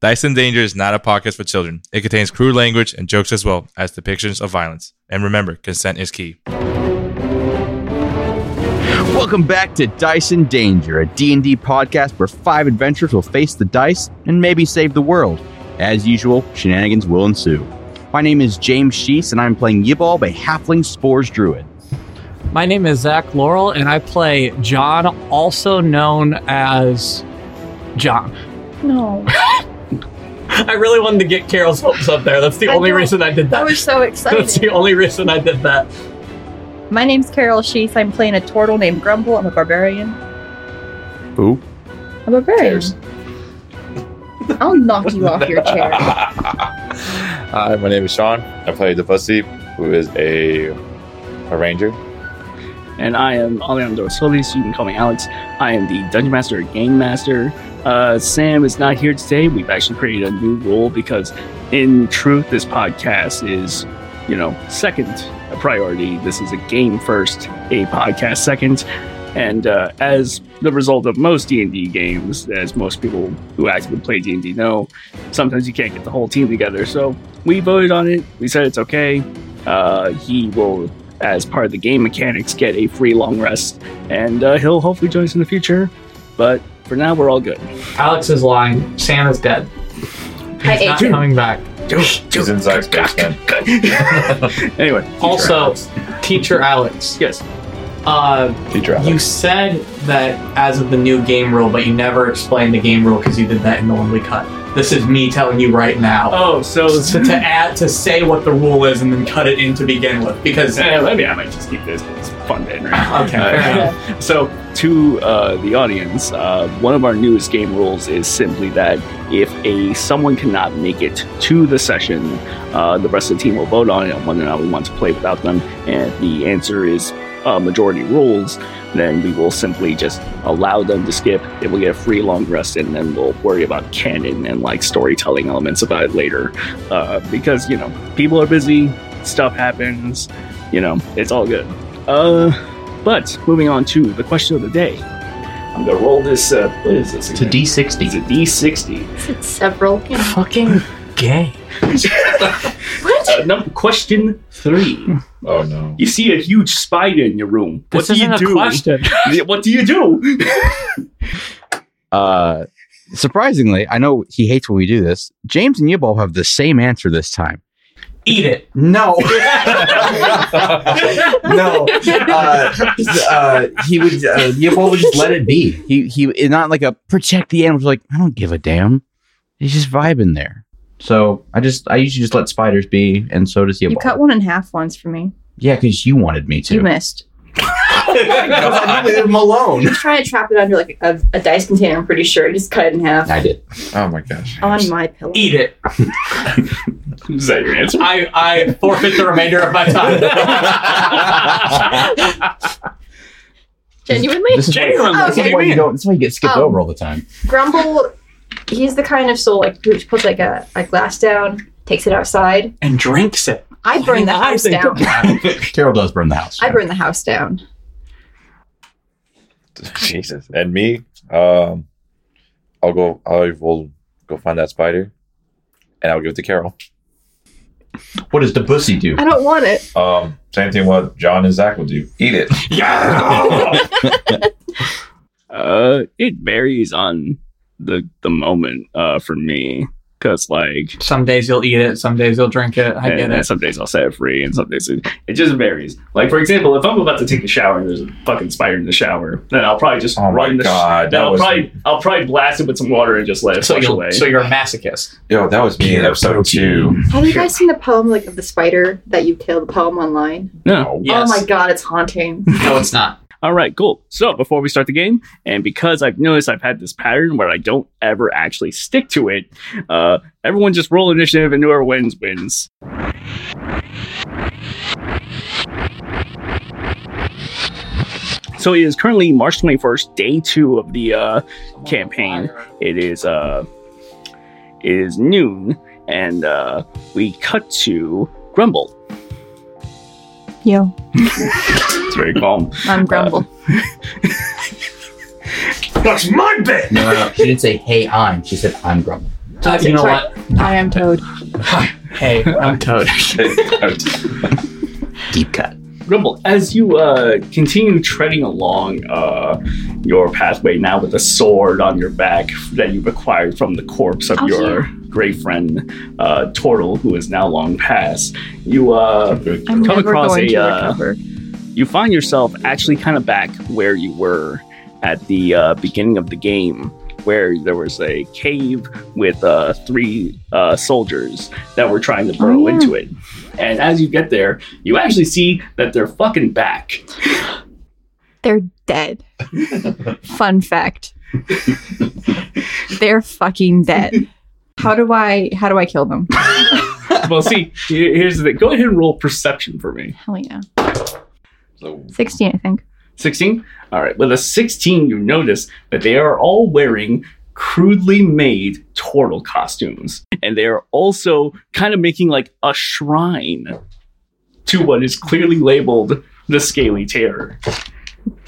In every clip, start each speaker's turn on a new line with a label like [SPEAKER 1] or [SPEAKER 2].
[SPEAKER 1] Dice in Danger is not a podcast for children. It contains crude language and jokes as well as depictions of violence. And remember, consent is key.
[SPEAKER 2] Welcome back to Dice in Danger, a D&D podcast where five adventurers will face the dice and maybe save the world. As usual, shenanigans will ensue. My name is James Sheese, and I'm playing Yibal, a halfling spores druid.
[SPEAKER 3] My name is Zach Laurel, and I play John, also known as John.
[SPEAKER 4] No.
[SPEAKER 5] I really wanted to get Carol's hopes up there. That's the
[SPEAKER 4] I
[SPEAKER 5] only
[SPEAKER 4] know.
[SPEAKER 5] reason I did
[SPEAKER 4] I
[SPEAKER 5] that.
[SPEAKER 4] was so
[SPEAKER 5] That's the
[SPEAKER 4] excited.
[SPEAKER 5] only reason I did that.
[SPEAKER 4] My name's Carol Sheath. I'm playing a turtle named Grumble. I'm a barbarian.
[SPEAKER 2] Who?
[SPEAKER 4] A barbarian.
[SPEAKER 5] Cares.
[SPEAKER 4] I'll knock you off your chair.
[SPEAKER 6] Hi, my name is Sean. I play the Pussy, who is a a ranger.
[SPEAKER 7] and I am Alejandro Solis. You can call me Alex. I am the Dungeon Master, Game Master. Uh, Sam is not here today. We've actually created a new rule because, in truth, this podcast is, you know, second a priority. This is a game first, a podcast second. And uh, as the result of most D and D games, as most people who actively play D and D know, sometimes you can't get the whole team together. So we voted on it. We said it's okay. Uh, he will as part of the game mechanics, get a free long rest, and uh, he'll hopefully join us in the future. But for now, we're all good.
[SPEAKER 5] Alex is lying. Sam is dead.
[SPEAKER 4] I
[SPEAKER 5] He's
[SPEAKER 4] ate
[SPEAKER 5] not
[SPEAKER 4] him.
[SPEAKER 5] coming back.
[SPEAKER 6] He's in Zach's basement.
[SPEAKER 7] Anyway,
[SPEAKER 5] Also, teacher Alex.
[SPEAKER 7] yes,
[SPEAKER 5] Uh,
[SPEAKER 6] Teacher
[SPEAKER 5] you
[SPEAKER 6] Alex.
[SPEAKER 5] said that as of the new game rule, but you never explained the game rule because you did that in the one we cut. This is me telling you right now.
[SPEAKER 7] Oh, so
[SPEAKER 5] So to add, to say what the rule is and then cut it in to begin with, because okay,
[SPEAKER 7] Eh, maybe I might just keep this. It's fun to interact.
[SPEAKER 5] fair enough.
[SPEAKER 7] Uh, So, to uh, the audience, uh, one of our newest game rules is simply that if a someone cannot make it to the session, uh, the rest of the team will vote on it on whether or not we want to play without them. And if the answer is uh, majority rules, then we will simply just allow them to skip. They will get a free long rest, and then we'll worry about canon and like storytelling elements about it later, uh, because you know people are busy, stuff happens, you know it's all good. Uh, but moving on to the question of the day. I'm gonna roll this. Uh, what is this? again? It's
[SPEAKER 8] D60.
[SPEAKER 7] a D60.
[SPEAKER 4] It's several.
[SPEAKER 5] Fucking gay.
[SPEAKER 7] Uh, num- question three.
[SPEAKER 6] Oh no.
[SPEAKER 7] You see a huge spider in your room.
[SPEAKER 3] This
[SPEAKER 7] what do
[SPEAKER 3] isn't
[SPEAKER 7] you
[SPEAKER 3] a
[SPEAKER 7] do?
[SPEAKER 3] question.
[SPEAKER 7] What do you do?
[SPEAKER 2] Uh, surprisingly, I know he hates when we do this. James and Yibal have the same answer this time.
[SPEAKER 5] Eat it.
[SPEAKER 2] No. no. Uh, uh, he would, uh, Yibal would just let it be. He, he, not like a protect the animals. Like, I don't give a damn. He's just vibing there. So I just, I usually just let spiders be, and so does Yibal.
[SPEAKER 4] You cut one in half once for me.
[SPEAKER 2] yeah, because you wanted me to.
[SPEAKER 4] You missed.
[SPEAKER 2] I leave him alone.
[SPEAKER 4] He was trying to trap it under like a, a dice container. I'm pretty sure. He just cut it in half
[SPEAKER 2] I did.
[SPEAKER 6] Oh my gosh.
[SPEAKER 4] on my pillow.
[SPEAKER 5] Eat it.
[SPEAKER 7] Is that your answer?
[SPEAKER 5] I, I forfeit the remainder of my time.
[SPEAKER 4] Genuinely,
[SPEAKER 2] This is,
[SPEAKER 5] Genuinely,
[SPEAKER 2] why, this
[SPEAKER 4] okay.
[SPEAKER 2] is why you don't. This is why you get skipped
[SPEAKER 4] Um,
[SPEAKER 2] over all the time.
[SPEAKER 4] Grumble. He's the kind of soul like who puts like a, a glass down, takes it outside.
[SPEAKER 5] and drinks it.
[SPEAKER 4] I burn the house down.
[SPEAKER 2] Carol does burn the house.
[SPEAKER 4] I burn the house down.
[SPEAKER 6] Jesus. And me, um, I'll go. I will go find that spider, and I'll give it to Carol.
[SPEAKER 2] What does the pussy do?
[SPEAKER 4] I don't want it.
[SPEAKER 6] Um, same thing. What John and Zach will do. Eat it. Yeah.
[SPEAKER 7] Uh, it varies on the the moment uh, for me. Because, like,
[SPEAKER 5] Some days you'll eat it, some days you'll drink it. I get
[SPEAKER 7] and, and
[SPEAKER 5] it.
[SPEAKER 7] some days I'll set it free, and some days it, it just varies. Like, for example, if I'm about to take a shower and there's a fucking spider in the shower, then I'll probably just
[SPEAKER 6] Oh my
[SPEAKER 7] run the sh-
[SPEAKER 6] God,
[SPEAKER 7] then
[SPEAKER 6] that
[SPEAKER 7] I'll
[SPEAKER 6] was-
[SPEAKER 7] probably, I'll probably blast it with some water and just let it
[SPEAKER 5] So
[SPEAKER 7] flush
[SPEAKER 5] you're,
[SPEAKER 7] away.
[SPEAKER 5] so you're a masochist.
[SPEAKER 6] Yo, that was me in episode two.
[SPEAKER 4] Have you guys seen the poem like of the spider that you killed? The poem online.
[SPEAKER 7] no.
[SPEAKER 5] Yes.
[SPEAKER 4] Oh my god, it's haunting.
[SPEAKER 5] No, it's not.
[SPEAKER 7] All right, cool. So before we start the game, and because I've noticed I've had this pattern where I don't ever actually stick to it, uh, everyone just roll initiative and whoever wins wins. So it is currently March 21st, day two of the uh, campaign. It is uh, it is noon, and uh, we cut to Grumble.
[SPEAKER 4] Yo,
[SPEAKER 7] It's very calm.
[SPEAKER 4] I'm Grumble.
[SPEAKER 7] That's my bit.
[SPEAKER 8] No, no, no. She didn't say, hey, I'm. She said, I'm Grumble.
[SPEAKER 5] Uh, you know what?
[SPEAKER 8] I am Toad.
[SPEAKER 5] Hey, I'm Toad.
[SPEAKER 9] Deep cut.
[SPEAKER 7] Grumble, as you uh, continue treading along uh, your pathway now with a sword on your back that you've acquired from the corpse of
[SPEAKER 8] Oh,
[SPEAKER 7] your great friend uh, Tortle, who is now long past, you uh,
[SPEAKER 8] I'm
[SPEAKER 7] Come
[SPEAKER 8] never
[SPEAKER 7] across
[SPEAKER 8] going
[SPEAKER 7] a,
[SPEAKER 8] to
[SPEAKER 7] uh,
[SPEAKER 8] recover.
[SPEAKER 7] you find yourself actually kind of back where you were at the uh, beginning of the game, where there was a cave with uh, three uh, soldiers that were trying to burrow
[SPEAKER 8] Oh, yeah.
[SPEAKER 7] into it. And as you get there, you actually see that they're fucking back.
[SPEAKER 8] They're dead. Fun fact. They're fucking dead. How do I how do I kill them?
[SPEAKER 7] well, see, here- here's the thing. Go ahead and roll perception for me.
[SPEAKER 8] Hell yeah.
[SPEAKER 6] So,
[SPEAKER 8] 16, I think.
[SPEAKER 7] 16? All right. With a 16, you notice that they are all wearing crudely made turtle costumes. And they are also kind of making like a shrine to what is clearly labeled the Scaly Terror.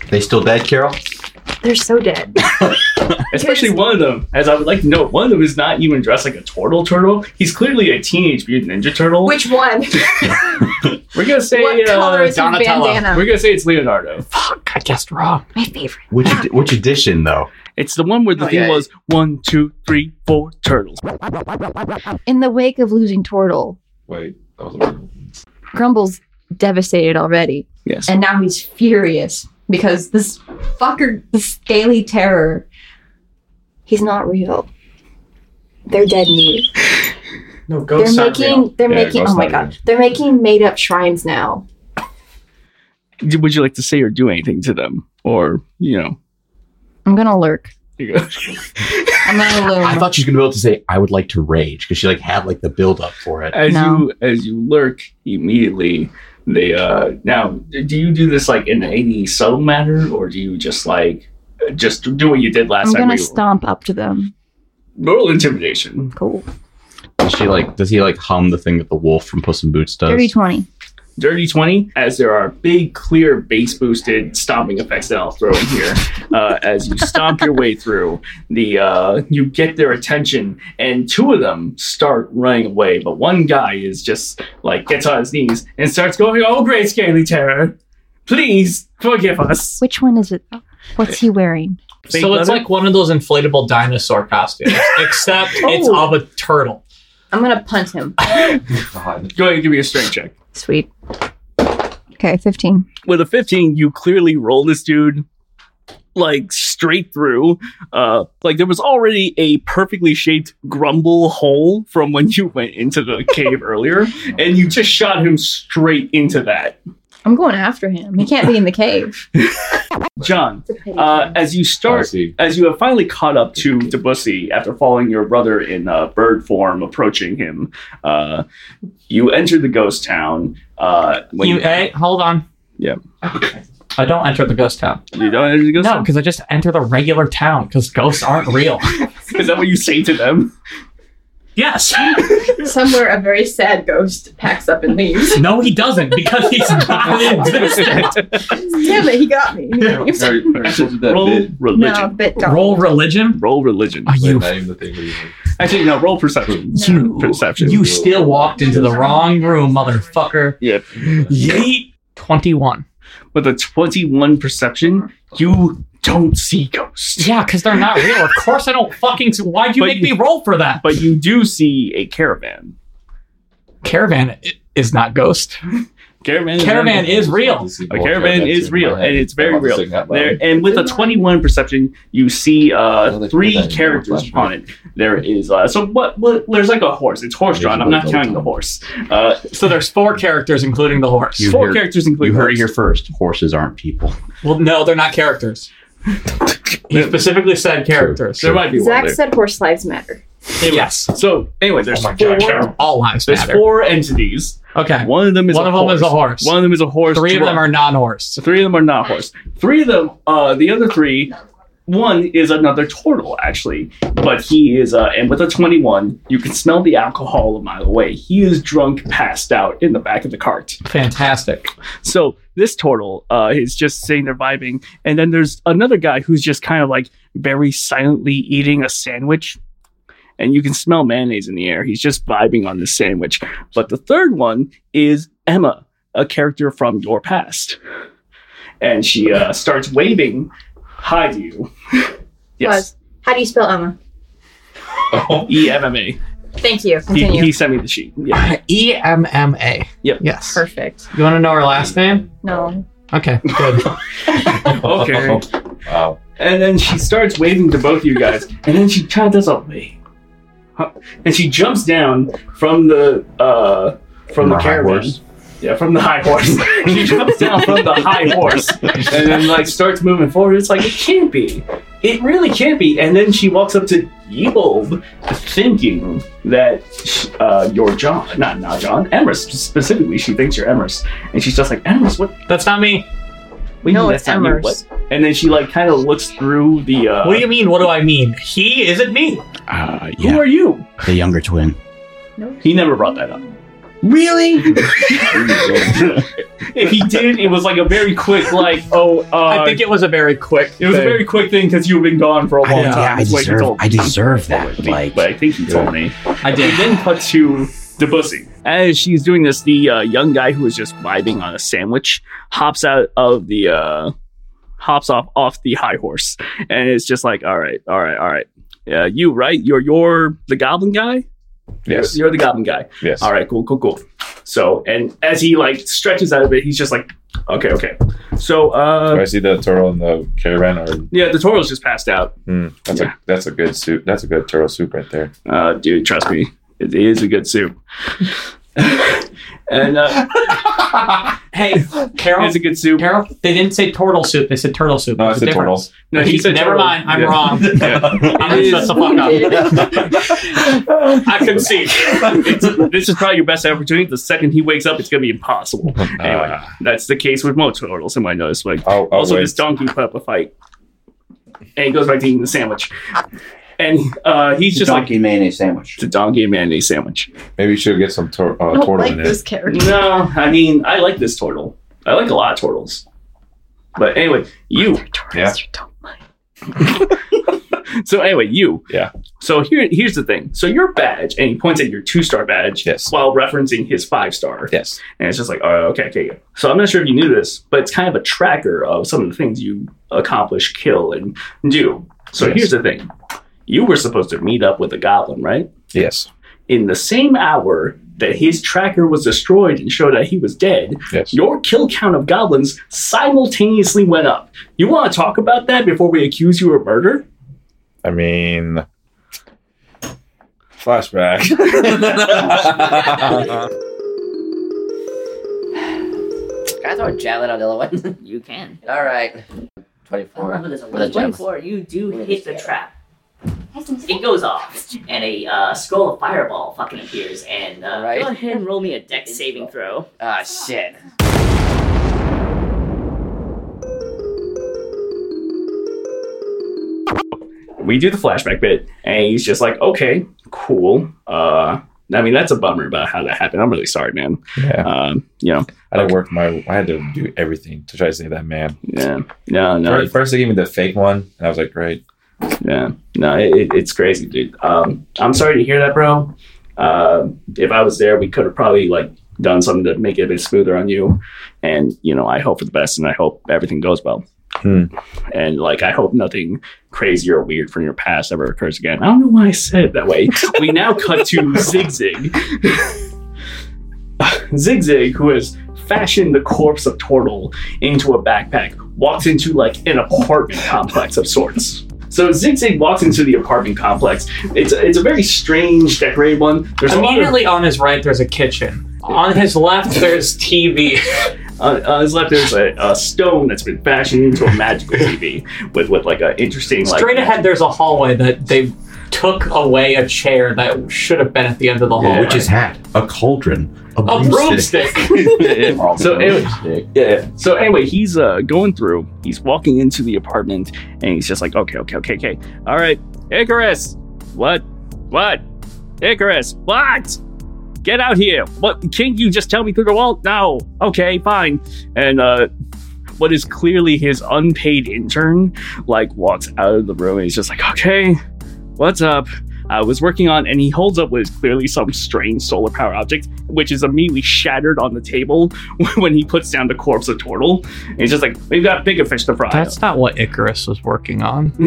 [SPEAKER 2] They still dead, Carol?
[SPEAKER 4] They're so dead.
[SPEAKER 7] Especially one of them, as I would like to note, one of them is not even dressed like a turtle turtle. He's clearly a Teenage Mutant Ninja Turtle.
[SPEAKER 4] Which one?
[SPEAKER 7] we're going to say,
[SPEAKER 4] what color
[SPEAKER 7] uh,
[SPEAKER 4] is his
[SPEAKER 5] Donatello.
[SPEAKER 4] bandana?
[SPEAKER 7] we're going to say it's Leonardo.
[SPEAKER 5] Fuck, I guessed wrong.
[SPEAKER 4] My favorite.
[SPEAKER 2] Which edi- which edition though?
[SPEAKER 7] It's the one where the
[SPEAKER 5] Oh,
[SPEAKER 7] thing
[SPEAKER 5] yeah.
[SPEAKER 7] was one, two, three, four turtles.
[SPEAKER 8] In the wake of losing Tortle,
[SPEAKER 6] wait, that was a weird one.
[SPEAKER 8] Grumble's devastated already.
[SPEAKER 7] Yes.
[SPEAKER 8] And now he's furious because this fucker the scaly terror. He's not real.
[SPEAKER 4] They're dead meat.
[SPEAKER 5] No,
[SPEAKER 4] They're
[SPEAKER 5] ghosts are
[SPEAKER 4] making.
[SPEAKER 5] real.
[SPEAKER 4] They're
[SPEAKER 6] Yeah,
[SPEAKER 4] making. Oh
[SPEAKER 6] ghosts
[SPEAKER 4] my
[SPEAKER 6] are real.
[SPEAKER 4] god. They're making made up shrines now.
[SPEAKER 7] D- Would you like to say or do anything to them? Or, you know.
[SPEAKER 8] I'm gonna lurk.
[SPEAKER 7] you go-
[SPEAKER 8] I'm gonna lurk.
[SPEAKER 2] I thought she was gonna be able to say I would like to rage because she like had like the build up for it.
[SPEAKER 7] As
[SPEAKER 8] No.
[SPEAKER 7] you as you lurk immediately, they uh now do you do this like in any subtle manner or do you just like just do what you did last
[SPEAKER 8] I'm
[SPEAKER 7] time?
[SPEAKER 8] gonna
[SPEAKER 7] where you-
[SPEAKER 8] stomp up to them.
[SPEAKER 7] Roll intimidation.
[SPEAKER 8] Cool.
[SPEAKER 9] Does she like? Does he like hum the thing that the wolf from Puss in Boots does?
[SPEAKER 8] Dirty twenty.
[SPEAKER 7] Dirty 20, as there are big, clear, bass boosted stomping effects that I'll throw in here. Uh, as you stomp your way through, the uh, you get their attention, and two of them start running away. But one guy is just like gets on his knees and starts going, Oh, great scaly terror, please forgive us.
[SPEAKER 8] Which one is it? though? What's he wearing?
[SPEAKER 7] Fake
[SPEAKER 5] So it's
[SPEAKER 7] leather?
[SPEAKER 5] like one of those inflatable dinosaur costumes, except it's
[SPEAKER 8] Oh.
[SPEAKER 5] of a turtle.
[SPEAKER 8] I'm gonna punt him.
[SPEAKER 6] God.
[SPEAKER 7] Go ahead and give me a strength check.
[SPEAKER 8] Sweet. Okay, fifteen.
[SPEAKER 7] with a 15 you clearly roll this dude like straight through uh like there was already a perfectly shaped grumble hole from when you went into the cave earlier and you just shot him straight into that
[SPEAKER 8] I'm going after him. He can't be in the cave.
[SPEAKER 7] john
[SPEAKER 4] It's a pity.
[SPEAKER 7] uh as
[SPEAKER 6] I
[SPEAKER 7] you start
[SPEAKER 6] see.
[SPEAKER 7] as you have finally caught up to Debussy after following your brother in uh, bird form approaching him uh you enter the ghost town uh when
[SPEAKER 5] you, hey, hold on.
[SPEAKER 7] Yeah.
[SPEAKER 5] I don't enter the ghost town.
[SPEAKER 7] you don't enter the ghost
[SPEAKER 5] No,
[SPEAKER 7] town?
[SPEAKER 5] because I just enter the regular town because ghosts aren't real.
[SPEAKER 7] is that what you say to them
[SPEAKER 5] yes.
[SPEAKER 4] Somewhere, a very sad ghost packs up and leaves.
[SPEAKER 5] No, he doesn't because he's not existent.
[SPEAKER 4] Damn it! He got me.
[SPEAKER 6] Harry, Harry, what did that
[SPEAKER 7] roll
[SPEAKER 6] bit?
[SPEAKER 7] religion
[SPEAKER 8] No, but don't.
[SPEAKER 5] Roll religion.
[SPEAKER 7] roll religion
[SPEAKER 5] Are
[SPEAKER 6] Wait,
[SPEAKER 5] you?
[SPEAKER 6] not even the thing where you
[SPEAKER 7] Actually, no, roll perception.
[SPEAKER 5] You,
[SPEAKER 7] Perception.
[SPEAKER 5] you still walked into the wrong room, motherfucker.
[SPEAKER 7] Yep.
[SPEAKER 5] Yeet. 21.
[SPEAKER 7] With a 21 perception, you don't see ghosts.
[SPEAKER 5] Yeah, because they're not real. Of course I don't fucking. s- Why'd you
[SPEAKER 7] But
[SPEAKER 5] make
[SPEAKER 7] you-
[SPEAKER 5] me roll for that?
[SPEAKER 7] But you do see a caravan.
[SPEAKER 5] Caravan i- is not ghost.
[SPEAKER 7] Caravan.
[SPEAKER 5] Caravan
[SPEAKER 7] is.
[SPEAKER 5] is real.
[SPEAKER 7] A caravan is real, and it's very real. There,
[SPEAKER 6] There,
[SPEAKER 7] and with a 21 perception, you see
[SPEAKER 6] Oh,
[SPEAKER 7] uh,
[SPEAKER 6] they put
[SPEAKER 7] three
[SPEAKER 6] that in the
[SPEAKER 7] characters
[SPEAKER 6] flashback.
[SPEAKER 7] upon it. There is uh, so what, what? There's like a horse. It's horse drawn. I'm not counting the horse. Uh,
[SPEAKER 5] So there's four characters, including the horse.
[SPEAKER 9] You
[SPEAKER 7] four
[SPEAKER 9] hear-
[SPEAKER 7] characters
[SPEAKER 9] You
[SPEAKER 7] including
[SPEAKER 9] heard it
[SPEAKER 7] horse.
[SPEAKER 9] here first. Horses aren't people.
[SPEAKER 5] Well, no, they're not characters. He specifically said characters.
[SPEAKER 7] There might be one.
[SPEAKER 4] Zach
[SPEAKER 7] There.
[SPEAKER 4] said horse lives matter.
[SPEAKER 5] Yes.
[SPEAKER 7] So anyway, there's
[SPEAKER 5] Oh my
[SPEAKER 7] four.
[SPEAKER 5] God, Carol. All lives
[SPEAKER 7] There's
[SPEAKER 5] matter.
[SPEAKER 7] four entities.
[SPEAKER 5] Okay.
[SPEAKER 7] One of them is
[SPEAKER 5] One
[SPEAKER 7] a
[SPEAKER 5] of them is a horse.
[SPEAKER 7] One of them is a horse.
[SPEAKER 5] Three of them
[SPEAKER 7] drawn.
[SPEAKER 5] are non-horse.
[SPEAKER 7] So three of them are not horse. Three of them, uh, the other three, one is another turtle actually, but he is, uh, and with a 21, you can smell the alcohol a mile away. He is drunk, passed out in the back of the cart.
[SPEAKER 5] Fantastic.
[SPEAKER 7] So this turtle uh, is just sitting there vibing, and then there's another guy who's just kind of like very silently eating a sandwich. and you can smell mayonnaise in the air. He's just vibing on this sandwich. But the third one is Emma, a character from your past, and she uh, starts waving hi to you. yes,
[SPEAKER 4] Was. How do you spell Emma?
[SPEAKER 7] E M M A.
[SPEAKER 4] Thank you.
[SPEAKER 7] He
[SPEAKER 4] Continue.
[SPEAKER 7] he sent me the sheet. Yeah.
[SPEAKER 3] E M M A.
[SPEAKER 7] Yep.
[SPEAKER 3] Yes.
[SPEAKER 4] Perfect.
[SPEAKER 3] You want to know her last name?
[SPEAKER 4] No.
[SPEAKER 3] Okay. Good.
[SPEAKER 7] Okay.
[SPEAKER 6] Wow.
[SPEAKER 7] And then she starts waving to both you guys, and then she kind of does a wait, huh, and she jumps down from the uh, from the
[SPEAKER 2] high
[SPEAKER 7] caravan.
[SPEAKER 2] horse?
[SPEAKER 7] Yeah, from the high horse. she jumps down from the high horse, and then like starts moving forward. It's like it can't be, it really can't be. And then she walks up to Yebold, thinking that uh, you're John, not not John, Emrys specifically. She thinks you're Emrys, and she's just like Emrys. What?
[SPEAKER 3] That's not me.
[SPEAKER 7] what do you
[SPEAKER 4] No,
[SPEAKER 7] mean
[SPEAKER 4] it's
[SPEAKER 7] not you?
[SPEAKER 4] Emrys.
[SPEAKER 7] What? And then she like kind of looks through the. Uh,
[SPEAKER 3] What do you mean? What do I mean? He isn't me.
[SPEAKER 2] Uh,
[SPEAKER 7] Who
[SPEAKER 2] yeah,
[SPEAKER 7] are you?
[SPEAKER 2] the younger twin.
[SPEAKER 7] He never brought that up. Really? if he did, it was like a very quick, like, oh, uh,
[SPEAKER 3] I think it was a very quick.
[SPEAKER 7] it was a
[SPEAKER 3] thing.
[SPEAKER 7] very quick thing because you've been gone for a
[SPEAKER 2] I,
[SPEAKER 7] long time.
[SPEAKER 2] yeah, I
[SPEAKER 7] It's like he
[SPEAKER 2] deserve,
[SPEAKER 7] told-
[SPEAKER 2] I deserve
[SPEAKER 7] told
[SPEAKER 2] that.
[SPEAKER 7] me,
[SPEAKER 2] Like,
[SPEAKER 7] but I think he told me.
[SPEAKER 3] I
[SPEAKER 7] He then cut to Debussy. As she's doing this, the uh, young guy who was just vibing on a sandwich hops out of the, uh, hops off off the high horse, and it's just like, all right, all right, all right. Yeah, you right? You're you're the goblin guy.
[SPEAKER 6] Yes.
[SPEAKER 7] You're the goblin guy.
[SPEAKER 6] Yes.
[SPEAKER 7] All right, cool, cool, cool. So, and as he like stretches out a bit, he's just like, okay, okay. So,
[SPEAKER 6] Do
[SPEAKER 7] uh,
[SPEAKER 6] I see the turtle in the caravan? Or
[SPEAKER 7] yeah, the Toro's just passed out.
[SPEAKER 6] Hmm, that's
[SPEAKER 7] Yeah.
[SPEAKER 6] a that's a good soup. That's a good turtle soup right there.
[SPEAKER 7] Uh, dude, trust me, it is a good soup. and uh,
[SPEAKER 3] Hey, Carol.
[SPEAKER 7] it's a good soup.
[SPEAKER 3] Carol. They didn't say turtle soup. They said turtle soup.
[SPEAKER 6] No,
[SPEAKER 3] There's
[SPEAKER 6] it's a
[SPEAKER 3] difference.
[SPEAKER 6] turtle.
[SPEAKER 7] No, he said
[SPEAKER 3] Never
[SPEAKER 7] turtle.
[SPEAKER 3] mind. I'm
[SPEAKER 7] Yeah.
[SPEAKER 3] wrong.
[SPEAKER 7] Yeah.
[SPEAKER 3] I'm gonna shut the fuck up.
[SPEAKER 7] I can see. It's- this is probably your best opportunity. The second he wakes up, it's gonna be impossible. Anyway,
[SPEAKER 6] Ah.
[SPEAKER 7] that's the case with most turtles, in my notice. Like,
[SPEAKER 6] I'll, I'll
[SPEAKER 7] also
[SPEAKER 6] wait.
[SPEAKER 7] this donkey put up a fight and he goes back to eating the sandwich and uh, he's just like
[SPEAKER 2] mayonnaise sandwich.
[SPEAKER 7] it's a donkey and mayonnaise sandwich
[SPEAKER 6] Maybe you should get some tor-
[SPEAKER 2] Oh,
[SPEAKER 6] uh,
[SPEAKER 4] I don't
[SPEAKER 6] turtle
[SPEAKER 4] like
[SPEAKER 6] in
[SPEAKER 4] this
[SPEAKER 6] it.
[SPEAKER 4] character.
[SPEAKER 7] no i mean i like this turtle i like a lot of turtles but anyway you
[SPEAKER 6] Yeah.
[SPEAKER 7] so anyway you
[SPEAKER 6] Yeah.
[SPEAKER 7] so here, here's the thing so your badge and he points at your two-star badge
[SPEAKER 6] Yes.
[SPEAKER 7] while referencing his five-star
[SPEAKER 6] Yes.
[SPEAKER 7] and it's just like oh okay okay yeah. so i'm not sure if you knew this but it's kind of a tracker of some of the things you accomplish kill and do so
[SPEAKER 6] Yes.
[SPEAKER 7] here's the thing you were supposed to meet up with a goblin right
[SPEAKER 6] Yes.
[SPEAKER 7] in the same hour that his tracker was destroyed and showed that he was dead
[SPEAKER 6] Yes.
[SPEAKER 7] your kill count of goblins simultaneously went up you want to talk about that before we accuse you of murder
[SPEAKER 6] I mean, flashback.
[SPEAKER 10] Can I throw a javelin on the other one? you can. All right. 24. With a 24, you do hit the trap. It goes off, and a uh, scroll of fireball fucking appears. And uh, go ahead and roll me a dex saving throw. Ah, shit.
[SPEAKER 7] we do the flashback bit and he's just like okay cool uh i mean that's a bummer about how that happened i'm really sorry man
[SPEAKER 6] yeah.
[SPEAKER 7] um you know
[SPEAKER 6] I had to work my. I had to do everything to try to save that man.
[SPEAKER 7] yeah no no
[SPEAKER 6] First, first they gave me the fake one, and I was like, great.
[SPEAKER 7] Yeah, no, it, it, it's crazy, dude. Um, I'm sorry to hear that, bro. Uh, if I was there, we could have probably like done something to make it a bit smoother on you. And you know, I hope for the best, and I hope everything goes well.
[SPEAKER 6] Hmm.
[SPEAKER 7] And like, I hope nothing crazy or weird from your past ever occurs again. I don't know why I said it that way. we now cut to Zigzag. Zigzag, who has fashioned the corpse of Tortle into a backpack, walks into like an apartment complex of sorts. So Zigzag walks into the apartment complex. It's a, it's a very strange decorated one. There's a lot of,
[SPEAKER 3] Immediately on his right, there's a kitchen. On his left, there's TV.
[SPEAKER 7] on, on his left uh, there's a, a stone that's been fashioned into a magical TV with with like a interesting like
[SPEAKER 3] Straight ahead, there's a hallway that they took away a chair that should have been at the end of the hallway.
[SPEAKER 2] Which is Oh, hat, a cauldron, a
[SPEAKER 3] a
[SPEAKER 2] broomstick.
[SPEAKER 3] broomstick.
[SPEAKER 7] So anyway, yeah, yeah. So anyway, he's uh, going through. He's walking into the apartment, and he's just like, okay, okay, okay, okay. All right, Icarus, what, what, Icarus, what? Get out here! What can't you just tell me through the wall? No. Okay, fine. And uh, what is clearly his unpaid intern like walks out of the room, and he's just like, okay, what's up? uh, was working on, and he holds up what is clearly some strange solar power object, which is immediately shattered on the table when he puts down the corpse of Tortle. And he's just like, we've got bigger fish to fry.
[SPEAKER 3] That's not what Icarus was working on.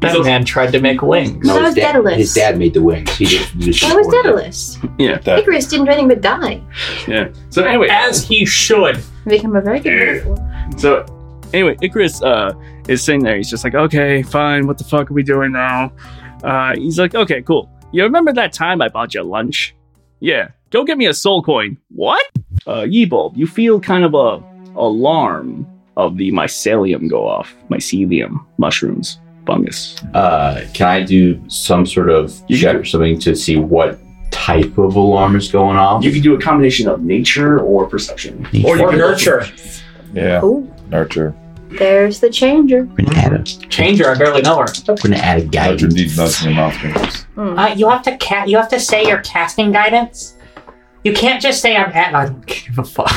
[SPEAKER 5] That man tried to make wings.
[SPEAKER 4] That was
[SPEAKER 2] his dad,
[SPEAKER 4] Daedalus.
[SPEAKER 2] his dad made the wings. He just used
[SPEAKER 4] That was Daedalus.
[SPEAKER 7] yeah.
[SPEAKER 2] Uh,
[SPEAKER 6] That-
[SPEAKER 4] Icarus didn't do anything but die.
[SPEAKER 7] Yeah. So anyway,
[SPEAKER 5] As he should.
[SPEAKER 4] Become a very good metaphor.
[SPEAKER 7] So, anyway, Icarus uh, is sitting there. He's just like, okay, fine. What the fuck are we doing now? Uh, he's like, okay, cool. You remember that time I bought you lunch? Yeah. Go get me a soul coin. What? Uh, Yeebulb, you feel kind of a alarm of the mycelium go off. Mycelium, mushrooms, fungus.
[SPEAKER 2] Uh, can I do some sort of
[SPEAKER 7] You
[SPEAKER 2] check
[SPEAKER 7] can-
[SPEAKER 2] or something to see what type of alarm is going off?
[SPEAKER 7] You can do a combination of nature or perception.
[SPEAKER 5] Or you nurture.
[SPEAKER 6] Yeah.
[SPEAKER 4] Ooh,
[SPEAKER 6] Nurture.
[SPEAKER 4] there's the changer.
[SPEAKER 2] We're gonna add a,
[SPEAKER 5] Change her, I barely know her.
[SPEAKER 2] we're gonna add a
[SPEAKER 6] Nurture needs
[SPEAKER 2] guidance.
[SPEAKER 6] nuts in your mouth. fingers.
[SPEAKER 4] Mm.
[SPEAKER 10] Uh, you have to ca- you have to say your casting guidance. You can't just say I'm at. I don't give a fuck.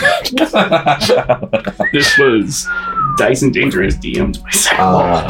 [SPEAKER 7] This was Dyson Dangerous DM'd by Zach
[SPEAKER 2] Uh,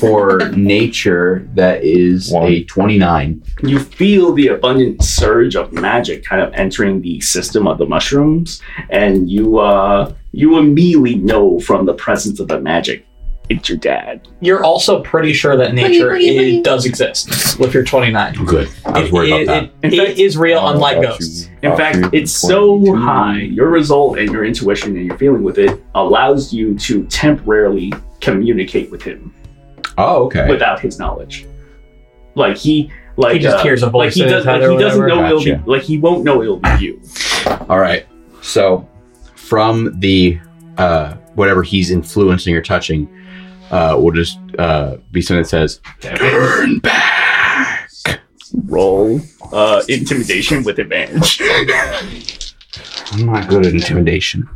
[SPEAKER 2] for nature, that is
[SPEAKER 6] One.
[SPEAKER 2] a 29.
[SPEAKER 7] You feel the abundant surge of magic kind of entering the system of the mushrooms, and you uh, you immediately know from the presence of the magic, it's your dad.
[SPEAKER 5] You're also pretty sure that nature
[SPEAKER 4] Pretty, pretty,
[SPEAKER 5] i-
[SPEAKER 4] pretty.
[SPEAKER 5] does exist with your 29.
[SPEAKER 2] Good. I was worried
[SPEAKER 5] It-
[SPEAKER 2] about that.
[SPEAKER 5] it-
[SPEAKER 7] In
[SPEAKER 5] it
[SPEAKER 7] fact-
[SPEAKER 5] is real,
[SPEAKER 6] Uh,
[SPEAKER 5] unlike
[SPEAKER 6] about
[SPEAKER 5] ghosts.
[SPEAKER 6] you-
[SPEAKER 7] In
[SPEAKER 6] about
[SPEAKER 7] fact,
[SPEAKER 6] you,
[SPEAKER 7] it's so
[SPEAKER 6] 22.
[SPEAKER 7] high, your result and your intuition and your feeling with it allows you to temporarily communicate with him
[SPEAKER 2] Oh, okay.
[SPEAKER 7] without his knowledge. Like he, like
[SPEAKER 5] He just
[SPEAKER 7] uh,
[SPEAKER 5] hears a
[SPEAKER 7] like
[SPEAKER 5] voice
[SPEAKER 7] he,
[SPEAKER 5] in
[SPEAKER 7] does,
[SPEAKER 5] his head
[SPEAKER 7] like he
[SPEAKER 5] or
[SPEAKER 7] doesn't
[SPEAKER 5] whatever.
[SPEAKER 7] know it'll
[SPEAKER 2] Gotcha.
[SPEAKER 7] be like he won't know it'll be you.
[SPEAKER 2] All right. So, from the uh, whatever he's influencing or touching, uh, will just uh, be something that says, "Turn back."
[SPEAKER 7] Roll uh, intimidation with advantage.
[SPEAKER 2] I'm not good at intimidation.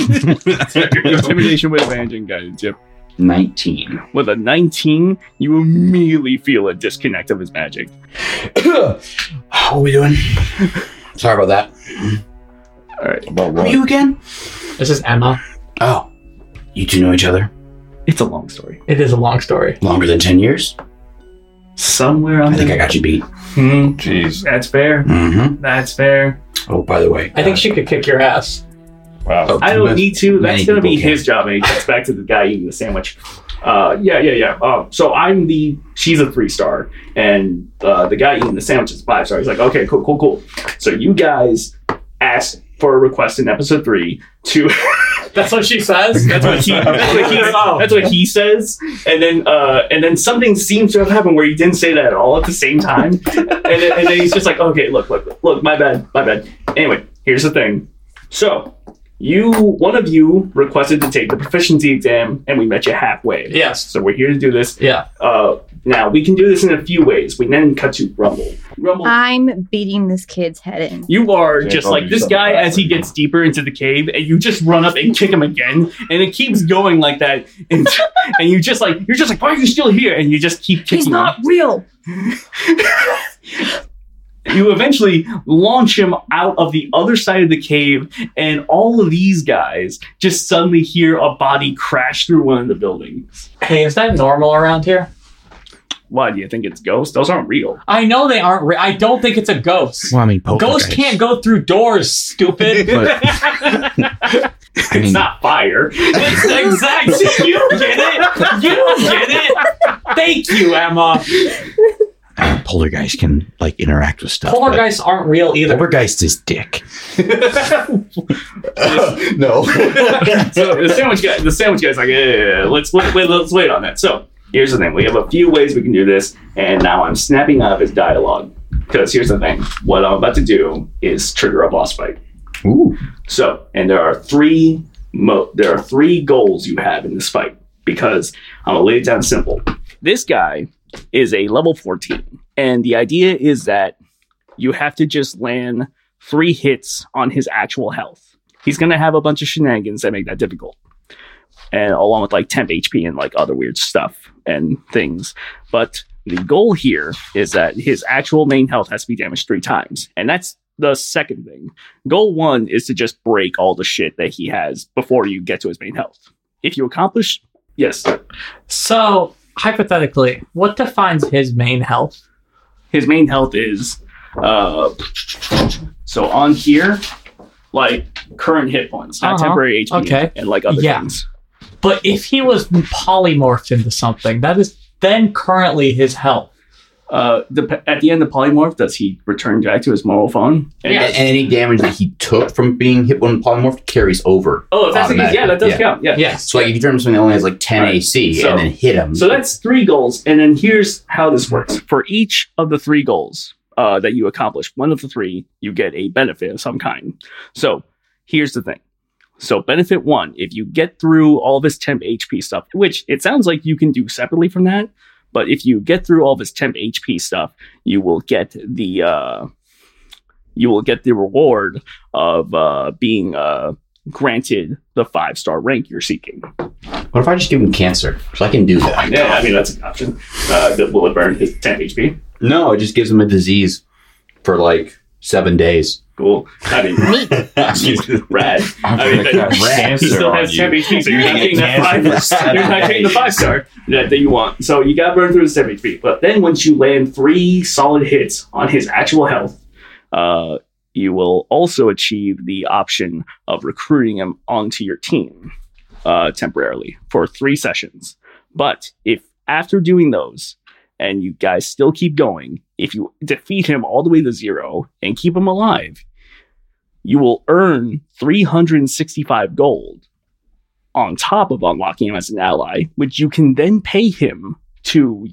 [SPEAKER 7] Intimidation with advantage and guidance. Yep.
[SPEAKER 2] Nineteen.
[SPEAKER 7] With a 19, you immediately feel a disconnect of his magic.
[SPEAKER 2] what are we doing? Sorry about that.
[SPEAKER 7] All right.
[SPEAKER 6] About
[SPEAKER 2] Who are
[SPEAKER 6] what?
[SPEAKER 2] you again?
[SPEAKER 5] This is Emma.
[SPEAKER 2] Oh, you two know each other
[SPEAKER 7] It's a long story.
[SPEAKER 5] It is a long story.
[SPEAKER 2] longer than ten years.
[SPEAKER 7] Somewhere on
[SPEAKER 2] I think I got you beat.
[SPEAKER 7] Hmm,
[SPEAKER 6] Jeez.
[SPEAKER 7] that's fair.
[SPEAKER 2] Mm-hmm.
[SPEAKER 7] That's fair.
[SPEAKER 2] Oh, by the way,
[SPEAKER 5] I think she could kick your ass.
[SPEAKER 6] Wow.
[SPEAKER 2] Oh,
[SPEAKER 7] I don't need to. That's
[SPEAKER 2] Many
[SPEAKER 7] going to be
[SPEAKER 2] people can.
[SPEAKER 7] his job. And he gets back to the guy eating the sandwich. Uh, yeah, yeah, yeah. Uh, so I'm the. She's a three star, and uh, the guy eating the sandwich is a five star. He's like, okay, cool, cool, cool. So you guys asked for a request in episode three to
[SPEAKER 5] That's what she says.
[SPEAKER 7] That's what he. That's what he, that's what he says. And then, uh, and then something seems to have happened where he didn't say that at all at the same time. and, then, and then he's just like, okay, look, look, look, my bad, my bad. Anyway, here's the thing. So, you, one of you, requested to take the proficiency exam, and we met you halfway.
[SPEAKER 5] Yes.
[SPEAKER 7] So we're here to do this.
[SPEAKER 5] Yeah.
[SPEAKER 7] Uh, now we can do this in a few ways. We then cut to Rumble.
[SPEAKER 4] Um,
[SPEAKER 7] Rumble.
[SPEAKER 8] I'm beating this kid's head in.
[SPEAKER 7] You are
[SPEAKER 6] Yeah,
[SPEAKER 7] just
[SPEAKER 6] I'll
[SPEAKER 7] like
[SPEAKER 6] do
[SPEAKER 7] this
[SPEAKER 6] something
[SPEAKER 7] guy
[SPEAKER 6] about
[SPEAKER 7] as
[SPEAKER 6] that.
[SPEAKER 7] he gets deeper into the cave, and you just run up and kick him again, and it keeps going like that, and, and you just like you're just like why are you still here? And you just keep kicking.
[SPEAKER 8] He's
[SPEAKER 7] him.
[SPEAKER 8] not real.
[SPEAKER 7] You eventually launch him out of the other side of the cave, and all of these guys just suddenly hear a body crash through one of the buildings.
[SPEAKER 5] Hey, is that normal around here?
[SPEAKER 7] Why do you think it's ghosts? Those aren't real.
[SPEAKER 5] I know they aren't. Re- I don't think it's a ghost.
[SPEAKER 2] Well, I mean,
[SPEAKER 5] Ghosts
[SPEAKER 2] poltergeist.
[SPEAKER 5] can't go through doors, stupid.
[SPEAKER 2] But, I
[SPEAKER 7] It's
[SPEAKER 2] mean,
[SPEAKER 7] not fire.
[SPEAKER 5] It's the exact. You get it. You get it. Thank you, Emma.
[SPEAKER 2] I mean, uh, poltergeist can like interact with stuff. but
[SPEAKER 5] Poltergeists aren't real either.
[SPEAKER 2] Poltergeist is dick. no.
[SPEAKER 7] so the sandwich guy, the sandwich guy's like, eh, let's wait, wait, let's wait on that. So here's the thing: we have a few ways we can do this, and now I'm snapping out of his dialogue because here's the thing: what I'm about to do is trigger a boss fight.
[SPEAKER 2] Ooh.
[SPEAKER 7] So, and there are three mo- there are three goals you have in this fight because I'm gonna lay it down simple. This guy is a level 14, and the idea is that you have to just land three hits on his actual health. He's gonna have a bunch of shenanigans that make that difficult, and along with like temp HP and like other weird stuff and things. But the goal here is that his actual main health has to be damaged three times, and that's the second thing goal one is to just break all the shit that he has before you get to his main health. If you accomplish, yes,
[SPEAKER 5] So hypothetically, what defines his main health?
[SPEAKER 7] his main health is uh so on here, like current hit points, not
[SPEAKER 3] Uh-huh.
[SPEAKER 7] temporary HP
[SPEAKER 3] Okay.
[SPEAKER 7] and like other
[SPEAKER 3] Yeah.
[SPEAKER 7] things.
[SPEAKER 3] But if he was polymorphed into something, that is then currently his health.
[SPEAKER 7] Uh, dep- at the end of polymorph, does he return back to his mobile phone?
[SPEAKER 2] And, and any damage that he took from being hit when polymorphed carries over.
[SPEAKER 7] Oh, if that's the case, yeah, that does count, yeah.
[SPEAKER 3] Yes.
[SPEAKER 2] So like if you turn him something that only has like 10 AC
[SPEAKER 7] So-
[SPEAKER 2] and then hit him.
[SPEAKER 7] So that's three goals. And then here's how this works for each of the three goals uh, that you accomplish, one of the three, you get a benefit of some kind. So here's the thing. So, benefit one, if you get through all of his temp HP stuff, which it sounds like you can do separately from that, but if you get through all of his temp HP stuff, you will get the uh, you will get the reward of uh, being uh, granted the five star rank you're seeking.
[SPEAKER 2] what if I just give him cancer? So I can do that.
[SPEAKER 7] Yeah, I mean that's an option. Uh, that will it burn his 10 HP.
[SPEAKER 2] No, it just gives him a disease for like seven days.
[SPEAKER 7] Cool. I mean, rad. I mean,
[SPEAKER 2] I've got
[SPEAKER 7] that-
[SPEAKER 2] cancer
[SPEAKER 7] he still has
[SPEAKER 2] on
[SPEAKER 7] 10
[SPEAKER 2] you.
[SPEAKER 7] HP, so you're
[SPEAKER 2] You're
[SPEAKER 7] not
[SPEAKER 2] gonna
[SPEAKER 7] getting
[SPEAKER 2] get
[SPEAKER 7] that five.
[SPEAKER 2] cancer for seven
[SPEAKER 7] You're not getting the
[SPEAKER 2] days.
[SPEAKER 7] five star that, that you want. So you got burned through his 10 HP. But then once you land three solid hits on his actual health, uh, you will also achieve the option of recruiting him onto your team uh, temporarily for three sessions. But if after doing those, and you guys still keep going, if you defeat him all the way to zero and keep him alive, you will earn 365 gold on top of unlocking him as an ally, which you can then pay him to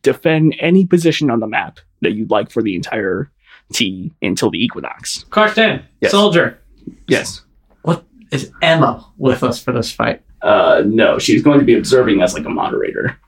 [SPEAKER 7] defend any position on the map that you'd like for the entire T until the equinox.
[SPEAKER 5] Question.
[SPEAKER 7] Yes.
[SPEAKER 5] Soldier.
[SPEAKER 7] Yes.
[SPEAKER 5] What is Emma with us for this fight?
[SPEAKER 7] Uh, no, she's going to be observing as like a moderator.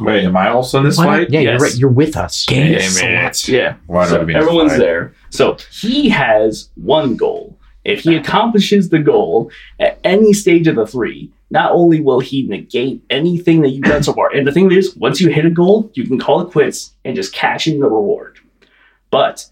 [SPEAKER 6] Wait, am I also in this
[SPEAKER 7] Why-
[SPEAKER 6] fight?
[SPEAKER 7] yeah, you're Yes. right,
[SPEAKER 2] You're with us.
[SPEAKER 3] Game
[SPEAKER 7] Yeah.
[SPEAKER 6] Why
[SPEAKER 7] so
[SPEAKER 6] don't we
[SPEAKER 7] everyone's
[SPEAKER 6] fight?
[SPEAKER 7] there. So he has one goal. If he accomplishes the goal at any stage of the three, not only will he negate anything that you've done so far, and the thing is, once you hit a goal, you can call it quits and just cash in the reward. But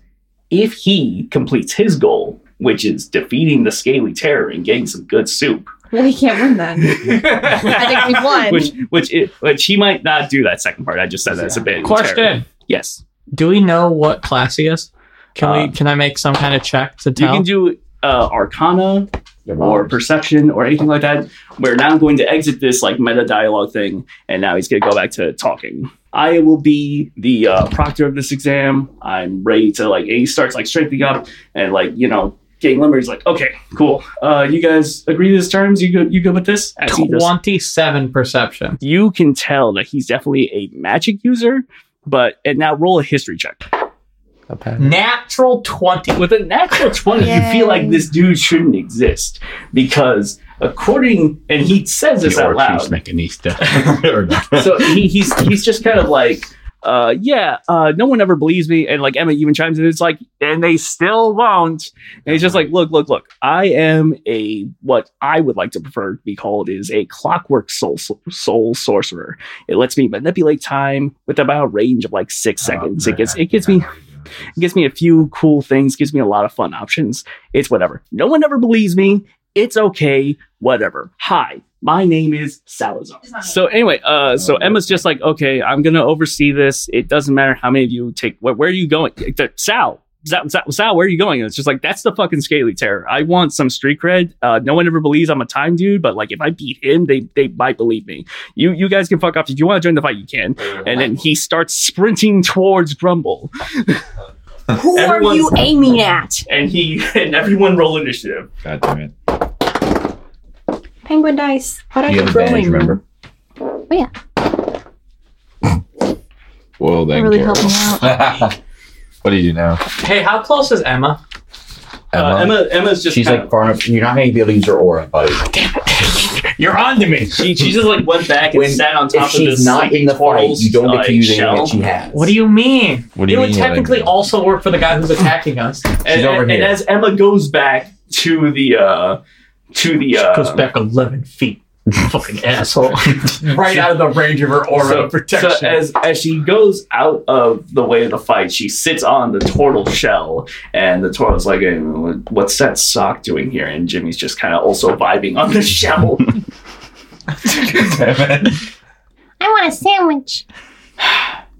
[SPEAKER 7] if he completes his goal, which is defeating the scaly terror and getting some good soup,
[SPEAKER 8] Well, he can't win then. I think we won.
[SPEAKER 7] which which i which he might not do that second part. I just said that's a bit
[SPEAKER 3] Question:
[SPEAKER 7] Yes.
[SPEAKER 3] Do we know what class he is? Can
[SPEAKER 7] Uh,
[SPEAKER 3] we? Can I make some kind of check to
[SPEAKER 7] You
[SPEAKER 3] tell?
[SPEAKER 7] can do uh, Arcana or Perception or anything like that. We're now going to exit this like meta dialogue thing, and now he's going to go back to talking. I will be the uh, proctor of this exam. I'm ready to like. And he starts like strengthening up and like you know getting limber. He's like, okay, cool. Uh, you guys agree to these terms? You good? You good with this? As he does-
[SPEAKER 3] Twenty-seven perception.
[SPEAKER 7] you can tell that he's definitely a magic user. But and now roll a history check.
[SPEAKER 3] Natural twenty.
[SPEAKER 7] with a natural 20 you feel like this dude shouldn't exist because according and he says this out loud so he, he's he's just kind of like uh yeah uh no one ever believes me and like emma even chimes in it's like and they still won't and he's just like look look look i am a what i would like to prefer to be called is a clockwork soul soul sorcerer it lets me manipulate time with about a range of like six seconds it gets it gets me it gives me a few cool things, gives me a lot of fun options. It's whatever. No one ever believes me. It's okay, whatever. Hi, my name is Salazar. So anyway, uh, so Emma's just like, okay, I'm gonna oversee this. It doesn't matter how many of you take. Where, where are you going, Sal? Sal, Sal, Sal, where are you going? And it's just like that's the fucking scaly terror. I want some street cred. Uh, no one ever believes I'm a time dude, but like if I beat him, they they might believe me. You you guys can fuck off if you want to join the fight. You can. And then he starts sprinting towards Grumble.
[SPEAKER 8] Who are you
[SPEAKER 7] Everyone's-
[SPEAKER 8] aiming at?
[SPEAKER 7] and he and everyone roll initiative.
[SPEAKER 6] God damn it.
[SPEAKER 4] Penguin dice. What are
[SPEAKER 2] You
[SPEAKER 4] you
[SPEAKER 2] have advantage,
[SPEAKER 4] rolling?
[SPEAKER 2] remember?
[SPEAKER 6] Well,
[SPEAKER 8] That
[SPEAKER 6] then.
[SPEAKER 8] really helped me out.
[SPEAKER 6] what do you do now?
[SPEAKER 3] Hey, how close is Emma?
[SPEAKER 7] Uh, Emma Emma's just
[SPEAKER 2] She's
[SPEAKER 7] kind
[SPEAKER 2] like far enough. You're not going to be able to use her aura, buddy.
[SPEAKER 3] You're on to me.
[SPEAKER 7] of, she, she just like went back and
[SPEAKER 2] When-
[SPEAKER 7] sat on top
[SPEAKER 2] If
[SPEAKER 7] of this
[SPEAKER 2] she's not in the fight,
[SPEAKER 7] portal's,
[SPEAKER 2] you don't get
[SPEAKER 7] uh,
[SPEAKER 2] to use anything
[SPEAKER 7] shell.
[SPEAKER 2] that she has.
[SPEAKER 3] What do you mean?
[SPEAKER 6] What do
[SPEAKER 3] it
[SPEAKER 6] you
[SPEAKER 3] would
[SPEAKER 6] mean?
[SPEAKER 3] technically also work for the guy who's attacking us.
[SPEAKER 7] And,
[SPEAKER 2] She's over
[SPEAKER 7] and- and
[SPEAKER 2] here.
[SPEAKER 7] as Emma goes back to the uh to the uh
[SPEAKER 3] Goes back eleven feet. Fucking asshole. right out of the range of her aura
[SPEAKER 7] so,
[SPEAKER 3] of protection.
[SPEAKER 7] so
[SPEAKER 5] uh,
[SPEAKER 7] as as she goes out of the way of the fight, she sits on the turtle shell, and the turtle's like, "Hey, "What's that sock doing here?" And Jimmy's just kind of also vibing on the shell.
[SPEAKER 6] Damn it.
[SPEAKER 4] I want a sandwich.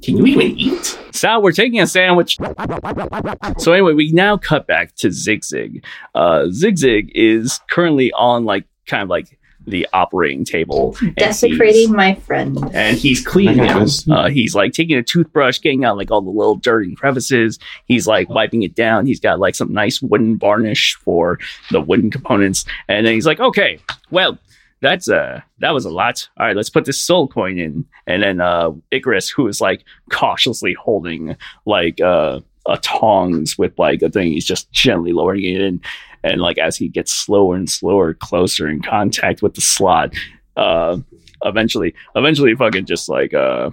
[SPEAKER 7] Can you even eat? So we're taking a sandwich. So anyway, we now cut back to Zigzag. Uh, Zigzag is currently on like kind of like the operating table. and he's-
[SPEAKER 4] Desecrating my friend.
[SPEAKER 7] and he's clean
[SPEAKER 4] I got
[SPEAKER 7] now.
[SPEAKER 4] this.
[SPEAKER 7] Uh, he's like taking a toothbrush, getting out like all the little dirt and crevices. He's like wiping it down. He's got like some nice wooden varnish for the wooden components, and then he's like, "Okay, well, that's uh that was a lot. All right, let's put this soul coin in." And then uh, Icarus, who is like cautiously holding like uh, a tongs with like a thing, he's just gently lowering it in. And like as he gets slower and slower, closer in contact with the slot, uh, eventually, eventually, fucking just like uh,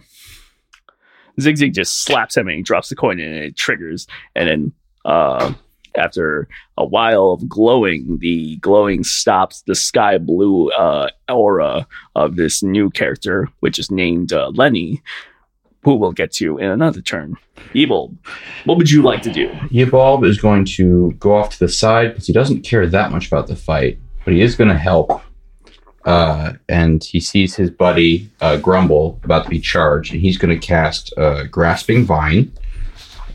[SPEAKER 7] Zigzag just slaps him and he drops the coin in and it triggers. And then uh, after a while of glowing, the glowing stops the sky blue uh, aura of this new character, which is named uh, Lenny, who we'll get to in another turn. Evil, what would you like to do?
[SPEAKER 2] Yebulb is going to go off to the side because he doesn't care that much about the fight, but he is going to help. Uh, and he sees his buddy uh, Grumble about to be charged, and he's going to cast uh, Grasping Vine,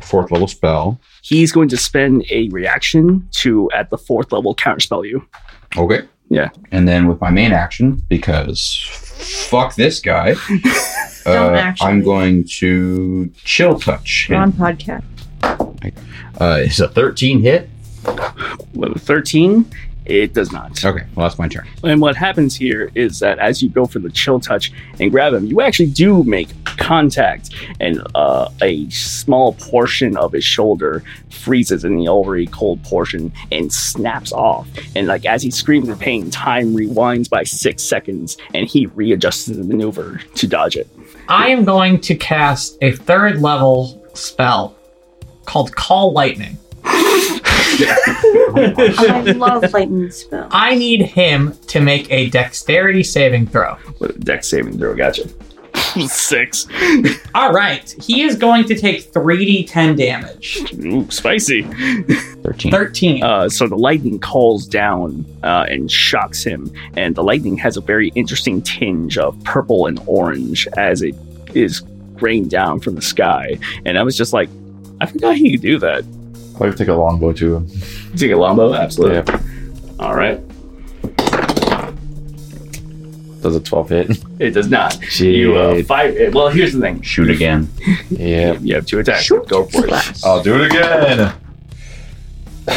[SPEAKER 2] fourth level spell.
[SPEAKER 7] He's going to spend a reaction to, at the fourth level, counterspell you.
[SPEAKER 2] Okay.
[SPEAKER 7] Yeah.
[SPEAKER 2] And then with my main action, because fuck this guy, uh,
[SPEAKER 4] actually.
[SPEAKER 2] I'm going to Chill Touch
[SPEAKER 4] We're on
[SPEAKER 2] him.
[SPEAKER 4] podcast.
[SPEAKER 2] Uh, it's a 13 hit.
[SPEAKER 7] Level 13, it does not.
[SPEAKER 2] Okay, well, that's my turn.
[SPEAKER 7] And what happens here is that as you go for the chill touch and grab him, you actually do make contact, and uh, a small portion of his shoulder freezes in the already cold portion and snaps off. And like as he screams in pain, time rewinds by six seconds, and he readjusts the maneuver to dodge it.
[SPEAKER 3] I am going to cast a third level spell called Call Lightning.
[SPEAKER 4] Oh, I love lightning spell.
[SPEAKER 3] I need him to make a dexterity saving throw.
[SPEAKER 7] With a dex saving throw, gotcha. Six.
[SPEAKER 3] All right. He is going to take 3d10 damage.
[SPEAKER 7] Ooh, spicy.
[SPEAKER 2] 13.
[SPEAKER 3] 13.
[SPEAKER 7] Uh, so the lightning calls down uh, and shocks him, and the lightning has a very interesting tinge of purple and orange as it is rained down from the sky. And I was just like, I forgot he could do that.
[SPEAKER 6] Probably take a longbow to him.
[SPEAKER 7] Take a longbow? Absolutely. All right.
[SPEAKER 6] Does a 12 hit?
[SPEAKER 7] It does not. You uh, fire. Well, here's the thing.
[SPEAKER 2] Shoot again.
[SPEAKER 6] yeah.
[SPEAKER 7] You have two attacks. Go for it.
[SPEAKER 6] I'll do it again.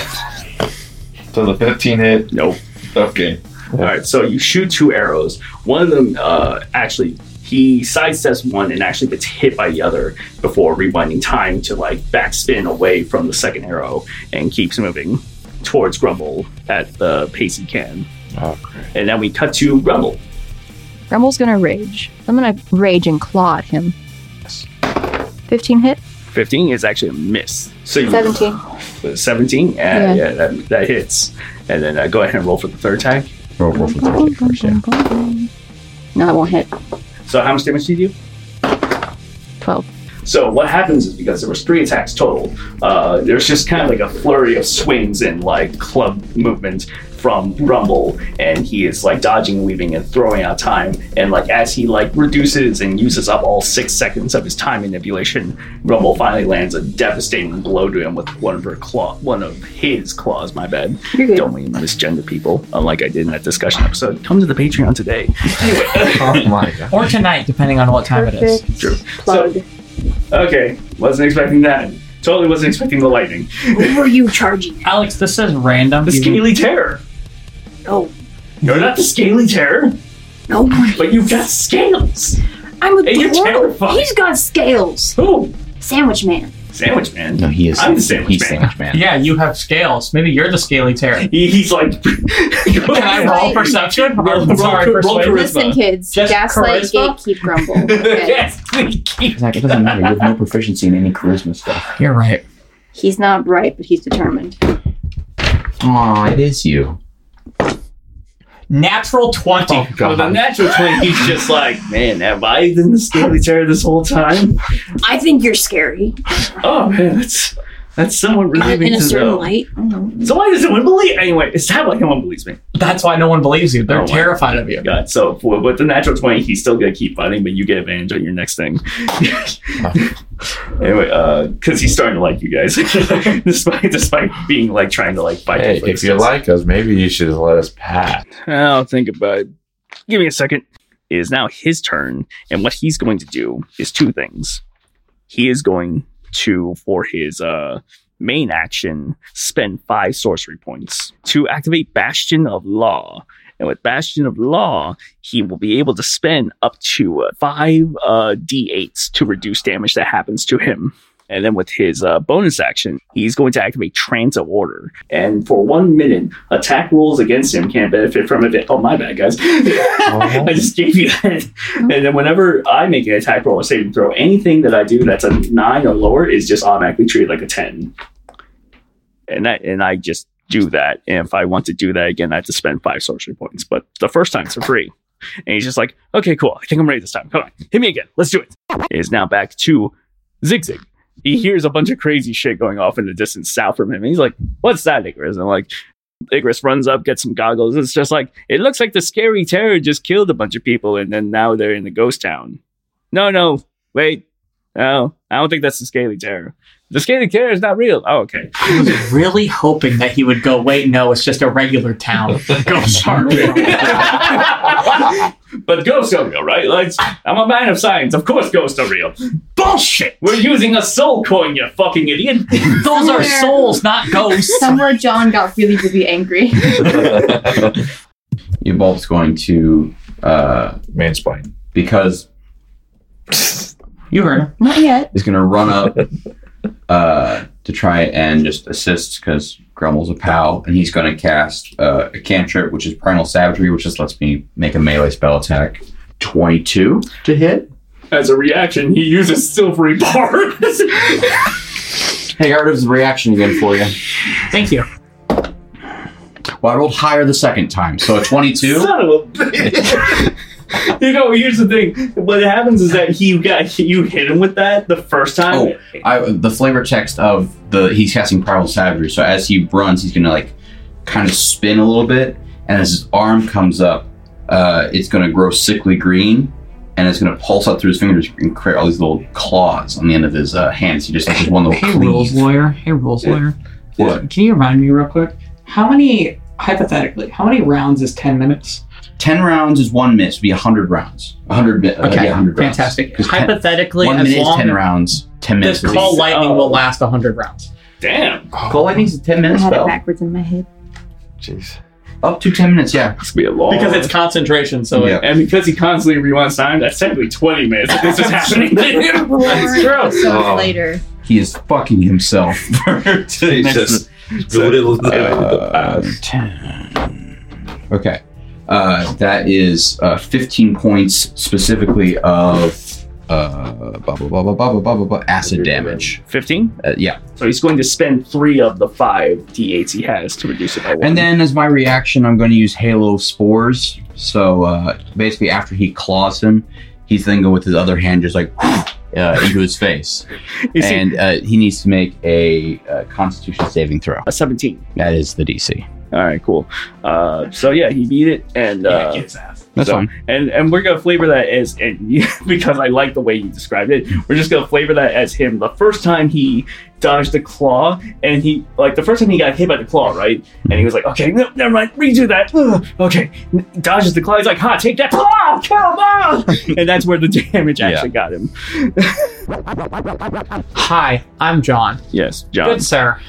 [SPEAKER 6] Does a 15 hit?
[SPEAKER 7] Nope.
[SPEAKER 6] Okay.
[SPEAKER 7] All right, so you shoot two arrows. One of them uh, actually he sidesteps one and actually gets hit by the other before rewinding time to like backspin away from the second arrow and keeps moving towards Grumble at the pace he can.
[SPEAKER 6] Oh,
[SPEAKER 7] And then we cut to Grumble.
[SPEAKER 11] Grumble's gonna rage. I'm gonna rage and claw at him. 15 hit?
[SPEAKER 7] Fifteen is actually a miss. So you,
[SPEAKER 4] 17.
[SPEAKER 7] Seventeen. Yeah,
[SPEAKER 11] Yeah.
[SPEAKER 7] yeah, that, that hits. And then uh, go ahead and roll for the third attack.
[SPEAKER 2] Roll, roll for the third hit first, yeah.
[SPEAKER 11] No, it won't hit.
[SPEAKER 7] So how much damage did you do?
[SPEAKER 11] 12.
[SPEAKER 7] So what happens is because there was three attacks total, uh, there's just kind of like a flurry of swings and like club movement from Rumble, and he is like dodging, weaving, and throwing out time. And like as he like reduces and uses up all six seconds of his time manipulation, Rumble finally lands a devastating blow to him with one of her claw, one of his claws. My bad. Don't we misgender people? Unlike I did in that discussion episode. Come to the Patreon today.
[SPEAKER 6] oh my god.
[SPEAKER 3] Or tonight, depending on what time it is.
[SPEAKER 7] True. Okay, wasn't expecting that. Totally wasn't expecting the lightning.
[SPEAKER 4] Who are you charging?
[SPEAKER 3] Alex, this is random.
[SPEAKER 7] The
[SPEAKER 3] You-
[SPEAKER 7] Scaly Terror.
[SPEAKER 4] No,
[SPEAKER 7] You're not the Scaly Terror,
[SPEAKER 4] no.
[SPEAKER 7] but you've got scales.
[SPEAKER 8] I'm
[SPEAKER 7] Hey, you're
[SPEAKER 8] adorable.
[SPEAKER 7] terrifying.
[SPEAKER 8] He's got scales.
[SPEAKER 7] Who?
[SPEAKER 8] Sandwich man.
[SPEAKER 7] Sandwich Man.
[SPEAKER 2] No, he is.
[SPEAKER 7] I'm the Sandwich
[SPEAKER 2] he's
[SPEAKER 7] Man.
[SPEAKER 2] Sandwich Man.
[SPEAKER 3] Yeah, you have scales. Maybe you're the scaly terror.
[SPEAKER 7] He, he's like. Can
[SPEAKER 3] Can I roll perception?
[SPEAKER 7] Roll-
[SPEAKER 3] I'm
[SPEAKER 7] roll-
[SPEAKER 3] sorry,
[SPEAKER 7] roll
[SPEAKER 3] persuasion.
[SPEAKER 11] Listen, kids.
[SPEAKER 3] Just
[SPEAKER 11] gaslight,
[SPEAKER 3] charisma?
[SPEAKER 11] gatekeep, grumble. Okay.
[SPEAKER 7] yes, thank you.
[SPEAKER 12] Zach, it doesn't matter. You have no proficiency in any charisma stuff.
[SPEAKER 3] You're right.
[SPEAKER 11] He's not bright, but he's determined.
[SPEAKER 2] Aw, it is you.
[SPEAKER 3] Natural 20.
[SPEAKER 7] With a natural 20, he's just like, man, have I been the Scaly Terror this whole time?
[SPEAKER 8] I think you're scary.
[SPEAKER 7] Oh, man, that's. That's somewhat relieving
[SPEAKER 13] in a
[SPEAKER 7] to
[SPEAKER 13] certain
[SPEAKER 7] know.
[SPEAKER 13] light. I don't know.
[SPEAKER 7] So why does no one believe? Anyway, it's time like no one believes me.
[SPEAKER 5] That's why no one believes you.
[SPEAKER 7] Oh,
[SPEAKER 5] They're terrified of you.
[SPEAKER 7] God, so for, with the natural twenty, he's still gonna keep fighting, but you get advantage on your next thing. anyway, uh, because he's starting to like you guys, despite despite being like trying to like fight.
[SPEAKER 6] Hey,
[SPEAKER 7] you for
[SPEAKER 6] if you
[SPEAKER 7] distance.
[SPEAKER 6] like us, maybe you should let us pass.
[SPEAKER 7] I'll think about it. Give me a second. It is now his turn, and what he's going to do is two things. He is going to, for his uh, main action, spend five sorcery points to activate Bastion of Law. And with Bastion of Law, he will be able to spend up to uh, five uh, d8s to reduce damage that happens to him. And then with his uh, bonus action, he's going to activate Trance of Order. And for one minute, attack rolls against him can't benefit from it. Oh, my bad, guys. I just gave you that. And then whenever I make an attack roll or saving throw, anything that I do that's a 9 or lower is just automatically treated like a 10. And, that, and I just do that. And if I want to do that again, I have to spend five sorcery points. But the first time, it's for free. And he's just like, okay, cool. I think I'm ready this time. Come on, hit me again. Let's do it. It is now back to Zigzag. He hears a bunch of crazy shit going off in the distance south from him. And he's like, what's that, Icarus? And I'm like, Icarus runs up, gets some goggles. It's just like, it looks like the scary terror just killed a bunch of people. And then now they're in the ghost town. No, no, wait. No, I don't think that's the scaly terror. The scaly terror is not real. Oh, okay.
[SPEAKER 5] I was really hoping that he would go, wait, no, it's just a regular town. go shark.
[SPEAKER 7] but ghosts are real, right? Like, I'm a man of science. Of course, ghosts are real. Bullshit! We're using a soul coin, you fucking idiot.
[SPEAKER 5] Those are souls, not ghosts.
[SPEAKER 8] Somewhere John got really, really angry.
[SPEAKER 2] Evolve's going to uh, mansplain because
[SPEAKER 5] you heard him.
[SPEAKER 8] Not yet.
[SPEAKER 2] Is going to run up uh, to try and just assist because Grummel's a pal, and he's going to cast uh, a cantrip, which is Primal Savagery, which just lets me make a melee spell attack. Twenty-two to hit.
[SPEAKER 7] As a reaction, he uses silvery bars.
[SPEAKER 12] Hey, Artiv's reaction again for you.
[SPEAKER 5] Thank you.
[SPEAKER 2] Well, I rolled higher the second time, so a twenty-two.
[SPEAKER 7] Son of a bitch. you know, here's the thing. What happens is that he got you hit him with that the first time.
[SPEAKER 2] Oh, I, the flavor text of the he's casting primal savagery. So as he runs, he's gonna like kind of spin a little bit, and as his arm comes up, uh, it's gonna grow sickly green, and it's gonna pulse out through his fingers and create all these little claws on the end of his uh, hands. He just like just one little
[SPEAKER 5] Hey,
[SPEAKER 2] cleave.
[SPEAKER 5] rules lawyer. Hey, rules lawyer.
[SPEAKER 2] What?
[SPEAKER 5] Can you remind me real quick? How many, hypothetically, how many rounds is 10 minutes?
[SPEAKER 2] Ten rounds is one miss. Would be hundred rounds. hundred. mi- Uh,
[SPEAKER 5] Okay,
[SPEAKER 2] yeah, 100 rounds.
[SPEAKER 5] fantastic.
[SPEAKER 2] 'Cause ten-
[SPEAKER 5] Hypothetically,
[SPEAKER 2] one
[SPEAKER 5] as
[SPEAKER 2] minute is
[SPEAKER 5] long-
[SPEAKER 2] ten rounds. Oh. Ten minutes.
[SPEAKER 5] This
[SPEAKER 2] would be-
[SPEAKER 5] call lightning will last 100 rounds.
[SPEAKER 7] Damn.
[SPEAKER 2] Call lightning's a ten
[SPEAKER 11] I
[SPEAKER 2] minute
[SPEAKER 11] had it
[SPEAKER 2] spell.
[SPEAKER 11] backwards in my head.
[SPEAKER 2] Jeez. Up to ten minutes. Yeah.
[SPEAKER 7] It's gonna be a long
[SPEAKER 5] Because it's concentration, so it-
[SPEAKER 7] and because he constantly rewinds time, that's technically 20 minutes. that This is happening to him. That's
[SPEAKER 11] Four
[SPEAKER 7] gross.
[SPEAKER 11] episodes
[SPEAKER 14] Oh.
[SPEAKER 11] later.
[SPEAKER 2] He is fucking himself.
[SPEAKER 6] just
[SPEAKER 2] Uh, Okay. Uh, that is uh, 15 points specifically of uh, blah, blah, blah, blah, blah, blah, blah, blah, acid damage.
[SPEAKER 7] 15?
[SPEAKER 2] Uh, yeah.
[SPEAKER 7] So he's going to spend three of the five d8s he has to reduce it by one.
[SPEAKER 2] And then as my reaction, I'm going to use Halo of Spores. So uh, basically, after he claws him, he's then go with his other hand, just like uh, into his face.
[SPEAKER 7] You see-
[SPEAKER 2] and uh, he needs to make a uh, Constitution saving throw.
[SPEAKER 7] A 17.
[SPEAKER 2] That is the DC.
[SPEAKER 7] All right, cool. Uh, so yeah, he beat it, and uh,
[SPEAKER 2] That's
[SPEAKER 7] so-
[SPEAKER 2] fine.
[SPEAKER 7] And and we're gonna flavor that as and because I like the way you described it. We're just gonna flavor that as him the first time he dodged the claw, and he like the first time he got hit by the claw, right? And he was like, okay, no, never mind, redo that. Ugh, okay, N- dodges the claw. He's like, ha, take that claw, come on! and that's where the damage actually got him.
[SPEAKER 5] Hi, I'm John.
[SPEAKER 7] Yes, John.
[SPEAKER 5] Good sir.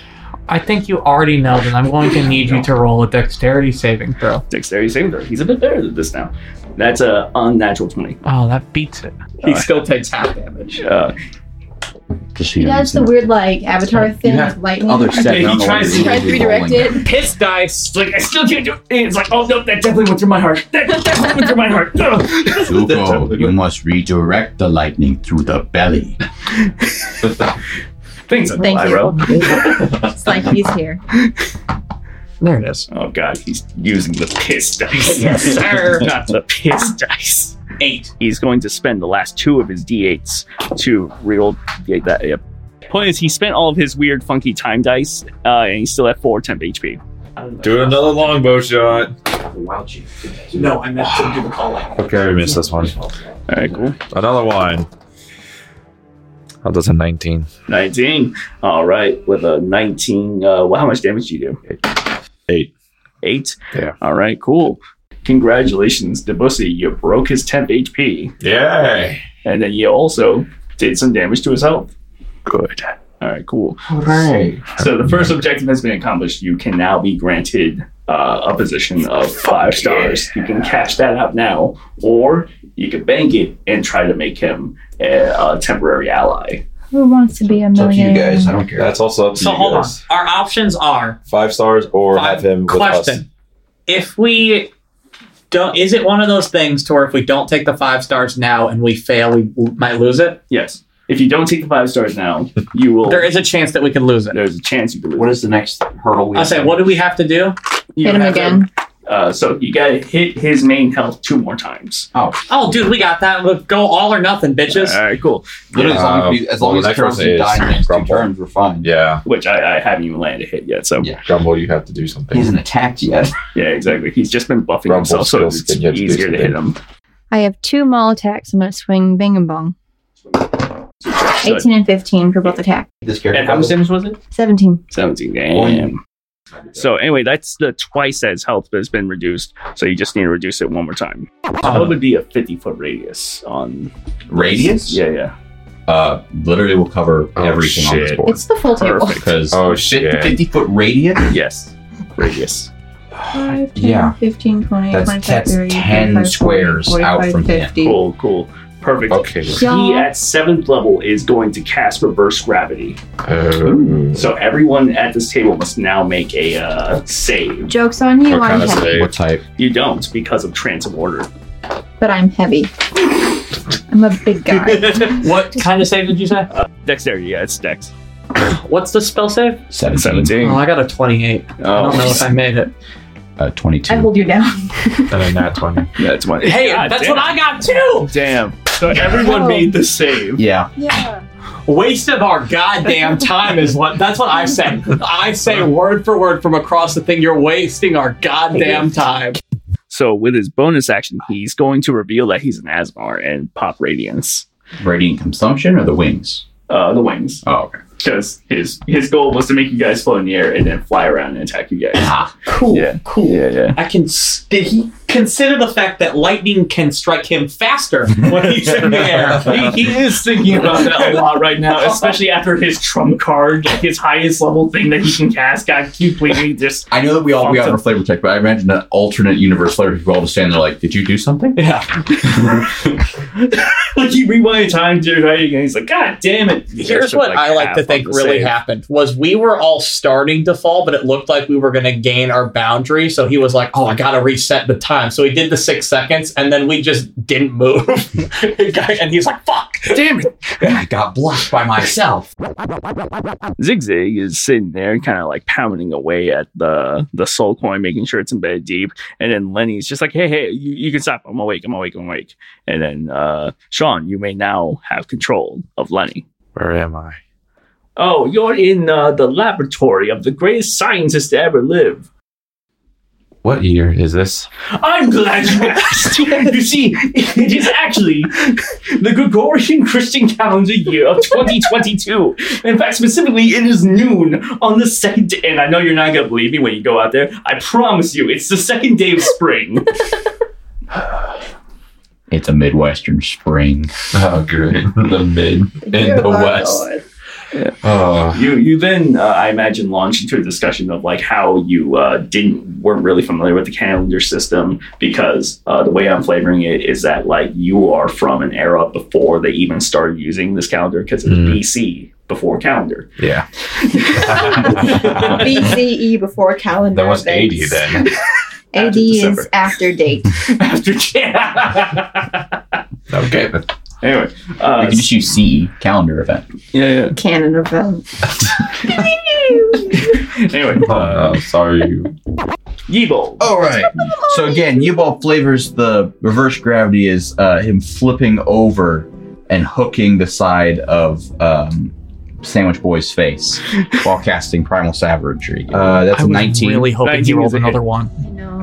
[SPEAKER 5] I think you already know that I'm going to need you to roll a dexterity saving throw.
[SPEAKER 7] Dexterity saving throw. He's a bit better than this now. That's a unnatural twenty.
[SPEAKER 5] Oh, that beats it.
[SPEAKER 7] He still takes half damage. Uh,
[SPEAKER 8] He does the weird like avatar thing
[SPEAKER 7] have
[SPEAKER 8] with lightning.
[SPEAKER 7] other stuff. Yeah, he tries to-
[SPEAKER 8] tries to redirect it.
[SPEAKER 7] piss dice. It's like I still can't do it. And It's like, oh no, that definitely went through my heart. That definitely went through my heart. Ugh.
[SPEAKER 2] Zuko, you must redirect the lightning through the belly.
[SPEAKER 7] Thanks,
[SPEAKER 8] Thank you. It's like he's here.
[SPEAKER 5] There it is.
[SPEAKER 7] Oh god, he's using the piss dice.
[SPEAKER 5] Yes, sir.
[SPEAKER 7] Not the piss dice. Eight. He's going to spend the last two of his d8s to real that. Yep. Point is, he spent all of his weird, funky time dice, uh, and he's still at four temp HP.
[SPEAKER 6] Do another longbow shot.
[SPEAKER 15] Wild you. No, I meant to do the call out.
[SPEAKER 6] Okay, we missed this one. All
[SPEAKER 7] right, cool.
[SPEAKER 6] Another one. How does a 19?
[SPEAKER 7] 19. All right, with a 19. Uh, well, how much damage do you do?
[SPEAKER 6] Eight.
[SPEAKER 7] Eight?
[SPEAKER 6] Yeah.
[SPEAKER 7] All right, cool. Congratulations, Debussy. You broke his temp HP.
[SPEAKER 6] Yay.
[SPEAKER 7] And then you also did some damage to his health.
[SPEAKER 6] Good.
[SPEAKER 7] All right, cool.
[SPEAKER 2] All right.
[SPEAKER 7] So the first objective has been accomplished. You can now be granted uh, a position of five stars. You can cash that out now, or you can bank it and try to make him a, a temporary ally.
[SPEAKER 4] Who wants to be a millionaire?
[SPEAKER 6] don't care. That's also up to
[SPEAKER 5] So
[SPEAKER 6] you
[SPEAKER 5] hold on.
[SPEAKER 6] guys.
[SPEAKER 5] Our options are
[SPEAKER 6] Five stars or
[SPEAKER 5] Five.
[SPEAKER 6] have him with us.
[SPEAKER 5] question. If we don't, is it one of those things to where if we don't take the five stars now and we fail, we l- might lose it?
[SPEAKER 7] Yes. If you don't take the five stars now, you will.
[SPEAKER 5] There is a chance that we could lose it.
[SPEAKER 7] There's a chance you could lose.
[SPEAKER 2] What is the next hurdle?
[SPEAKER 5] I say, what do we have to do?
[SPEAKER 4] Hit him
[SPEAKER 7] have to-
[SPEAKER 4] again.
[SPEAKER 7] Uh, so you gotta hit his main health two more times.
[SPEAKER 2] Oh,
[SPEAKER 5] Oh, dude, we got that. Look, go all or nothing, bitches.
[SPEAKER 7] all right, cool.
[SPEAKER 2] Literally, as long as, we, as, long
[SPEAKER 6] Uh, well,
[SPEAKER 2] as
[SPEAKER 6] the next one
[SPEAKER 2] Currency
[SPEAKER 6] is
[SPEAKER 2] dies in the next two
[SPEAKER 6] Grumble.
[SPEAKER 2] turns, we're fine.
[SPEAKER 6] Yeah.
[SPEAKER 7] Which I, I haven't even landed a hit yet. So yeah,
[SPEAKER 6] Grumble, you have to do something.
[SPEAKER 2] He hasn't attacked yet.
[SPEAKER 7] exactly. He's just been buffing
[SPEAKER 6] Grumble
[SPEAKER 7] himself, so
[SPEAKER 6] skills
[SPEAKER 7] it's
[SPEAKER 6] can get you
[SPEAKER 7] easier to hit him.
[SPEAKER 4] I have two maul attacks. I'm going to swing bing and bong.
[SPEAKER 7] So-
[SPEAKER 4] 18 and 15 for both attack.
[SPEAKER 2] This
[SPEAKER 7] And how much damage was it?
[SPEAKER 4] 17.
[SPEAKER 7] 17. Damn. So anyway, that's the twice as health, but it's been reduced. So you just need to reduce it one more time. So it would be a 50 foot radius on
[SPEAKER 14] Radius?
[SPEAKER 7] Yeah, yeah.
[SPEAKER 14] Uh, literally will cover everything on this
[SPEAKER 7] shit.
[SPEAKER 14] board.
[SPEAKER 16] It's the full table.
[SPEAKER 14] Because
[SPEAKER 6] Oh, shit.
[SPEAKER 2] Fifty foot radius.
[SPEAKER 7] Yes, radius.
[SPEAKER 4] 5, 10,
[SPEAKER 14] Yeah.
[SPEAKER 4] 15, 20,
[SPEAKER 14] That's-
[SPEAKER 4] 25,
[SPEAKER 14] that's
[SPEAKER 4] 30,
[SPEAKER 14] 10
[SPEAKER 4] 35, 40,
[SPEAKER 14] squares out from the end.
[SPEAKER 4] 50.
[SPEAKER 7] Cool, cool. Perfect.
[SPEAKER 6] Okay.
[SPEAKER 7] He at seventh level is going to cast reverse gravity.
[SPEAKER 6] Oh.
[SPEAKER 7] So everyone at this table must now make a uh, save.
[SPEAKER 4] Joke's on you, I'm heavy.
[SPEAKER 14] What type?
[SPEAKER 7] You don't because of transom order.
[SPEAKER 4] But I'm heavy. I'm a big guy.
[SPEAKER 5] What kind of save did you say?
[SPEAKER 7] Dexterity, yeah, it's dex.
[SPEAKER 5] What's the spell save?
[SPEAKER 14] 17.
[SPEAKER 5] Oh, I got a 28. I don't know if I made it.
[SPEAKER 14] Uh,
[SPEAKER 16] I
[SPEAKER 14] 22.
[SPEAKER 16] hold you down.
[SPEAKER 17] And a nat 20.
[SPEAKER 7] That's one.
[SPEAKER 5] Hey,
[SPEAKER 7] God
[SPEAKER 5] that's
[SPEAKER 7] damn.
[SPEAKER 5] what I got too!
[SPEAKER 7] Damn. So everyone made the save.
[SPEAKER 2] Yeah.
[SPEAKER 16] Yeah.
[SPEAKER 5] Waste of our goddamn time is what that's what I say. I say word for word from across the thing, you're wasting our goddamn time.
[SPEAKER 7] So with his bonus action, he's going to reveal that he's an Asmar and pop radiance.
[SPEAKER 14] Radiant consumption or the wings?
[SPEAKER 7] Uh, the wings,
[SPEAKER 14] Oh, okay.
[SPEAKER 7] because his his goal was to make you guys float in the air and then fly around and attack you guys.
[SPEAKER 5] Cool,
[SPEAKER 7] Ah, Yeah.
[SPEAKER 5] cool.
[SPEAKER 7] yeah, yeah.
[SPEAKER 5] I can. s- Did he consider the fact that lightning can strike him faster when he's in the air? He, he is thinking
[SPEAKER 7] About
[SPEAKER 5] about
[SPEAKER 7] that a
[SPEAKER 5] that.
[SPEAKER 7] lot right now, uh, especially after his trump card, his highest level thing that he can cast, got completely just.
[SPEAKER 2] I know that we all we
[SPEAKER 7] Fucked
[SPEAKER 2] have our
[SPEAKER 7] up.
[SPEAKER 2] flavor tech, but I imagine that alternate universe flavor tech, we're all just standing there like, "Did you do something?"
[SPEAKER 5] Yeah.
[SPEAKER 7] Like he rewind time to right, and he's like, "God damn it!"
[SPEAKER 5] Here's what I like to think really happened was we were all starting to fall, but it looked like we were going to gain our boundary. So he was like, "Oh, I got to reset the time." So he did the six seconds, and then we just didn't move. and he's like, "Fuck."
[SPEAKER 7] Damn it!
[SPEAKER 2] I got blocked by myself.
[SPEAKER 7] Zigzag is sitting there and kind of like pounding away at the the soul coin, making sure it's embedded deep. And then Lenny's just like, "Hey, hey, you, you can stop! I'm awake! I'm awake! I'm awake!" And then uh, Sean, you may now have control of Lenny.
[SPEAKER 17] Where am I?
[SPEAKER 7] Oh, you're in uh, the laboratory of the greatest scientist to ever live.
[SPEAKER 17] What year is this?
[SPEAKER 7] I'm glad you asked. you see, it is actually the Gregorian Christian calendar year of 2022. In fact, specifically, it is noon on the second day. And I know you're not going to believe me when you go out there. I promise you, it's the second day of spring.
[SPEAKER 2] It's a midwestern spring.
[SPEAKER 14] Oh, good. the mid and the west. Oh,
[SPEAKER 7] you you then, uh, I imagine, launch into a discussion of like how you uh, didn't weren't really familiar with the calendar system because uh, the way I'm flavoring it is that like you are from an era before they even started using this calendar because it's
[SPEAKER 17] Mm.
[SPEAKER 7] BC before calendar.
[SPEAKER 17] Yeah.
[SPEAKER 4] E
[SPEAKER 16] BCE before calendar.
[SPEAKER 17] That was 80
[SPEAKER 16] events.
[SPEAKER 17] then.
[SPEAKER 16] AD
[SPEAKER 7] after
[SPEAKER 16] is
[SPEAKER 7] December.
[SPEAKER 16] after date.
[SPEAKER 7] After
[SPEAKER 14] okay. but
[SPEAKER 7] anyway,
[SPEAKER 2] We
[SPEAKER 7] uh,
[SPEAKER 2] can just use CE calendar event.
[SPEAKER 7] yeah,
[SPEAKER 16] Canon event.
[SPEAKER 7] yeah. Anyway,
[SPEAKER 2] Oh.
[SPEAKER 14] Uh, sorry.
[SPEAKER 7] Yeeble.
[SPEAKER 2] All right. So again, Yubal flavors the reverse gravity is uh, him flipping over and hooking the side of um, Sandwich Boy's face while casting Primal Savagery. Uh, that's
[SPEAKER 3] I
[SPEAKER 2] a
[SPEAKER 3] was
[SPEAKER 2] 19.
[SPEAKER 3] really hoping he rolled another one.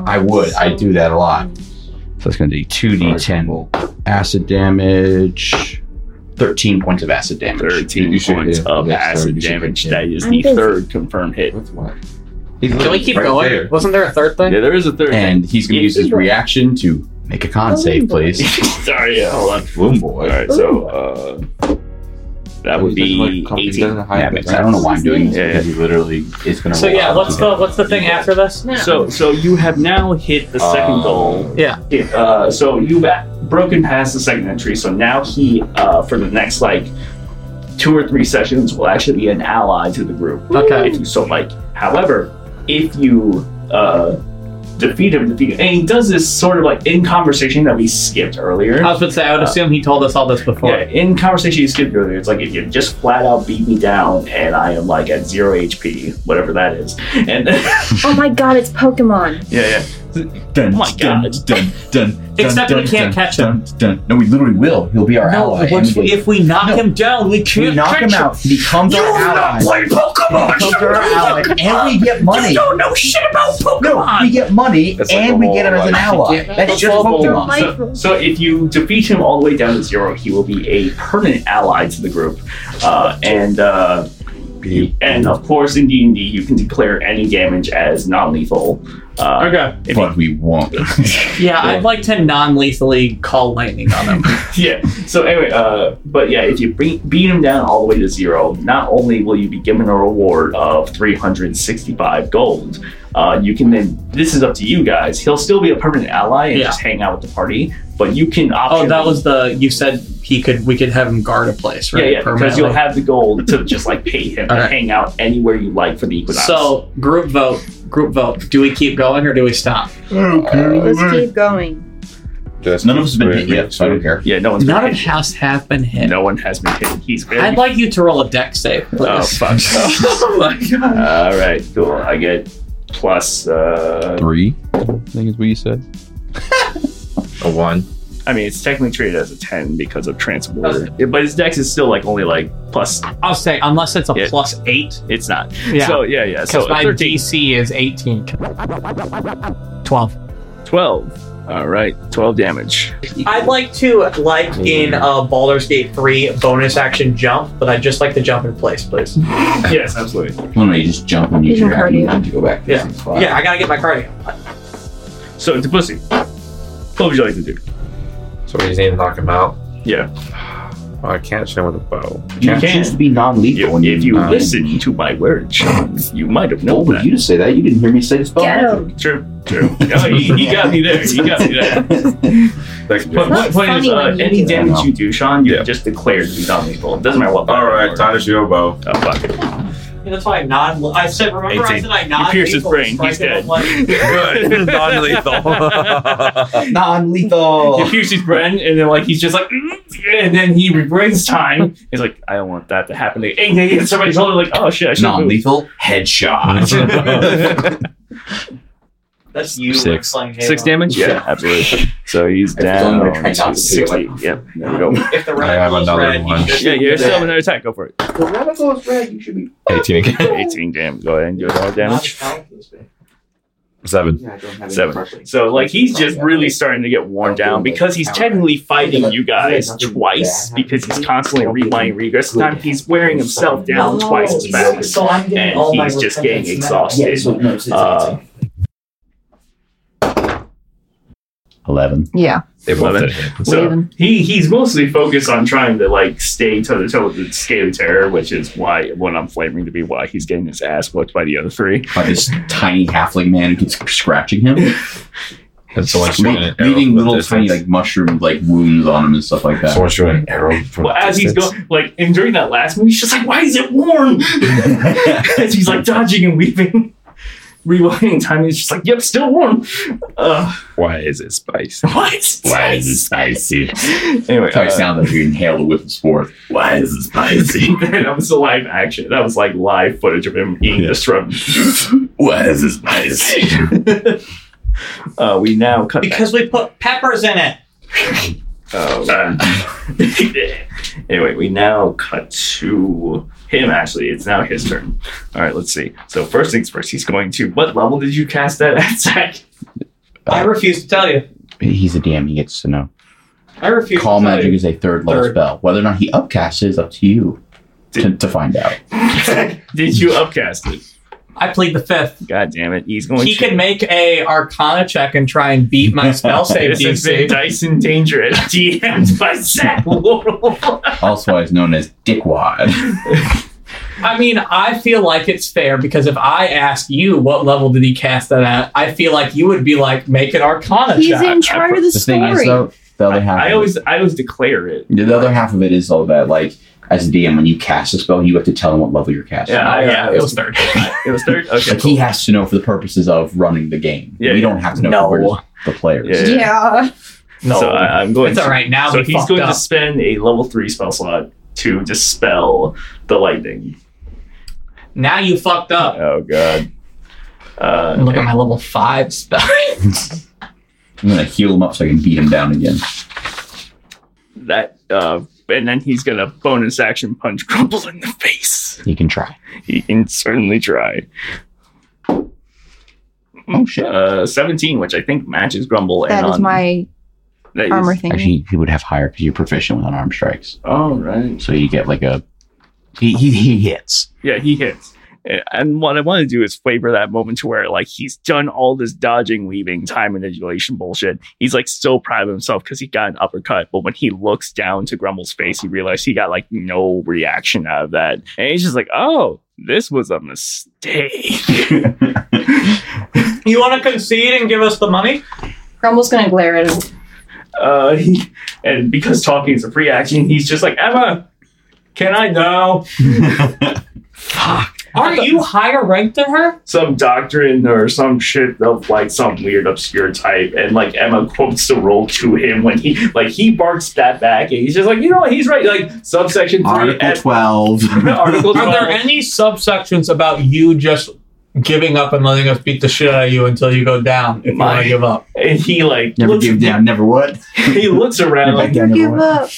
[SPEAKER 2] I would. I do that a lot. So it's going to be 2d10 acid damage. 13 points of acid damage.
[SPEAKER 7] 13 points of acid damage. That is
[SPEAKER 2] I'm
[SPEAKER 7] the
[SPEAKER 2] busy.
[SPEAKER 7] third confirmed hit. That's
[SPEAKER 2] what?
[SPEAKER 5] Can we keep going? Wasn't there a third thing?
[SPEAKER 2] Yeah, there is a third. And he's going to use his
[SPEAKER 5] Boy.
[SPEAKER 2] reaction to make a con save, please.
[SPEAKER 7] Sorry, yeah, hold on.
[SPEAKER 2] Boom boy. All
[SPEAKER 7] right, so uh, that would be 18.
[SPEAKER 2] Yeah, but I don't know why I'm doing this because he literally is going to.
[SPEAKER 5] So yeah, what's the what's the thing after this?
[SPEAKER 7] So, so you have now hit the second goal.
[SPEAKER 5] Yeah.
[SPEAKER 7] Uh, so you've a- broken past the second entry. So now he, uh, for the next like two or three sessions, will actually be an ally to the group.
[SPEAKER 5] Okay.
[SPEAKER 7] If you so like. However, if you uh, defeat him, defeat him, and he does this sort of like in conversation that we skipped earlier.
[SPEAKER 5] I was about to say I would
[SPEAKER 7] Uh,
[SPEAKER 5] assume he told us all this before.
[SPEAKER 7] yeah, in conversation you skipped earlier, it's like if you just flat out beat me down and I am like at zero HP, whatever that is, and
[SPEAKER 4] oh my god, it's Pokemon.
[SPEAKER 7] yeah, yeah. oh my god,
[SPEAKER 2] dun, dun,
[SPEAKER 5] Except we can't catch
[SPEAKER 2] him. No, we literally will. He'll be our
[SPEAKER 5] No,
[SPEAKER 2] ally.
[SPEAKER 5] once we- if we knock him down, we
[SPEAKER 2] we
[SPEAKER 5] can't
[SPEAKER 2] knock
[SPEAKER 5] catch
[SPEAKER 2] him out. He becomes
[SPEAKER 5] You
[SPEAKER 2] our
[SPEAKER 5] have not
[SPEAKER 2] ally.
[SPEAKER 5] played Pokemon!
[SPEAKER 2] He becomes our ally, and we get money.
[SPEAKER 5] You don't know shit about Pokemon!
[SPEAKER 2] No, we get money, and we get him as an ally. That's just Pokemon.
[SPEAKER 7] So, so if you defeat him all the way down to zero, he will be a permanent ally to the group, uh, and uh, and of course in D and D you can declare any damage as non-lethal. Uh,
[SPEAKER 5] Okay.
[SPEAKER 2] But we won't.
[SPEAKER 5] Yeah, I'd like to non-lethally call lightning on him.
[SPEAKER 7] yeah. So anyway, uh, but yeah, if you bring, beat him down all the way to zero, not only will you be given a reward of 365 gold, uh, you can then. This is up to you guys. He'll still be a permanent ally and
[SPEAKER 5] Yeah.
[SPEAKER 7] just hang out with the party, but you can opt.
[SPEAKER 5] oh, that was the you said he could we could have him guard a place, right?
[SPEAKER 7] yeah, yeah, because
[SPEAKER 5] permanently.
[SPEAKER 7] you'll have the gold to just like pay him and
[SPEAKER 5] Okay.
[SPEAKER 7] hang out anywhere you like for the equinox.
[SPEAKER 5] So group vote, group vote. Do we keep going or do we stop?
[SPEAKER 11] Let's keep going.
[SPEAKER 2] None of us have been hit yet, so I don't care.
[SPEAKER 7] Yeah, no one's
[SPEAKER 5] None
[SPEAKER 7] been
[SPEAKER 5] of
[SPEAKER 7] hit.
[SPEAKER 5] has have been hit.
[SPEAKER 7] No one has been hit. He's very.
[SPEAKER 5] I'd like you to roll a deck save.
[SPEAKER 7] Oh
[SPEAKER 5] please.
[SPEAKER 7] fuck! oh my god! All right, cool. I get plus uh,
[SPEAKER 2] Three, I think is what you said.
[SPEAKER 7] A one. I mean, it's technically treated as a ten because of transporter, Yeah, but his dex is still like only like plus.
[SPEAKER 5] I'll say unless it's a plus eight.
[SPEAKER 7] It's not.
[SPEAKER 5] Yeah.
[SPEAKER 7] So yeah, yeah. So
[SPEAKER 5] Because my
[SPEAKER 7] 13,
[SPEAKER 5] DC is eighteen. Twelve.
[SPEAKER 7] Twelve. All right, twelve damage.
[SPEAKER 5] I'd like to, like in uh, Baldur's Gate 3, bonus action jump, but I'd just like to jump in place, please.
[SPEAKER 7] yes, absolutely.
[SPEAKER 2] Well, no, you just jump when you
[SPEAKER 5] He's in
[SPEAKER 2] drag you
[SPEAKER 5] cardio.
[SPEAKER 2] have to go back. to
[SPEAKER 5] Yeah.
[SPEAKER 2] the spot.
[SPEAKER 5] Yeah, I gotta get my cardio.
[SPEAKER 7] So to pussy, what would you like to do?
[SPEAKER 18] So we just need to knock him out.
[SPEAKER 7] Yeah.
[SPEAKER 18] Well, I can't shoot him with a bow.
[SPEAKER 2] You choose to be non-lethal. when
[SPEAKER 7] If you
[SPEAKER 2] uh,
[SPEAKER 7] listen to my words, you might have known
[SPEAKER 2] What would
[SPEAKER 7] that.
[SPEAKER 2] you just say that? You didn't hear me say the spell.
[SPEAKER 7] Get
[SPEAKER 2] magic.
[SPEAKER 7] True. True. No, he, he got me there. He got me there. but my
[SPEAKER 18] Not
[SPEAKER 7] point is,
[SPEAKER 18] funny
[SPEAKER 7] uh,
[SPEAKER 18] when you
[SPEAKER 7] any
[SPEAKER 18] do that.
[SPEAKER 7] damage you do, Sean, you just declare to be non-lethal. It doesn't matter what. All right, time to shoot a bow. Oh fuck!
[SPEAKER 5] That's why I non. I said, remember I said I non.
[SPEAKER 7] You pierced his brain. He's dead. Good.
[SPEAKER 2] Non-lethal. non-lethal.
[SPEAKER 7] You pierce his brain, and then like he's just like, "Mm," and then he rebrains time. He's like, I don't want that to happen. Like, and then he hits somebody's shoulder, like, oh shit, I should
[SPEAKER 2] Non-lethal headshot.
[SPEAKER 5] That's you
[SPEAKER 7] Six.
[SPEAKER 5] playing Halo.
[SPEAKER 7] Six damage?
[SPEAKER 5] Yeah.
[SPEAKER 7] absolutely. So he's
[SPEAKER 2] only my
[SPEAKER 7] down.
[SPEAKER 2] track's
[SPEAKER 7] to
[SPEAKER 2] out, it's too
[SPEAKER 7] 60. Yep, there we go.
[SPEAKER 5] If the
[SPEAKER 18] I have another one.
[SPEAKER 7] Yeah, you still have another attack. Go for it.
[SPEAKER 2] The radical is red. You should be.
[SPEAKER 18] 18 again.
[SPEAKER 7] 18 damage. Go ahead and do all damage.
[SPEAKER 18] Seven.
[SPEAKER 7] Seven. So, like, he's just really starting to get worn down because he's technically fighting you guys twice because he's constantly relying regress time. He's wearing himself down twice as fast.
[SPEAKER 5] So I'm getting
[SPEAKER 7] And
[SPEAKER 5] all my
[SPEAKER 7] he's just getting
[SPEAKER 5] repentance now.
[SPEAKER 7] exhausted. Uh,
[SPEAKER 2] Eleven.
[SPEAKER 11] Yeah.
[SPEAKER 7] They both So he he's mostly focused on trying to like stay toe to toe with the scaly terror, which is why what I'm flaming to be why he's getting his ass whooped by the other three.
[SPEAKER 2] By uh, this tiny halfling man who keeps scratching him.
[SPEAKER 18] And someone shooting an arrow
[SPEAKER 2] leaving
[SPEAKER 18] from
[SPEAKER 2] little
[SPEAKER 18] a
[SPEAKER 2] tiny like mushroom like wounds on him and stuff like that.
[SPEAKER 18] Someone shooting an arrow from
[SPEAKER 7] Well,
[SPEAKER 18] a
[SPEAKER 7] as he's
[SPEAKER 18] distance.
[SPEAKER 7] going, like, and during that last move, he's just like, "Why is it warm?" as he's like dodging and weaving, rewinding time, he's just like, "Yep, still warm." Uh,
[SPEAKER 18] Why is it spicy?
[SPEAKER 7] Why is it
[SPEAKER 2] Why is it spicy?
[SPEAKER 7] Anyway,
[SPEAKER 2] That's how
[SPEAKER 7] uh,
[SPEAKER 2] it sounded like you inhaled the whiffles forth. Why is it spicy?
[SPEAKER 7] that was the live action. That was like live footage of him eating the shrub.
[SPEAKER 2] Why is it spicy?
[SPEAKER 7] uh, we now cut. back.
[SPEAKER 5] Because we put peppers in it.
[SPEAKER 7] Oh, man. uh, Anyway, we now cut to him, actually. It's now his turn. All right, let's see. So, first things first, he's going to. What level did you cast that at, Zach?
[SPEAKER 5] I refuse to tell you.
[SPEAKER 2] He's a DM. He gets to know.
[SPEAKER 5] I refuse
[SPEAKER 2] Call
[SPEAKER 5] to tell
[SPEAKER 2] magic
[SPEAKER 5] you.
[SPEAKER 2] is a third level
[SPEAKER 5] Third.
[SPEAKER 2] spell. Whether or not he upcasts it is up to you to, to find out.
[SPEAKER 7] Did you upcast it?
[SPEAKER 5] I plead the fifth.
[SPEAKER 7] God damn it. He's going
[SPEAKER 5] He
[SPEAKER 7] to.
[SPEAKER 5] can make a Arcana check and try and beat my spell save
[SPEAKER 7] This has
[SPEAKER 5] DC.
[SPEAKER 7] been Dyson Dangerous, DM'd by Zach Laurel.
[SPEAKER 2] Also is known as dickwad.
[SPEAKER 5] I mean, I feel like it's fair because if I asked you what level did he cast that at, I feel like you would be like, make an Arcana
[SPEAKER 4] He's
[SPEAKER 5] check.
[SPEAKER 4] in charge of the, story.
[SPEAKER 2] thing is though, the other half.
[SPEAKER 7] I always, I always declare it.
[SPEAKER 2] The other half of it is all that like as a DM, when you cast a spell, you have to tell him what level you're casting.
[SPEAKER 7] Yeah, yeah, it was
[SPEAKER 5] third.
[SPEAKER 7] it was third. Okay,
[SPEAKER 2] Like he has to know for the purposes of running the game.
[SPEAKER 7] Yeah,
[SPEAKER 2] we
[SPEAKER 7] yeah.
[SPEAKER 2] don't have to know
[SPEAKER 7] No.
[SPEAKER 2] for we're the players.
[SPEAKER 7] Yeah.
[SPEAKER 5] No.
[SPEAKER 7] So I, I'm going.
[SPEAKER 5] It's
[SPEAKER 7] to-
[SPEAKER 5] all right, now
[SPEAKER 7] So
[SPEAKER 5] we
[SPEAKER 7] he's
[SPEAKER 5] fucked
[SPEAKER 7] going to
[SPEAKER 5] up.
[SPEAKER 7] spend a level three spell slot to dispel the lightning.
[SPEAKER 5] Now you fucked up.
[SPEAKER 7] Oh god. Uh,
[SPEAKER 5] Look at my level five spell.
[SPEAKER 2] I'm gonna heal him up so I can beat him down again.
[SPEAKER 7] that, uh, and then he's gonna bonus action punch Grumble in the face.
[SPEAKER 2] He can try.
[SPEAKER 7] He can certainly try.
[SPEAKER 2] Oh shit!
[SPEAKER 7] Uh, Seventeen, which I think matches Grumble.
[SPEAKER 4] That
[SPEAKER 7] and
[SPEAKER 4] is
[SPEAKER 7] on-
[SPEAKER 4] my
[SPEAKER 7] that is-
[SPEAKER 4] armor thing.
[SPEAKER 2] Actually, he would have higher because you're proficient with unarmed strikes.
[SPEAKER 7] Oh right.
[SPEAKER 2] So you get like a he he, he hits.
[SPEAKER 7] Yeah, he hits. And- And what I want to do is flavor that moment to where like he's done all this dodging, weaving, time manipulation bullshit. He's like so proud of himself because he got an uppercut, but when he looks down to Grumble's face, he realized he got like no reaction out of that, and he's just like, "Oh, this was a mistake."
[SPEAKER 5] you want to concede and give us the money?
[SPEAKER 19] Grumble's gonna glare at him.
[SPEAKER 7] Uh, he, and because talking is a free action, he's just like, "Emma, can I know?"
[SPEAKER 5] Are you higher ranked than her?
[SPEAKER 7] some doctrine or some shit of like some weird obscure type and like Emma quotes the role to him when he like he barks that back and he's just like, you know what, he's right. Like subsection three
[SPEAKER 2] Article
[SPEAKER 7] at-
[SPEAKER 2] twelve.
[SPEAKER 7] Article
[SPEAKER 5] Are there
[SPEAKER 7] 12.
[SPEAKER 5] any subsections about you just giving up and letting us beat the shit out of you until you go down if you want
[SPEAKER 7] My-
[SPEAKER 5] to give up?
[SPEAKER 7] and he like
[SPEAKER 2] Never
[SPEAKER 7] looks,
[SPEAKER 2] give down, never would.
[SPEAKER 7] he looks around
[SPEAKER 2] Never down, never would.
[SPEAKER 4] up.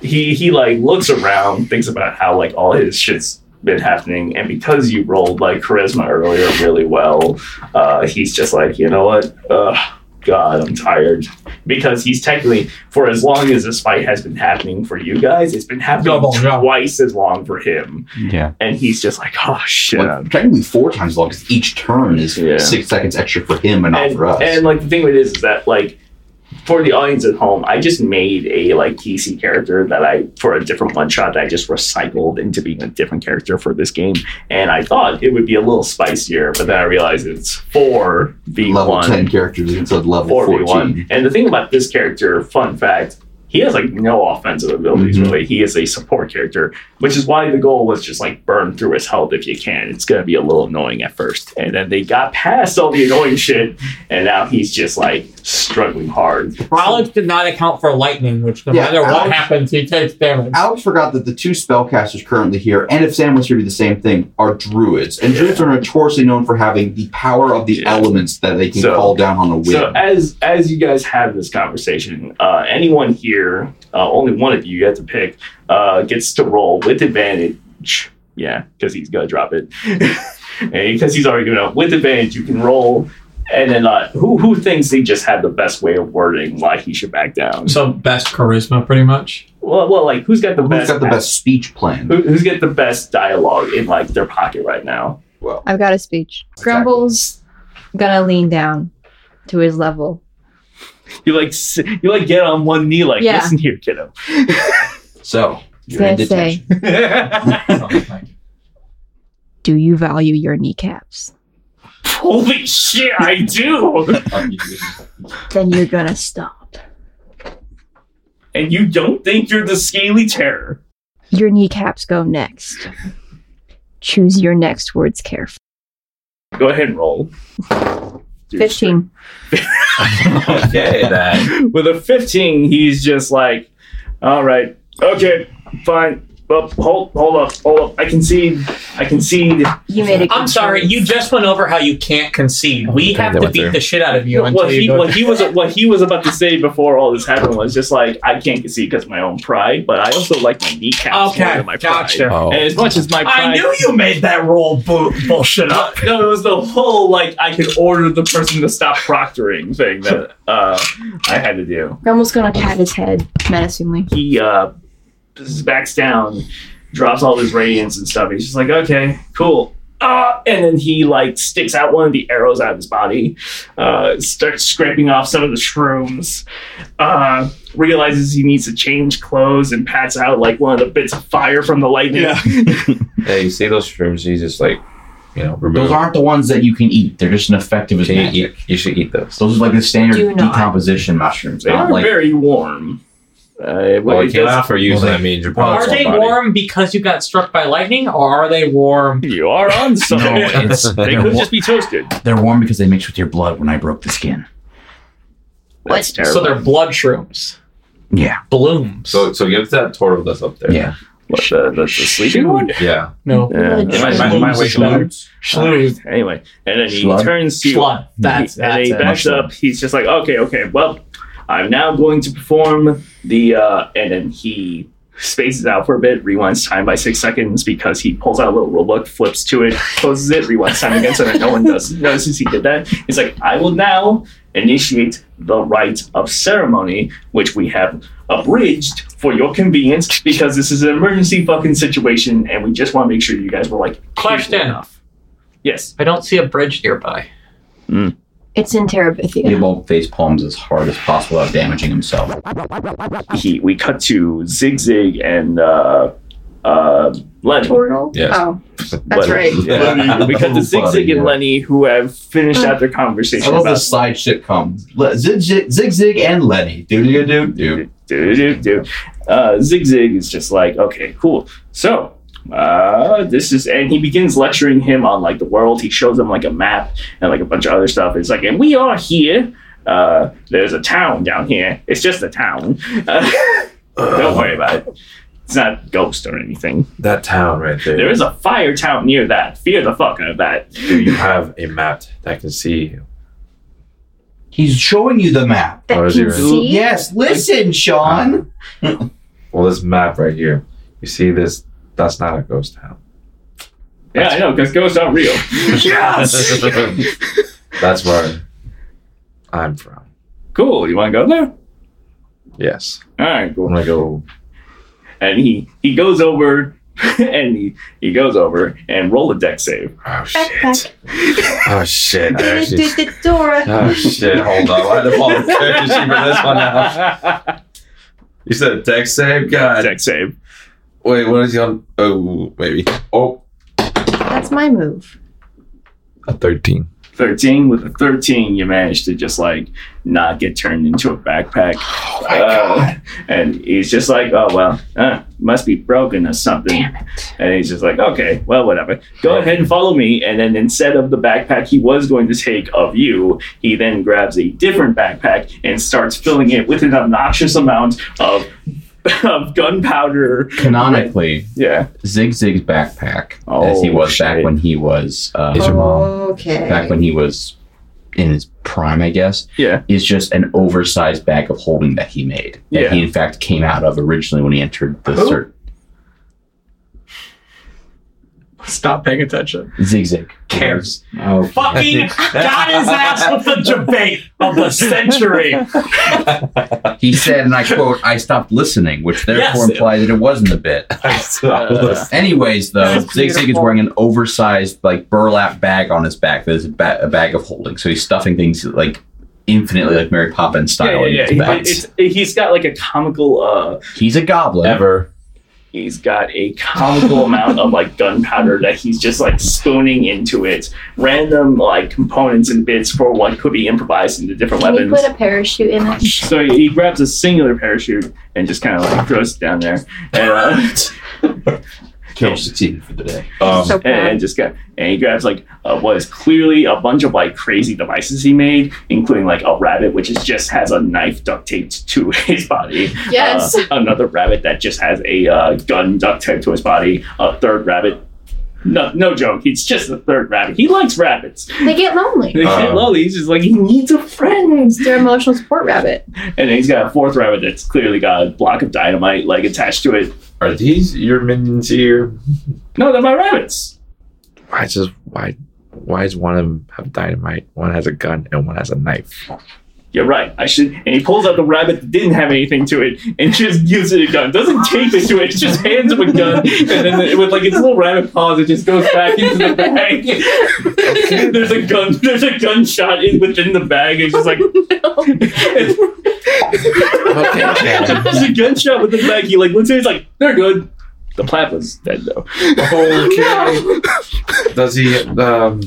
[SPEAKER 7] he he like looks around, thinks about how like all his shit's been happening, and because you rolled like charisma earlier really well, uh, he's just like, you know what? Uh, God, I'm tired because he's technically for as long as this fight has been happening for you guys, it's been happening
[SPEAKER 5] Double, yeah.
[SPEAKER 7] twice as long for him,
[SPEAKER 2] Yeah.
[SPEAKER 7] and he's just like, oh shit.
[SPEAKER 2] Well, technically four times long because each turn is
[SPEAKER 7] Yeah.
[SPEAKER 2] six seconds extra for him and not
[SPEAKER 7] and,
[SPEAKER 2] for us.
[SPEAKER 7] and, like the thing with it is, is that like for the audience at home, I just made a like DC character that I for a different one shot that I just recycled into being a different character for this game. And I thought it would be a little spicier, but then I realized it's four v
[SPEAKER 2] level ten
[SPEAKER 7] one,
[SPEAKER 2] characters instead of level
[SPEAKER 7] four v
[SPEAKER 2] fourteen.
[SPEAKER 7] one. And the thing about this character, fun fact. He has like no offensive abilities
[SPEAKER 2] Mm-hmm.
[SPEAKER 7] really. He is a support character, which is why the goal was just like burn through his health if you can. It's gonna be a little annoying at first, and then they got past all the annoying shit, and now he's just like struggling hard.
[SPEAKER 5] Rollins did not account for lightning, which no
[SPEAKER 2] Yeah,
[SPEAKER 5] matter what
[SPEAKER 2] Alex-
[SPEAKER 5] happens, he takes damage.
[SPEAKER 2] Alex forgot that the two spellcasters currently here, and if Sam was here, it'd be the same thing, are druids. And druids are notoriously known for having the power of the elements that they can
[SPEAKER 7] So-
[SPEAKER 2] call down on a whim.
[SPEAKER 7] So as as you guys have this conversation, uh, anyone here, uh, only one of you, you have to pick, uh, gets to roll with advantage. Yeah, because he's gonna drop it, because he's already given up. With advantage, you can roll, and then uh, who who thinks he just had the best way of wording why he should back down?
[SPEAKER 5] So best charisma, pretty much.
[SPEAKER 7] Well, well, like who's got the
[SPEAKER 2] Who's
[SPEAKER 7] best?
[SPEAKER 2] got the best speech plan?
[SPEAKER 7] Who, who's got the best dialogue in like their pocket right now?
[SPEAKER 2] Well,
[SPEAKER 4] I've got a speech. Grumble's gonna lean down to his level.
[SPEAKER 7] you like s- you like get on one knee, like
[SPEAKER 4] Yeah.
[SPEAKER 7] listen here, kiddo.
[SPEAKER 2] So
[SPEAKER 4] He's gonna say, "Do you value your kneecaps?"
[SPEAKER 7] Holy shit, I do.
[SPEAKER 4] Then you're gonna stop.
[SPEAKER 7] and you don't think you're the scaly terror.
[SPEAKER 4] Your kneecaps go next. Choose your next words carefully.
[SPEAKER 7] Go ahead and roll.
[SPEAKER 4] Fifteen.
[SPEAKER 7] Okay, then. With a 15, he's just like, all right, okay, fine. Well, hold, hold up, hold up. I concede. I concede.
[SPEAKER 20] You made a
[SPEAKER 5] I'm sorry, you just went over how you can't concede. We
[SPEAKER 7] okay,
[SPEAKER 5] have
[SPEAKER 7] that
[SPEAKER 5] to
[SPEAKER 7] went
[SPEAKER 5] beat
[SPEAKER 7] through.
[SPEAKER 5] the shit out of you
[SPEAKER 7] What,
[SPEAKER 5] until
[SPEAKER 7] what
[SPEAKER 5] you
[SPEAKER 7] he,
[SPEAKER 5] go.
[SPEAKER 7] what he was what he was about to say before all this happened was just like I can't concede because my own pride, but I also like my kneecaps more
[SPEAKER 5] Okay,
[SPEAKER 7] than my pride.
[SPEAKER 5] gotcha.
[SPEAKER 7] And as much as my pride,
[SPEAKER 5] I knew you made that roll bu- bullshit up.
[SPEAKER 7] no, it was the whole like I could order the person to stop proctoring thing that uh, I had to do.
[SPEAKER 4] Grumble's gonna pat his head menacingly.
[SPEAKER 7] He uh, backs down, drops all his radiance and stuff. He's just like, okay, cool. Uh, and then he like sticks out one of the arrows out of his body, uh, starts scraping off some of the shrooms, uh, realizes he needs to change clothes and pats out like one of the bits of fire from the lightning.
[SPEAKER 6] Yeah, you see those shrooms, you just like, you know, remove.
[SPEAKER 2] Those aren't the ones that you can eat. They're just an effective as
[SPEAKER 6] Can you
[SPEAKER 2] magic.
[SPEAKER 6] eat- you should eat those.
[SPEAKER 2] Those are like the
[SPEAKER 6] Do
[SPEAKER 2] standard
[SPEAKER 6] not.
[SPEAKER 2] decomposition mushrooms.
[SPEAKER 7] They
[SPEAKER 2] not
[SPEAKER 7] are
[SPEAKER 2] like
[SPEAKER 7] very warm. Uh,
[SPEAKER 6] Well, it came out for you, so that means your
[SPEAKER 5] Are
[SPEAKER 6] body's
[SPEAKER 5] they warm because you got struck by lightning, or are they warm?
[SPEAKER 7] You are on
[SPEAKER 2] something. No, it's-
[SPEAKER 7] they could just be toasted.
[SPEAKER 2] they're warm because they mix with your blood. When I broke the skin,
[SPEAKER 5] That's So they're blood shrooms.
[SPEAKER 2] yeah,
[SPEAKER 5] Bloom.
[SPEAKER 6] So, so give that Toro that's up there.
[SPEAKER 2] Yeah.
[SPEAKER 7] What, the, the, the sleeping one?
[SPEAKER 6] Yeah.
[SPEAKER 5] No.
[SPEAKER 7] Yeah.
[SPEAKER 6] It might- might- might wake him up.
[SPEAKER 5] Schlud.
[SPEAKER 7] Anyway, and then he
[SPEAKER 6] Schlud?
[SPEAKER 7] turns to
[SPEAKER 5] Schlud. That's-
[SPEAKER 7] he, and
[SPEAKER 5] that's
[SPEAKER 7] he
[SPEAKER 5] it.
[SPEAKER 7] backs up. He's just like, okay, okay, well, I'm now going to perform the, uh, and then he spaces out for a bit, rewinds time by six seconds because he pulls out a little rule book, flips to it, closes it, rewinds time again so that no one does notices he did that. He's like, I will now initiate the rite of ceremony, which we have abridged for your convenience because this is an emergency fucking situation and we just want to make sure you guys were like
[SPEAKER 5] Question.
[SPEAKER 7] Yes.
[SPEAKER 5] I don't see a bridge nearby.
[SPEAKER 4] It's in Terabithia.
[SPEAKER 2] Eobald face palms as hard as possible without damaging himself.
[SPEAKER 7] he we cut to Zigzag and uh uh Lenny.
[SPEAKER 12] Tortle?
[SPEAKER 2] Yes.
[SPEAKER 12] Oh, that's
[SPEAKER 7] Lenny.
[SPEAKER 12] right.
[SPEAKER 7] Yeah. we cut to Zigzag and Lenny who have finished out their
[SPEAKER 2] I
[SPEAKER 7] conversation
[SPEAKER 2] love the
[SPEAKER 7] about
[SPEAKER 2] side shit comes. Le- Zig Zig Zig Zig and Lenny. Do do do do.
[SPEAKER 7] dude, dude, dude. Uh, Zigzag is just like, okay, cool. So, uh, this is, and he begins lecturing him on like the world. He shows him like a map and like a bunch of other stuff. It's like, and we are here. Uh, there's a town down here. It's just a town. Uh, don't worry about it. It's not ghost or anything.
[SPEAKER 6] That town right there.
[SPEAKER 7] There is a fire town near that. Fear the fuck out of that.
[SPEAKER 6] Do you have a map that can see?
[SPEAKER 2] He's showing you the map.
[SPEAKER 6] That Or is can he really- see?
[SPEAKER 2] Yes, listen, Sean.
[SPEAKER 6] Well, this map right here. You see this? That's not a ghost town.
[SPEAKER 7] Yeah, I know, because ghosts aren't real.
[SPEAKER 6] Yes. That's where I'm from.
[SPEAKER 7] Cool. You want to go there?
[SPEAKER 6] Yes.
[SPEAKER 7] All right, cool.
[SPEAKER 6] I'm gonna go. Mm-hmm.
[SPEAKER 7] and he he goes over and he he goes over and roll a deck save.
[SPEAKER 6] Oh
[SPEAKER 12] Backpack.
[SPEAKER 6] Oh shit! I actually-
[SPEAKER 12] Dora.
[SPEAKER 6] Oh shit! Hold on. I had to pull the character sheet for this one now. You said deck save. God.
[SPEAKER 7] Deck save.
[SPEAKER 6] Wait, what is he on? Oh, maybe. Oh,
[SPEAKER 4] That's my move.
[SPEAKER 6] a thirteen.
[SPEAKER 7] Thirteen with a thirteen, you manage to just like not get turned into a backpack. Oh my god! And he's just like, oh well, uh, must be broken or something. Damn it! And he's just like, okay, well, whatever. Go ahead and follow me. And then instead of the backpack he was going to take of you, he then grabs a different backpack and starts filling it with an obnoxious amount of of gunpowder.
[SPEAKER 2] Canonically,
[SPEAKER 7] Yeah. Oh,
[SPEAKER 2] Zig Zig's backpack, as
[SPEAKER 6] Oh,
[SPEAKER 2] he was back when he was uh,
[SPEAKER 12] Okay.
[SPEAKER 2] back when he was in his prime, I guess.
[SPEAKER 7] Yeah,
[SPEAKER 2] is just an oversized bag of holding that he made that
[SPEAKER 7] Yeah.
[SPEAKER 2] he in fact came out of originally when he entered the
[SPEAKER 7] Who?
[SPEAKER 2] cert.
[SPEAKER 5] Stop paying attention.
[SPEAKER 2] Zig Zig
[SPEAKER 5] Cares.
[SPEAKER 2] Oh,
[SPEAKER 5] Fucking got his ass with the debate of the century.
[SPEAKER 2] He said, and I quote, I stopped listening, which therefore
[SPEAKER 5] Yes.
[SPEAKER 2] implied that it wasn't a bit.
[SPEAKER 6] Uh,
[SPEAKER 2] anyways, though,
[SPEAKER 6] That's
[SPEAKER 2] Zig Zig is
[SPEAKER 6] beautiful.
[SPEAKER 2] wearing an oversized, like, burlap bag on his back that is a, ba- a bag of holding. So he's stuffing things, like, infinitely, like Mary Poppins style. in his
[SPEAKER 7] He-
[SPEAKER 2] bags.
[SPEAKER 7] it's- he's got like a comical. uh
[SPEAKER 2] he's a goblin.
[SPEAKER 6] Ever.
[SPEAKER 7] He's got a comical amount of like gunpowder that he's just like spooning into it, random like components and bits for what could be improvised into different
[SPEAKER 12] Can you
[SPEAKER 7] weapons.
[SPEAKER 12] put a parachute in it?
[SPEAKER 7] so he grabs a singular parachute and just kind of like throws it down there, and uh,
[SPEAKER 2] Kill succeeded for the day.
[SPEAKER 6] Oh,
[SPEAKER 7] Um,
[SPEAKER 2] So
[SPEAKER 7] and, and just got and he grabs like uh, what is clearly a bunch of like crazy devices he made, including like a rabbit which is just has a knife duct taped to his body.
[SPEAKER 4] Yes.
[SPEAKER 7] Uh, another rabbit that just has a uh, gun duct taped to his body. A third rabbit. No, no joke. He's just a third rabbit. He likes rabbits.
[SPEAKER 4] They get lonely.
[SPEAKER 7] They
[SPEAKER 5] Uh-huh.
[SPEAKER 7] get lonely. He's just like he needs a friend.
[SPEAKER 4] It's their emotional support rabbit.
[SPEAKER 7] And he's got a fourth rabbit that's clearly got a block of dynamite like attached to it.
[SPEAKER 5] Are these your minions here?
[SPEAKER 7] No, they're my rabbits.
[SPEAKER 5] Why is this, why why does one of them have dynamite? One has a gun and one has a knife.
[SPEAKER 7] You're right. I should. And he pulls out the rabbit that didn't have anything to it and just gives it a gun. Doesn't tape it to it. Just hands him a gun. And then it- with like its little rabbit paws, it just goes back into the bag. there's a gun. There's a gunshot in within the bag. It's just like. there's a gunshot within the bag. He like looks at it. He's like, they're good. The plat was dead though.
[SPEAKER 5] Okay. Does he um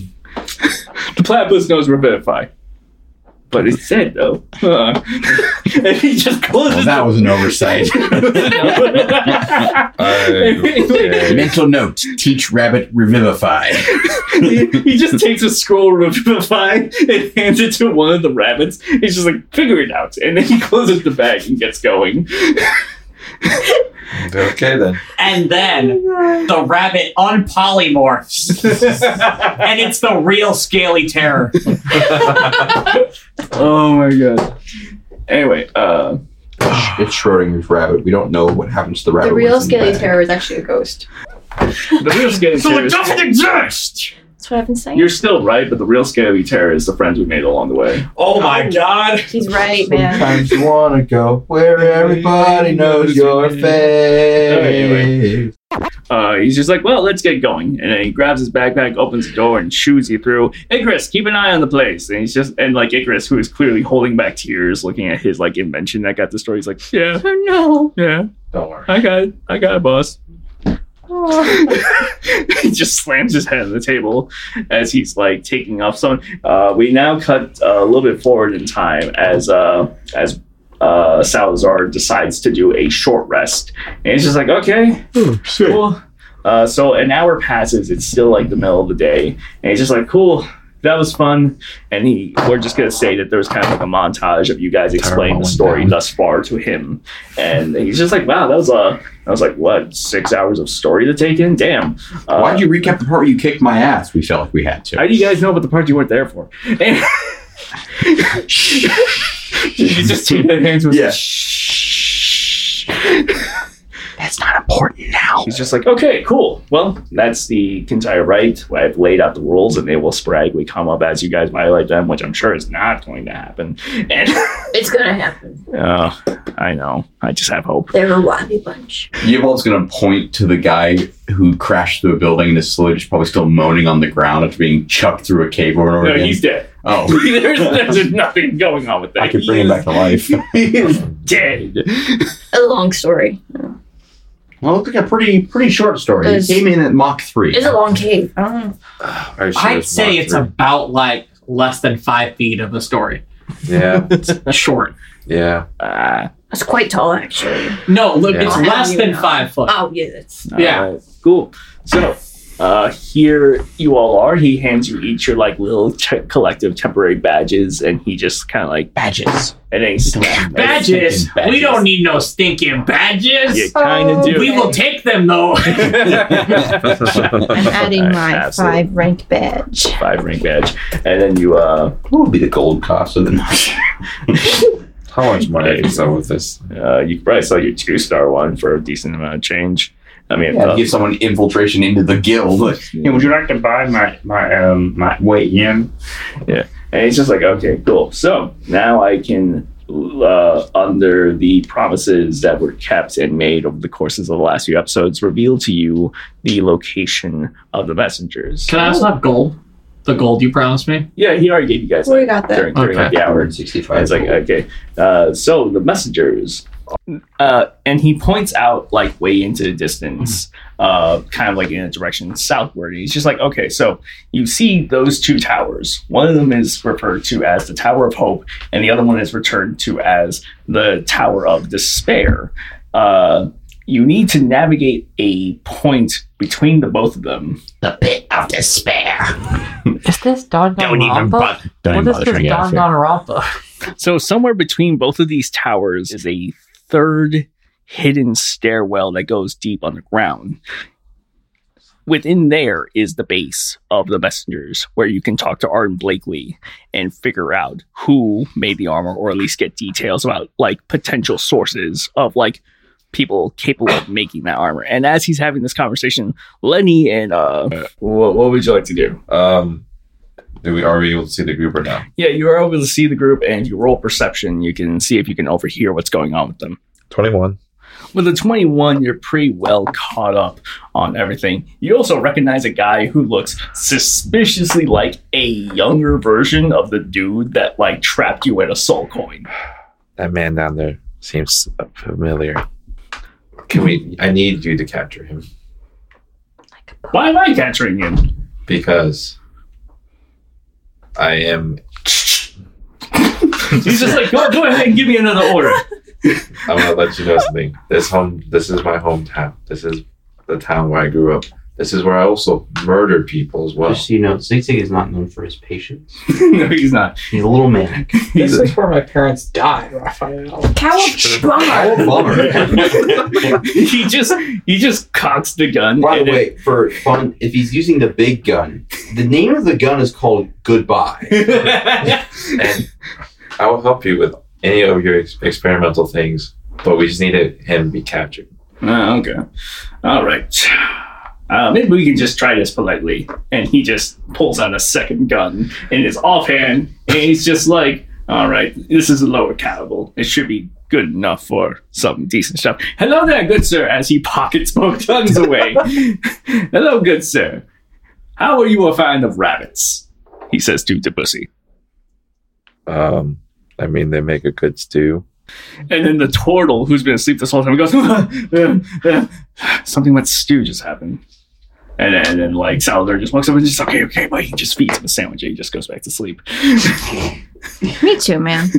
[SPEAKER 7] The platypus knows revivify. But it's dead though. Uh, and he just
[SPEAKER 2] well,
[SPEAKER 7] closes
[SPEAKER 2] that was an oversight. Mental note: Teach rabbit revivify.
[SPEAKER 7] he, he just takes a scroll of Revivify and hands it to one of the rabbits. He's just like, figure it out. And then he closes the bag and gets going.
[SPEAKER 5] Okay then.
[SPEAKER 13] And then the rabbit unpolymorphs. and it's the real scaly terror.
[SPEAKER 7] oh my god. Anyway, uh,
[SPEAKER 2] it's Schrodinger's rabbit. We don't know what happens to the rabbit.
[SPEAKER 4] The
[SPEAKER 2] when
[SPEAKER 4] real
[SPEAKER 2] it's in the
[SPEAKER 4] scaly
[SPEAKER 2] bag.
[SPEAKER 4] terror is actually a ghost.
[SPEAKER 7] The real scary
[SPEAKER 4] So
[SPEAKER 7] terror.
[SPEAKER 4] it
[SPEAKER 7] is-
[SPEAKER 4] doesn't
[SPEAKER 7] exist!
[SPEAKER 4] That's what I've been saying.
[SPEAKER 7] You're still right, but the real scary terror is the friends we made along the way.
[SPEAKER 13] Oh my god.
[SPEAKER 4] He's right, man.
[SPEAKER 2] Sometimes you wanna go where everybody knows your face.
[SPEAKER 7] Uh, he's just like, well, let's get going. And then he grabs his backpack, opens the door, and shoos you through. Icarus, keep an eye on the place. And he's just, and like Icarus, who is clearly holding back tears, looking at his like invention that got destroyed, he's like, yeah,
[SPEAKER 4] Oh, no.
[SPEAKER 7] yeah,
[SPEAKER 2] Don't worry.
[SPEAKER 7] I got, it. I got it, boss.
[SPEAKER 4] Oh.
[SPEAKER 7] he just slams his head on the table as he's like taking off someone. Uh, we now cut uh, a little bit forward in time as uh, as uh, Salazar decides to do a short rest, and it's just like okay, cool. Uh, so an hour passes. It's still like the middle of the day, and he's just like cool. That was fun, and he. We're just gonna say that there was kind of like a montage of you guys explaining the story thus far to him, and he's just like, "Wow, that was a." I was like, "What? Six hours of story to take in? Damn!" Uh,
[SPEAKER 2] Why'd you recap the part where you kicked my ass? We felt like we had to.
[SPEAKER 7] how do you guys know about the part you weren't there for? And you just take their hands with yeah. That's not important now. He's just like, okay, cool. Well, that's the Kintyre right. I've laid out the rules, and they will sporadically come up as you guys violate them, which I'm sure is not going to happen. And
[SPEAKER 4] it's gonna happen.
[SPEAKER 7] uh, I know. I just have hope.
[SPEAKER 4] They're a wacky bunch.
[SPEAKER 2] Yevol's gonna point to the guy who crashed through a building and is slowly just probably still moaning on the ground after being chucked through a cave over and over
[SPEAKER 7] No,
[SPEAKER 2] again.
[SPEAKER 7] he's dead.
[SPEAKER 2] Oh.
[SPEAKER 7] there's, there's nothing going on with that.
[SPEAKER 2] I can bring him back to life.
[SPEAKER 7] He is dead.
[SPEAKER 4] A long story.
[SPEAKER 2] Well, it looked like a pretty pretty short story.
[SPEAKER 4] It's-
[SPEAKER 2] He came in at Mach three.
[SPEAKER 4] It's a long cave. I don't know.
[SPEAKER 13] I'd say it's about like less than five feet of a story.
[SPEAKER 5] Yeah.
[SPEAKER 13] It's short.
[SPEAKER 5] Yeah.
[SPEAKER 7] Ah,
[SPEAKER 4] It's quite tall, actually.
[SPEAKER 13] No, look,
[SPEAKER 7] Yeah.
[SPEAKER 13] it's
[SPEAKER 7] How
[SPEAKER 13] less
[SPEAKER 4] do you
[SPEAKER 13] than
[SPEAKER 4] know?
[SPEAKER 13] five foot.
[SPEAKER 4] Oh, yeah, it's
[SPEAKER 13] Yeah.
[SPEAKER 7] Alright, cool. So uh, here you all are. He hands you each your like little te- collective temporary badges, and he just kind of like badges. And then he snaps
[SPEAKER 13] Badges? We don't need no stinking badges.
[SPEAKER 7] You kinda do.
[SPEAKER 13] We will take them though.
[SPEAKER 4] I'm adding my
[SPEAKER 7] Absolutely.
[SPEAKER 4] five rank badge.
[SPEAKER 7] five ring badge, and then you uh, what would be the gold cost of the How much money did you sell with this? Uh, you could probably sell your two star one for a decent amount of change. I mean, uh,
[SPEAKER 2] Yeah, give someone infiltration into the guild. Like, hey, would you like to buy my my um my way in?
[SPEAKER 7] Yeah. And he's just like, okay, cool. So now I can, uh, under the promises that were kept and made over the courses of the last few episodes, reveal to you the location of the messengers.
[SPEAKER 13] Can I also have gold? The gold you promised me?
[SPEAKER 7] Yeah, he already gave you guys
[SPEAKER 4] We got that.
[SPEAKER 7] during, during
[SPEAKER 13] Okay.
[SPEAKER 7] the hour.
[SPEAKER 2] 65.
[SPEAKER 7] It's like, okay. Uh, so the messengers. Uh, and he points out, like, way into the distance,
[SPEAKER 21] Mm-hmm.
[SPEAKER 7] uh, kind of like in a direction southward. He's just like, okay, so you see those two towers. One of them is referred to as the Tower of Hope, and the other one is returned to as the Tower of Despair. Uh, you need to navigate a point between the both of them.
[SPEAKER 21] The pit of despair.
[SPEAKER 3] Is this Don
[SPEAKER 21] Don't even bother. Don't even bother trying to get out of here.
[SPEAKER 7] So somewhere between both of these towers is a third hidden stairwell that goes deep underground. Within there is the base of the messengers where you can talk to Arden Blakely and figure out who made the armor or at least get details about like potential sources of like people capable of making that armor. And as he's having this conversation, Lenny and uh
[SPEAKER 6] What, what would you like to do? Um, do we are we able to see the group or not?
[SPEAKER 7] yeah, you are able to see the group and you roll perception, you can see if you can overhear what's going on with them.
[SPEAKER 6] 21.
[SPEAKER 7] With a 21, you're pretty well caught up on everything. You also recognize a guy who looks suspiciously like a younger version of the dude that like trapped you in a soul coin.
[SPEAKER 18] That man down there seems familiar.
[SPEAKER 6] Can we? I need you to capture him
[SPEAKER 7] Why am I capturing him?
[SPEAKER 6] because I am.
[SPEAKER 7] He's just like, go, go ahead and give me another order.
[SPEAKER 6] I want to let you know something. This home. This is my hometown. This is the town where I grew up. This is where I also murdered people as well.
[SPEAKER 2] Just so you know, Zig Zig is not known for his patience.
[SPEAKER 7] no, he's not.
[SPEAKER 2] He's a little manic.
[SPEAKER 5] This is where my parents died, Raphael.
[SPEAKER 2] Cowabunga.
[SPEAKER 7] he just he just cocks the gun.
[SPEAKER 2] By the way, for fun, if he's using the big gun, the name of the gun is called Goodbye.
[SPEAKER 6] and I will help you with any of your ex- experimental things, but we just needed him to be captured.
[SPEAKER 7] Oh, okay. All right. Uh, maybe we can just try this politely. And he just pulls out a second gun and it's offhand. And he's just like, all right, this is a lower caliber. It should be good enough for some decent stuff. Hello there, good sir, as he pockets both guns away. Hello, good sir. How are you a fan of rabbits? He says to Debussy.
[SPEAKER 6] Um, I mean, they make a good stew.
[SPEAKER 7] And then the turtle, who's been asleep this whole time, goes, something with stew just happened. And then, and then like, Salador just walks up and just, okay, okay, but he just feeds him a sandwich and he just goes back to sleep.
[SPEAKER 11] Me too, man.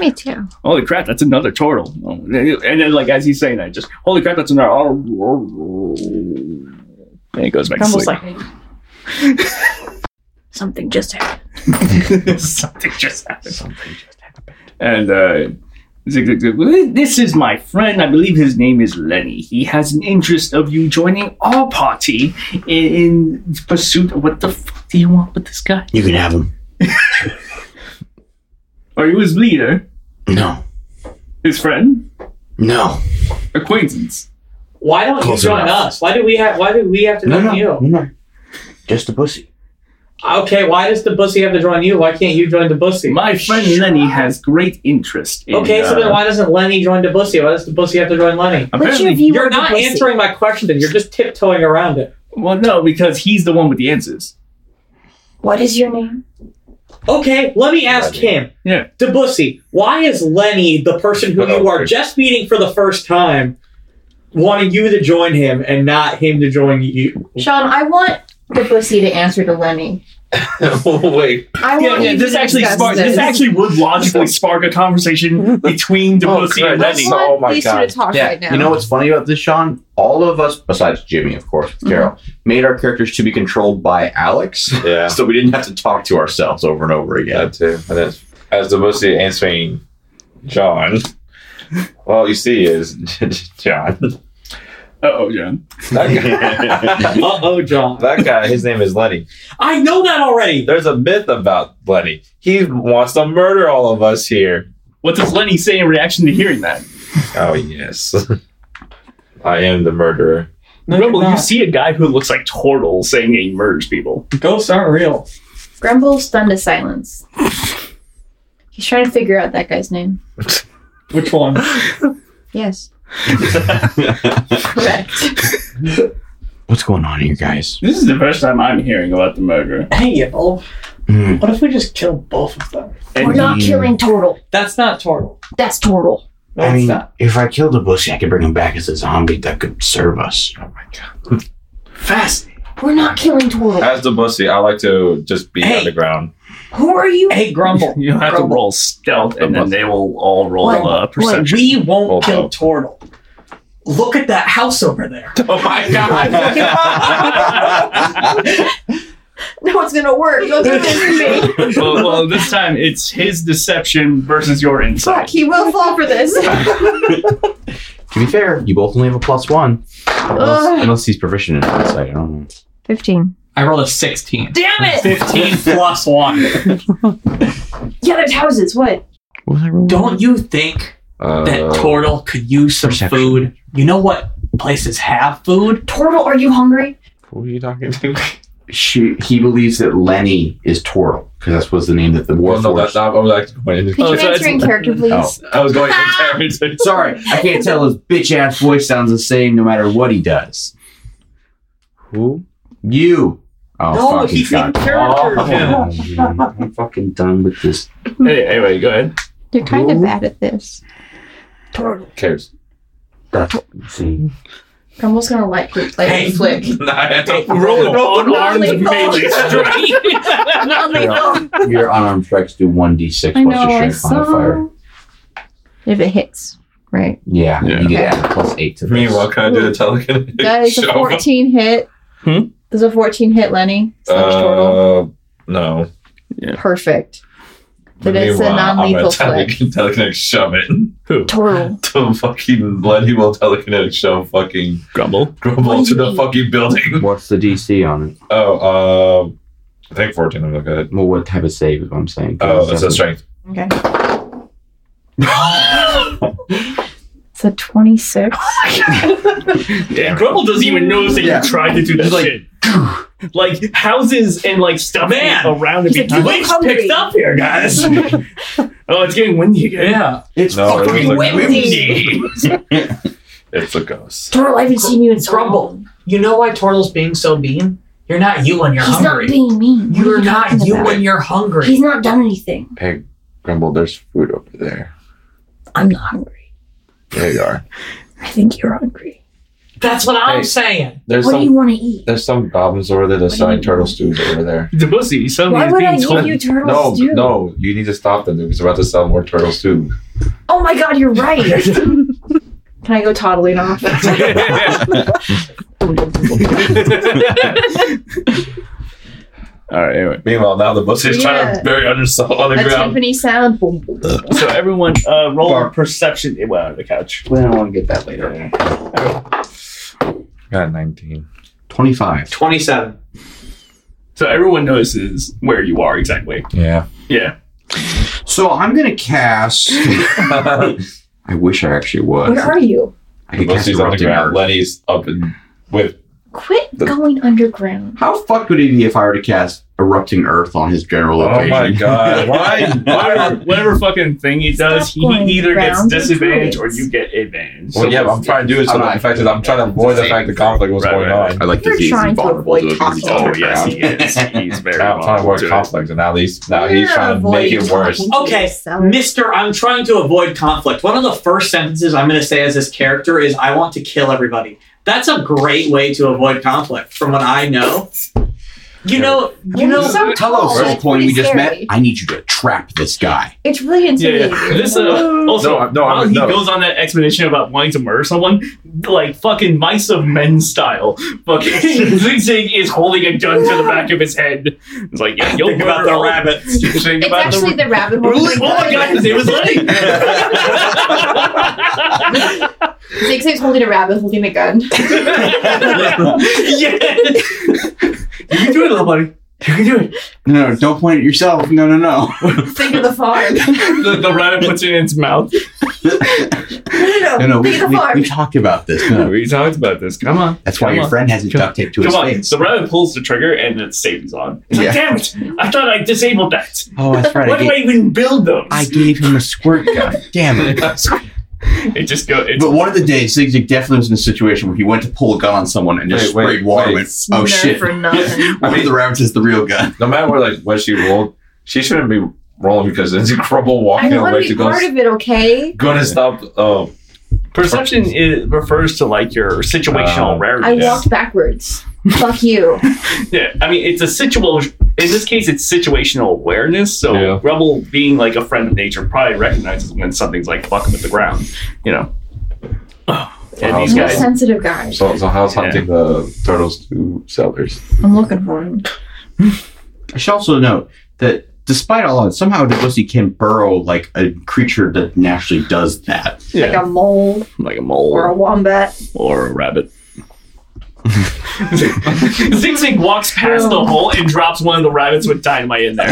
[SPEAKER 11] Me too.
[SPEAKER 7] holy crap, that's another turtle. Oh, And then, like, as he's saying that, just, holy crap, that's another. oh, And he goes back to
[SPEAKER 4] Grumble's
[SPEAKER 7] sleep.
[SPEAKER 4] like, something just happened.
[SPEAKER 7] something just happened. Something just happened. And uh, Zig Zig Zig, "Well, this is my friend. I believe his name is Lenny. He has an interest of you joining our party in, in pursuit of what the fuck do you want with this guy?
[SPEAKER 21] You can have him.
[SPEAKER 7] Are you his leader?
[SPEAKER 21] No.
[SPEAKER 7] His friend?
[SPEAKER 21] No.
[SPEAKER 7] Acquaintance?
[SPEAKER 5] Why don't
[SPEAKER 21] Close
[SPEAKER 5] you join
[SPEAKER 21] enough.
[SPEAKER 5] us? Why do we have? Why do we have to
[SPEAKER 21] No,
[SPEAKER 5] join
[SPEAKER 21] no,
[SPEAKER 5] you?
[SPEAKER 21] no. Just a pussy.
[SPEAKER 5] Okay, why does the bussy have to join you? Why can't you join the bussy?
[SPEAKER 7] My friend Lenny has great interest in.
[SPEAKER 5] Okay, so then
[SPEAKER 7] uh,
[SPEAKER 5] why doesn't Lenny join the bussy? Why does the bussy have to join Lenny?
[SPEAKER 7] Apparently-
[SPEAKER 5] you are not answering my question. Then you're just tiptoeing around it.
[SPEAKER 7] Well, no, because he's the one with the answers.
[SPEAKER 4] What is your name?
[SPEAKER 5] Okay, let me ask him.
[SPEAKER 7] Yeah.
[SPEAKER 5] Debussy, why is Lenny the person who
[SPEAKER 21] Oh,
[SPEAKER 5] you are just meeting for the first time wanting you to join him and not him to join you?
[SPEAKER 8] Sean, I want the pussy to answer to Lenny.
[SPEAKER 6] Wait.
[SPEAKER 8] I
[SPEAKER 7] Yeah,
[SPEAKER 8] want
[SPEAKER 7] yeah,
[SPEAKER 8] you
[SPEAKER 7] this
[SPEAKER 8] to
[SPEAKER 7] actually
[SPEAKER 8] discuss
[SPEAKER 7] spark, this.
[SPEAKER 8] this.
[SPEAKER 7] actually would logically spark a conversation between Debussy and
[SPEAKER 2] That's-
[SPEAKER 7] Lenny.
[SPEAKER 8] want these two to talk right now.
[SPEAKER 2] You know what's funny about this, Sean? All of us, besides Jimmy, of course, with Carol,
[SPEAKER 8] Mm-hmm.
[SPEAKER 2] made our characters to be controlled by Alex.
[SPEAKER 6] Yeah.
[SPEAKER 2] so we didn't have to talk to ourselves over and over again.
[SPEAKER 6] That too. And then, as the mostly answering John, well, you see is John.
[SPEAKER 7] Oh, John.
[SPEAKER 6] That guy,
[SPEAKER 5] oh, John.
[SPEAKER 6] That guy, his name is Lenny.
[SPEAKER 5] I know that already.
[SPEAKER 6] There's a myth about Lenny. He wants to murder all of us here.
[SPEAKER 7] What does Lenny say in reaction to hearing that?
[SPEAKER 6] Oh yes, I am the murderer.
[SPEAKER 7] Rumble, you see a guy who looks like Tortle saying he murders people.
[SPEAKER 5] Ghosts aren't real.
[SPEAKER 8] Grumble stunned to silence. He's trying to figure out that guy's name.
[SPEAKER 5] Which one?
[SPEAKER 8] Yes.
[SPEAKER 21] What's going on here, guys?
[SPEAKER 7] This is the first time I'm hearing about the murder.
[SPEAKER 5] Hey, you fool.
[SPEAKER 21] Hmm.
[SPEAKER 5] What if we just kill both of them?
[SPEAKER 8] We're not killing Tortle.
[SPEAKER 5] That's not Tortle.
[SPEAKER 8] That's Tortle.
[SPEAKER 5] No,
[SPEAKER 21] I
[SPEAKER 5] it's
[SPEAKER 21] mean,
[SPEAKER 5] not.
[SPEAKER 21] if I kill the bussy, I could bring him back as a zombie that could serve us.
[SPEAKER 7] Fast.
[SPEAKER 8] We're not killing Tortle.
[SPEAKER 6] As the bussy, I like to just be on the ground.
[SPEAKER 8] Who are you?
[SPEAKER 5] Hey, Grumble.
[SPEAKER 7] You have to roll stealth, and then they will all roll
[SPEAKER 5] What?
[SPEAKER 7] uh,
[SPEAKER 5] What?
[SPEAKER 7] perception.
[SPEAKER 5] We won't kill Tortle. Look at that house over there.
[SPEAKER 6] Oh my god.
[SPEAKER 4] No, it's gonna work. Don't do this to me.
[SPEAKER 7] well, well, this time it's his deception versus your
[SPEAKER 4] Fuck,
[SPEAKER 7] insight.
[SPEAKER 4] he will fall for this.
[SPEAKER 22] To be fair, you both only have a plus one.
[SPEAKER 4] Ugh.
[SPEAKER 22] Unless, unless he's proficient in insight. I don't know.
[SPEAKER 23] 15.
[SPEAKER 5] I rolled a 16.
[SPEAKER 4] Damn it!
[SPEAKER 5] 15 plus 1.
[SPEAKER 4] Yeah, there's houses. What?
[SPEAKER 5] Don't you think
[SPEAKER 6] Uh,
[SPEAKER 5] that Tortle could use some food? You know what places have food?
[SPEAKER 4] Tortle, are you hungry?
[SPEAKER 6] Who are you talking to?
[SPEAKER 2] She, he believes that Lenny is Tortle because that was the name that the war
[SPEAKER 6] no, that's not. I'm like,
[SPEAKER 23] Could
[SPEAKER 6] Oh,
[SPEAKER 23] you answer in character, please?
[SPEAKER 6] I was going to character.
[SPEAKER 2] Sorry, I can't tell his bitch ass voice sounds the same no matter what he does.
[SPEAKER 22] Who?
[SPEAKER 2] You. Oh,
[SPEAKER 22] No,
[SPEAKER 2] fucking
[SPEAKER 22] he's
[SPEAKER 2] God.
[SPEAKER 22] in character,
[SPEAKER 2] Oh,
[SPEAKER 22] Jim.
[SPEAKER 2] I'm fucking done with this.
[SPEAKER 7] Hey, anyway, go ahead.
[SPEAKER 23] You're kind of bad at this.
[SPEAKER 4] Tortle.
[SPEAKER 2] Cares. That's, see.
[SPEAKER 4] Grumble's gonna like group play
[SPEAKER 6] Hey.
[SPEAKER 4] flick.
[SPEAKER 6] Roll an
[SPEAKER 4] Not
[SPEAKER 6] unarmed
[SPEAKER 4] lethal.
[SPEAKER 6] melee strike.
[SPEAKER 4] Not lethal.
[SPEAKER 2] Your unarmed strikes do 1d6
[SPEAKER 23] I
[SPEAKER 2] plus
[SPEAKER 23] know, I
[SPEAKER 2] your strength modifier.
[SPEAKER 23] If it hits, right?
[SPEAKER 2] Yeah, you get
[SPEAKER 23] Okay.
[SPEAKER 2] add plus 8 to this.
[SPEAKER 6] Meanwhile, can I do the telekinetic?
[SPEAKER 4] Does a
[SPEAKER 6] shove?
[SPEAKER 4] 14 hit?
[SPEAKER 6] Hmm?
[SPEAKER 4] Does a 14 hit, Lenny? Slash
[SPEAKER 6] Uh,
[SPEAKER 4] Tortle?
[SPEAKER 6] no.
[SPEAKER 4] Perfect. But it's a
[SPEAKER 6] Meanwhile,
[SPEAKER 4] non
[SPEAKER 6] I'm gonna
[SPEAKER 4] lethal flick.
[SPEAKER 6] telekin- telekinetic shove it. Who?
[SPEAKER 4] Tortle.
[SPEAKER 6] To fucking Lenny will telekinetic shove fucking
[SPEAKER 24] Grumble.
[SPEAKER 6] Grumble to the fucking building.
[SPEAKER 2] What's the DC on it?
[SPEAKER 6] Oh, uh, I think 14. I'm looking at it.
[SPEAKER 2] Well, what type of save is what I'm saying?
[SPEAKER 6] Oh, it's a strength.
[SPEAKER 4] Okay. It's a 26.
[SPEAKER 7] Damn, Grumble doesn't even notice that
[SPEAKER 2] Yeah.
[SPEAKER 7] you tried to do that shit. like houses and like stuff
[SPEAKER 5] Man.
[SPEAKER 7] around and
[SPEAKER 5] He's like,
[SPEAKER 7] behind.
[SPEAKER 5] "You look hungry."
[SPEAKER 7] picked up here, guys. oh, it's getting windy again.
[SPEAKER 5] Yeah.
[SPEAKER 2] It's
[SPEAKER 6] No, it
[SPEAKER 5] fucking
[SPEAKER 6] was like-
[SPEAKER 5] windy.
[SPEAKER 6] It's a ghost.
[SPEAKER 4] Tortle, I haven't seen you in so
[SPEAKER 5] Grumble.
[SPEAKER 4] long.
[SPEAKER 5] You know why Tortle's being so mean? You're not you when you're
[SPEAKER 4] He's
[SPEAKER 5] hungry.
[SPEAKER 4] not being mean. What
[SPEAKER 5] You're
[SPEAKER 4] are
[SPEAKER 5] not
[SPEAKER 4] talking
[SPEAKER 5] you
[SPEAKER 4] about?
[SPEAKER 5] when you're hungry.
[SPEAKER 4] He's not done anything.
[SPEAKER 6] Hey, Grumble, there's food over there.
[SPEAKER 4] I'm not hungry.
[SPEAKER 6] There you are.
[SPEAKER 4] I think you're hungry.
[SPEAKER 5] That's what I'm
[SPEAKER 6] Hey.
[SPEAKER 5] saying.
[SPEAKER 6] There's
[SPEAKER 4] what
[SPEAKER 6] some
[SPEAKER 4] do you want to eat?
[SPEAKER 6] there's some goblins over there that's selling turtle stews over there.
[SPEAKER 7] The pussy suddenly
[SPEAKER 4] Why
[SPEAKER 7] is
[SPEAKER 4] would
[SPEAKER 7] being
[SPEAKER 4] I give
[SPEAKER 7] told.
[SPEAKER 4] you turtle
[SPEAKER 6] No,
[SPEAKER 4] stew?
[SPEAKER 6] no, you need to stop them. They're about to sell more turtle stew.
[SPEAKER 4] Oh my god, you're right. Can I go toddling off?
[SPEAKER 24] All right. Anyway.
[SPEAKER 6] Meanwhile, now the pussy's trying
[SPEAKER 4] Yeah.
[SPEAKER 6] to bury undersell on
[SPEAKER 4] A
[SPEAKER 6] the ground.
[SPEAKER 4] timpani sound. Boom, boom.
[SPEAKER 7] So everyone, uh, roll perception. It went under the couch.
[SPEAKER 2] Well, I want to get that later.
[SPEAKER 6] Got 19.
[SPEAKER 2] 25.
[SPEAKER 5] 27.
[SPEAKER 7] So everyone notices where you are exactly.
[SPEAKER 6] Yeah.
[SPEAKER 7] Yeah.
[SPEAKER 2] So I'm going to cast. I wish I actually was.
[SPEAKER 4] Where are you?
[SPEAKER 2] I
[SPEAKER 6] The
[SPEAKER 2] could cast
[SPEAKER 6] pussy's on the
[SPEAKER 2] Erupting
[SPEAKER 6] ground.
[SPEAKER 2] Earth.
[SPEAKER 6] Lenny's up and with.
[SPEAKER 4] Quit going underground.
[SPEAKER 2] How fucked would it be if I were to cast Erupting Earth on his general
[SPEAKER 6] Oh
[SPEAKER 2] location?
[SPEAKER 6] my god. Why?
[SPEAKER 7] Whatever,
[SPEAKER 6] Why?
[SPEAKER 7] whatever fucking thing he does, he
[SPEAKER 4] going
[SPEAKER 7] either gets
[SPEAKER 4] round in
[SPEAKER 7] disadvantage or
[SPEAKER 4] circles.
[SPEAKER 7] you get advantage.
[SPEAKER 6] Well, yeah, but I'm trying to do it so
[SPEAKER 2] I'm
[SPEAKER 6] that
[SPEAKER 2] not-
[SPEAKER 6] in fact, I'm trying to avoid the fact the conflict was
[SPEAKER 7] Right,
[SPEAKER 6] going
[SPEAKER 7] right,
[SPEAKER 6] on.
[SPEAKER 2] I like
[SPEAKER 4] You're
[SPEAKER 2] disease
[SPEAKER 4] trying to
[SPEAKER 2] and vulnerable
[SPEAKER 4] avoid
[SPEAKER 2] to disease.
[SPEAKER 4] conflict.
[SPEAKER 7] Oh yes, he is. He's very
[SPEAKER 6] Now I'm trying to
[SPEAKER 7] vulnerable
[SPEAKER 6] avoid
[SPEAKER 7] to it.
[SPEAKER 6] conflict, and now he's now he's trying to make it worse.
[SPEAKER 5] Okay, Mister, I'm trying to avoid conflict. One of the first sentences I'm going to say as this character is, "I want to kill everybody." That's a great way to avoid conflict, from what I know. You know, you know.
[SPEAKER 4] so
[SPEAKER 2] Hello,
[SPEAKER 4] tall.
[SPEAKER 2] Circle
[SPEAKER 4] It's
[SPEAKER 2] Coin
[SPEAKER 4] pretty
[SPEAKER 2] we just met.
[SPEAKER 4] scary.
[SPEAKER 2] I need you to trap this guy.
[SPEAKER 4] It's really
[SPEAKER 7] Yeah,
[SPEAKER 4] intimidating.
[SPEAKER 7] yeah. This uh, also
[SPEAKER 6] No, no, I
[SPEAKER 7] while
[SPEAKER 6] would
[SPEAKER 7] he
[SPEAKER 6] know.
[SPEAKER 7] goes on that expedition about wanting to murder someone, like fucking mice of men style. Fucking Zig Zig is holding a gun to the back of his head. It's like yeah, you'll
[SPEAKER 5] Think about
[SPEAKER 7] murder
[SPEAKER 5] the
[SPEAKER 7] all-
[SPEAKER 5] rabbits.
[SPEAKER 7] Think
[SPEAKER 4] It's
[SPEAKER 7] about the-
[SPEAKER 4] actually the rabbit hole.
[SPEAKER 7] Oh my god, his name was Lenny.
[SPEAKER 4] Zig Zig's holding a rabbit, holding a gun.
[SPEAKER 7] yeah. You can do it, little buddy. You can do it.
[SPEAKER 2] No, no, don't point at yourself. No, no, no.
[SPEAKER 4] Think of the farm.
[SPEAKER 7] The, the rabbit puts it in its mouth.
[SPEAKER 4] No,
[SPEAKER 2] No, no,
[SPEAKER 4] think
[SPEAKER 2] we,
[SPEAKER 4] of the
[SPEAKER 2] we,
[SPEAKER 4] farm.
[SPEAKER 2] we talked about this. No,
[SPEAKER 7] We talked about this. Come on.
[SPEAKER 2] that's why
[SPEAKER 7] Come
[SPEAKER 2] your
[SPEAKER 7] on.
[SPEAKER 2] friend hasn't duct taped to
[SPEAKER 7] Come
[SPEAKER 2] his
[SPEAKER 7] on.
[SPEAKER 2] face.
[SPEAKER 7] The rabbit pulls the trigger and the safety's on. It's
[SPEAKER 2] Yeah.
[SPEAKER 7] like, damn it! I thought I disabled that.
[SPEAKER 2] Oh, that's right.
[SPEAKER 7] Why
[SPEAKER 2] I
[SPEAKER 7] do I
[SPEAKER 2] gave,
[SPEAKER 7] even build those?
[SPEAKER 2] I gave him a squirt gun. Damn it.
[SPEAKER 7] it just go. It's,
[SPEAKER 2] But one of the days, Zig Zig definitely was in a situation where he went to pull a gun on someone and just
[SPEAKER 6] Wait, wait,
[SPEAKER 2] sprayed water.
[SPEAKER 6] wait.
[SPEAKER 2] and went, oh shit!
[SPEAKER 4] For nothing.
[SPEAKER 2] One of the rounds is the real gun.
[SPEAKER 6] No matter what, like what she rolled, she shouldn't be rolling because it's a crumble
[SPEAKER 4] I
[SPEAKER 6] walking
[SPEAKER 4] want
[SPEAKER 6] away
[SPEAKER 4] to
[SPEAKER 6] to
[SPEAKER 4] be
[SPEAKER 6] go.
[SPEAKER 4] part of it, okay?
[SPEAKER 6] Gonna stop. Oh,
[SPEAKER 7] perception is, refers to like your
[SPEAKER 2] Oh.
[SPEAKER 7] situational
[SPEAKER 6] Uh,
[SPEAKER 4] I
[SPEAKER 7] rarity.
[SPEAKER 4] walked backwards. Fuck you.
[SPEAKER 7] Yeah, I mean it's a situal. In this case, it's situational awareness. So
[SPEAKER 6] Yeah.
[SPEAKER 7] Rebel, being like a friend of nature, probably recognizes when something's like fucking with the ground. You know.
[SPEAKER 6] Wow.
[SPEAKER 4] He's a sensitive guy.
[SPEAKER 6] So, so how's hunting the turtles to sellers?
[SPEAKER 4] I'm looking for him.
[SPEAKER 25] I should also note that despite all of it, somehow Debussy can burrow like a creature that naturally does that.
[SPEAKER 4] Like a mole
[SPEAKER 25] Like a mole
[SPEAKER 4] or a wombat.
[SPEAKER 25] or a rabbit.
[SPEAKER 7] Zing Zing walks past the hole and drops one of the rabbits with dynamite in there.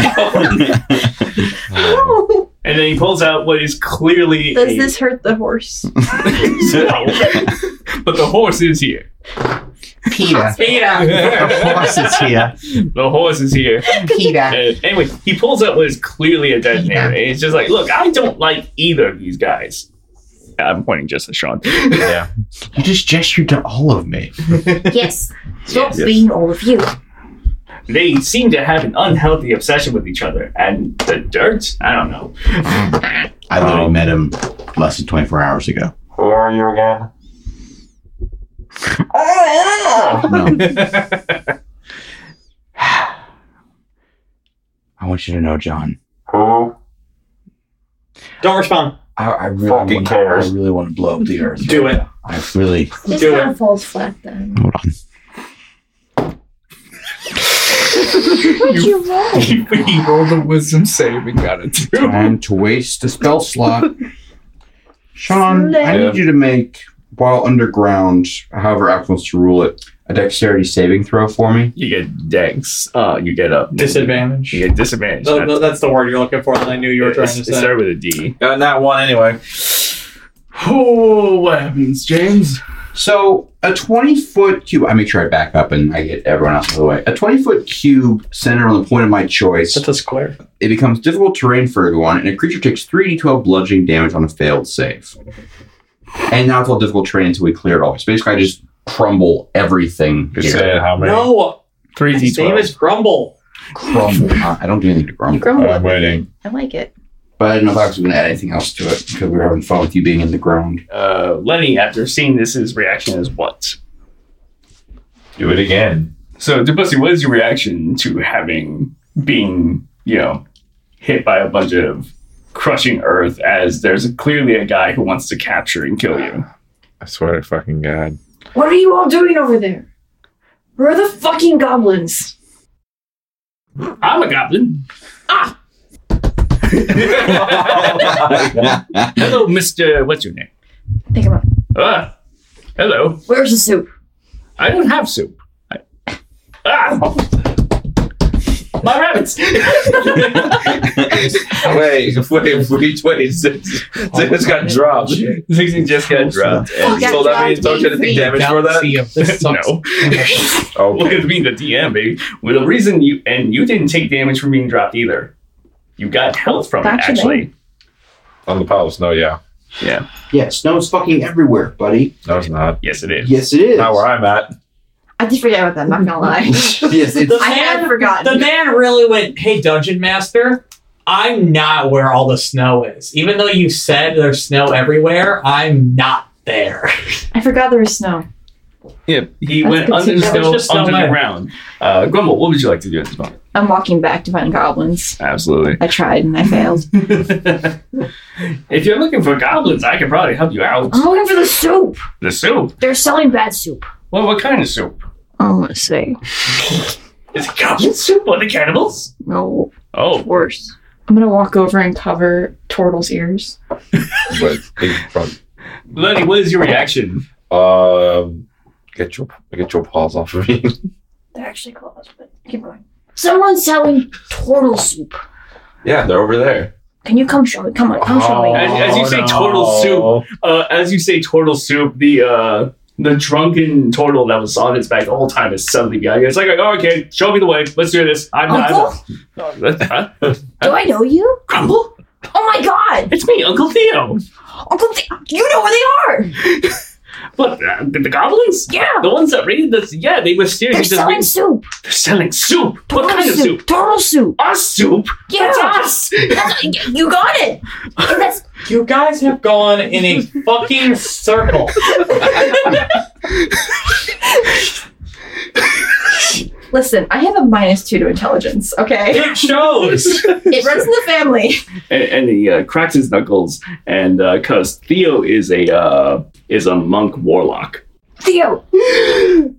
[SPEAKER 7] and then he pulls out what is clearly
[SPEAKER 4] Does
[SPEAKER 7] a-
[SPEAKER 4] this hurt the horse?
[SPEAKER 7] No. but the horse is here.
[SPEAKER 25] Peter.
[SPEAKER 7] the
[SPEAKER 25] horse is here.
[SPEAKER 7] The horse is here. Peter. anyway, he pulls out what is clearly a detonator. And he's just like, look, I don't like either of these guys. I'm pointing just at Sean.
[SPEAKER 25] Yeah. You just gestured to all of me.
[SPEAKER 26] yes. Stop
[SPEAKER 7] Yes.
[SPEAKER 26] being all of you.
[SPEAKER 7] They seem to have an unhealthy obsession with each other. And the dirt? I don't know.
[SPEAKER 27] I literally met him less than 24 hours ago.
[SPEAKER 6] Who are you again?
[SPEAKER 27] I want you to know, John.
[SPEAKER 6] Who?
[SPEAKER 5] Don't respond.
[SPEAKER 27] I, I really
[SPEAKER 5] Fucking
[SPEAKER 27] want.
[SPEAKER 5] cares.
[SPEAKER 27] I really want to blow up the earth.
[SPEAKER 5] Do it.
[SPEAKER 27] I really.
[SPEAKER 4] Just
[SPEAKER 5] Do
[SPEAKER 4] kind of falls flat then.
[SPEAKER 27] Hold on.
[SPEAKER 4] What'd you roll?
[SPEAKER 13] He, he rolled a wisdom save and got a two.
[SPEAKER 2] Time to waste a spell slot. Sean, I need you to make, while underground, however Act wants to rule it, a dexterity saving throw for me.
[SPEAKER 7] You get dex. Uh, you get a
[SPEAKER 28] Disadvantage.
[SPEAKER 7] You get disadvantage.
[SPEAKER 5] No, no, that's the word Oh, you're looking for that I knew you were trying to
[SPEAKER 7] It
[SPEAKER 5] say.
[SPEAKER 7] started with a D.
[SPEAKER 13] Uh, not one anyway.
[SPEAKER 2] Oh, what happens, James? So, a 20 foot cube, I make sure I back up and I get everyone else out of the way. A 20 foot cube centered on the point of my choice. That's
[SPEAKER 28] a square.
[SPEAKER 2] It becomes difficult terrain for everyone, and a creature takes 3d12 bludgeoning damage on a failed save. And now it's all difficult terrain until we clear it all. So, basically, I just crumble everything.
[SPEAKER 6] You said how many?
[SPEAKER 5] No.
[SPEAKER 2] Three
[SPEAKER 5] His name is Grumble.
[SPEAKER 2] Crumble. I I don't do anything to grumble.
[SPEAKER 4] grumble. I'm
[SPEAKER 2] waiting.
[SPEAKER 4] I like it.
[SPEAKER 2] But I didn't know if I was going to add anything else to it because we were having fun with you being in the ground.
[SPEAKER 7] Uh, Lenny, after seeing this, his reaction is what?
[SPEAKER 6] Do it again.
[SPEAKER 7] So, Debussy, what is your reaction to having being, you know, hit by a bunch of crushing earth as there's clearly a guy who wants to capture and kill you?
[SPEAKER 6] I swear to fucking God.
[SPEAKER 4] What are you all doing over there? Where are the fucking goblins?
[SPEAKER 7] I'm a goblin. Ah! Hello, Mr. What's your name?
[SPEAKER 4] Pick him up.
[SPEAKER 7] Ah, hello.
[SPEAKER 4] Where's the soup?
[SPEAKER 7] I don't have soup. I- ah! My rabbits!
[SPEAKER 13] wait, wait, wait, wait. Ziggs Ziggs got dropped. Ziggs just got dropped. And
[SPEAKER 7] Got
[SPEAKER 13] so that
[SPEAKER 7] dropped,
[SPEAKER 13] means don't you have to
[SPEAKER 7] baby.
[SPEAKER 13] take damage for that?
[SPEAKER 7] no. Look at me, the DM, baby. Well, the reason you and you didn't take damage from being dropped either. You got health from
[SPEAKER 2] Gotcha,
[SPEAKER 7] it, actually.
[SPEAKER 6] On the pile of snow, yeah.
[SPEAKER 7] Yeah.
[SPEAKER 2] Yeah, snow's fucking everywhere, buddy.
[SPEAKER 6] No, it's not.
[SPEAKER 7] Yes, it is.
[SPEAKER 2] Yes, it is.
[SPEAKER 6] Not where I'm at.
[SPEAKER 4] I did forget about that, I'm not gonna lie.
[SPEAKER 2] yes,
[SPEAKER 5] The
[SPEAKER 4] I had
[SPEAKER 5] man-
[SPEAKER 4] forgotten.
[SPEAKER 5] The man really went, hey, Dungeon Master, I'm not where all the snow is. Even though you said there's snow everywhere, I'm not there.
[SPEAKER 4] I forgot there was snow.
[SPEAKER 7] Yeah. He
[SPEAKER 4] That's
[SPEAKER 7] went
[SPEAKER 4] good
[SPEAKER 7] under
[SPEAKER 4] to
[SPEAKER 7] the
[SPEAKER 4] know.
[SPEAKER 7] snow,
[SPEAKER 4] Just
[SPEAKER 7] under
[SPEAKER 4] somewhere.
[SPEAKER 7] the ground. Uh, Grumble, what would you like to do at this moment?
[SPEAKER 4] I'm walking back to find goblins.
[SPEAKER 7] Absolutely.
[SPEAKER 4] I tried and I failed.
[SPEAKER 7] If you're looking for goblins, I can probably help you out.
[SPEAKER 4] I'm looking for the soup.
[SPEAKER 7] The soup.
[SPEAKER 4] They're selling bad soup.
[SPEAKER 7] Well, what kind of soup?
[SPEAKER 29] I'm gonna say
[SPEAKER 7] Is it goblin soup or the cannibals?
[SPEAKER 4] No.
[SPEAKER 7] Oh,
[SPEAKER 4] worse. I'm gonna walk over and cover Tortle's ears.
[SPEAKER 6] But big front.
[SPEAKER 7] Lenny, what is your reaction?
[SPEAKER 6] Um, get your get your paws off of me.
[SPEAKER 4] They're actually close, but keep going. Someone's selling turtle soup.
[SPEAKER 6] yeah, they're over there. Oh.
[SPEAKER 4] Can you come show me? Come on, come show me.
[SPEAKER 7] As, as you say turtle soup, uh, as you say turtle soup, the uh, the drunken turtle that was on its back the whole time is suddenly behind you. It's like, oh, okay, show me the way. Let's do this. I'm
[SPEAKER 4] Uncle?
[SPEAKER 7] I'm, Huh?
[SPEAKER 4] Do I know you?
[SPEAKER 7] Grumble?
[SPEAKER 4] Oh my god!
[SPEAKER 7] It's me, Uncle Theo.
[SPEAKER 4] Uncle Th- you know where they are!
[SPEAKER 7] But uh, the, the goblins?
[SPEAKER 4] Yeah.
[SPEAKER 7] The ones that raided this? Yeah, they were
[SPEAKER 4] They're
[SPEAKER 7] seriously
[SPEAKER 4] selling soup!
[SPEAKER 7] They're selling soup. what kind of soup?
[SPEAKER 4] Turtle soup!
[SPEAKER 7] Our soup?
[SPEAKER 4] Yeah!
[SPEAKER 7] That's us.
[SPEAKER 4] That's- you got it! And that's
[SPEAKER 5] You guys have gone in a fucking circle.
[SPEAKER 4] Listen, I have a minus two to intelligence, okay?
[SPEAKER 30] It shows.
[SPEAKER 4] it runs in the family.
[SPEAKER 7] and, and he uh, cracks his knuckles and because Theo is a uh, is a monk warlock.
[SPEAKER 4] Theo,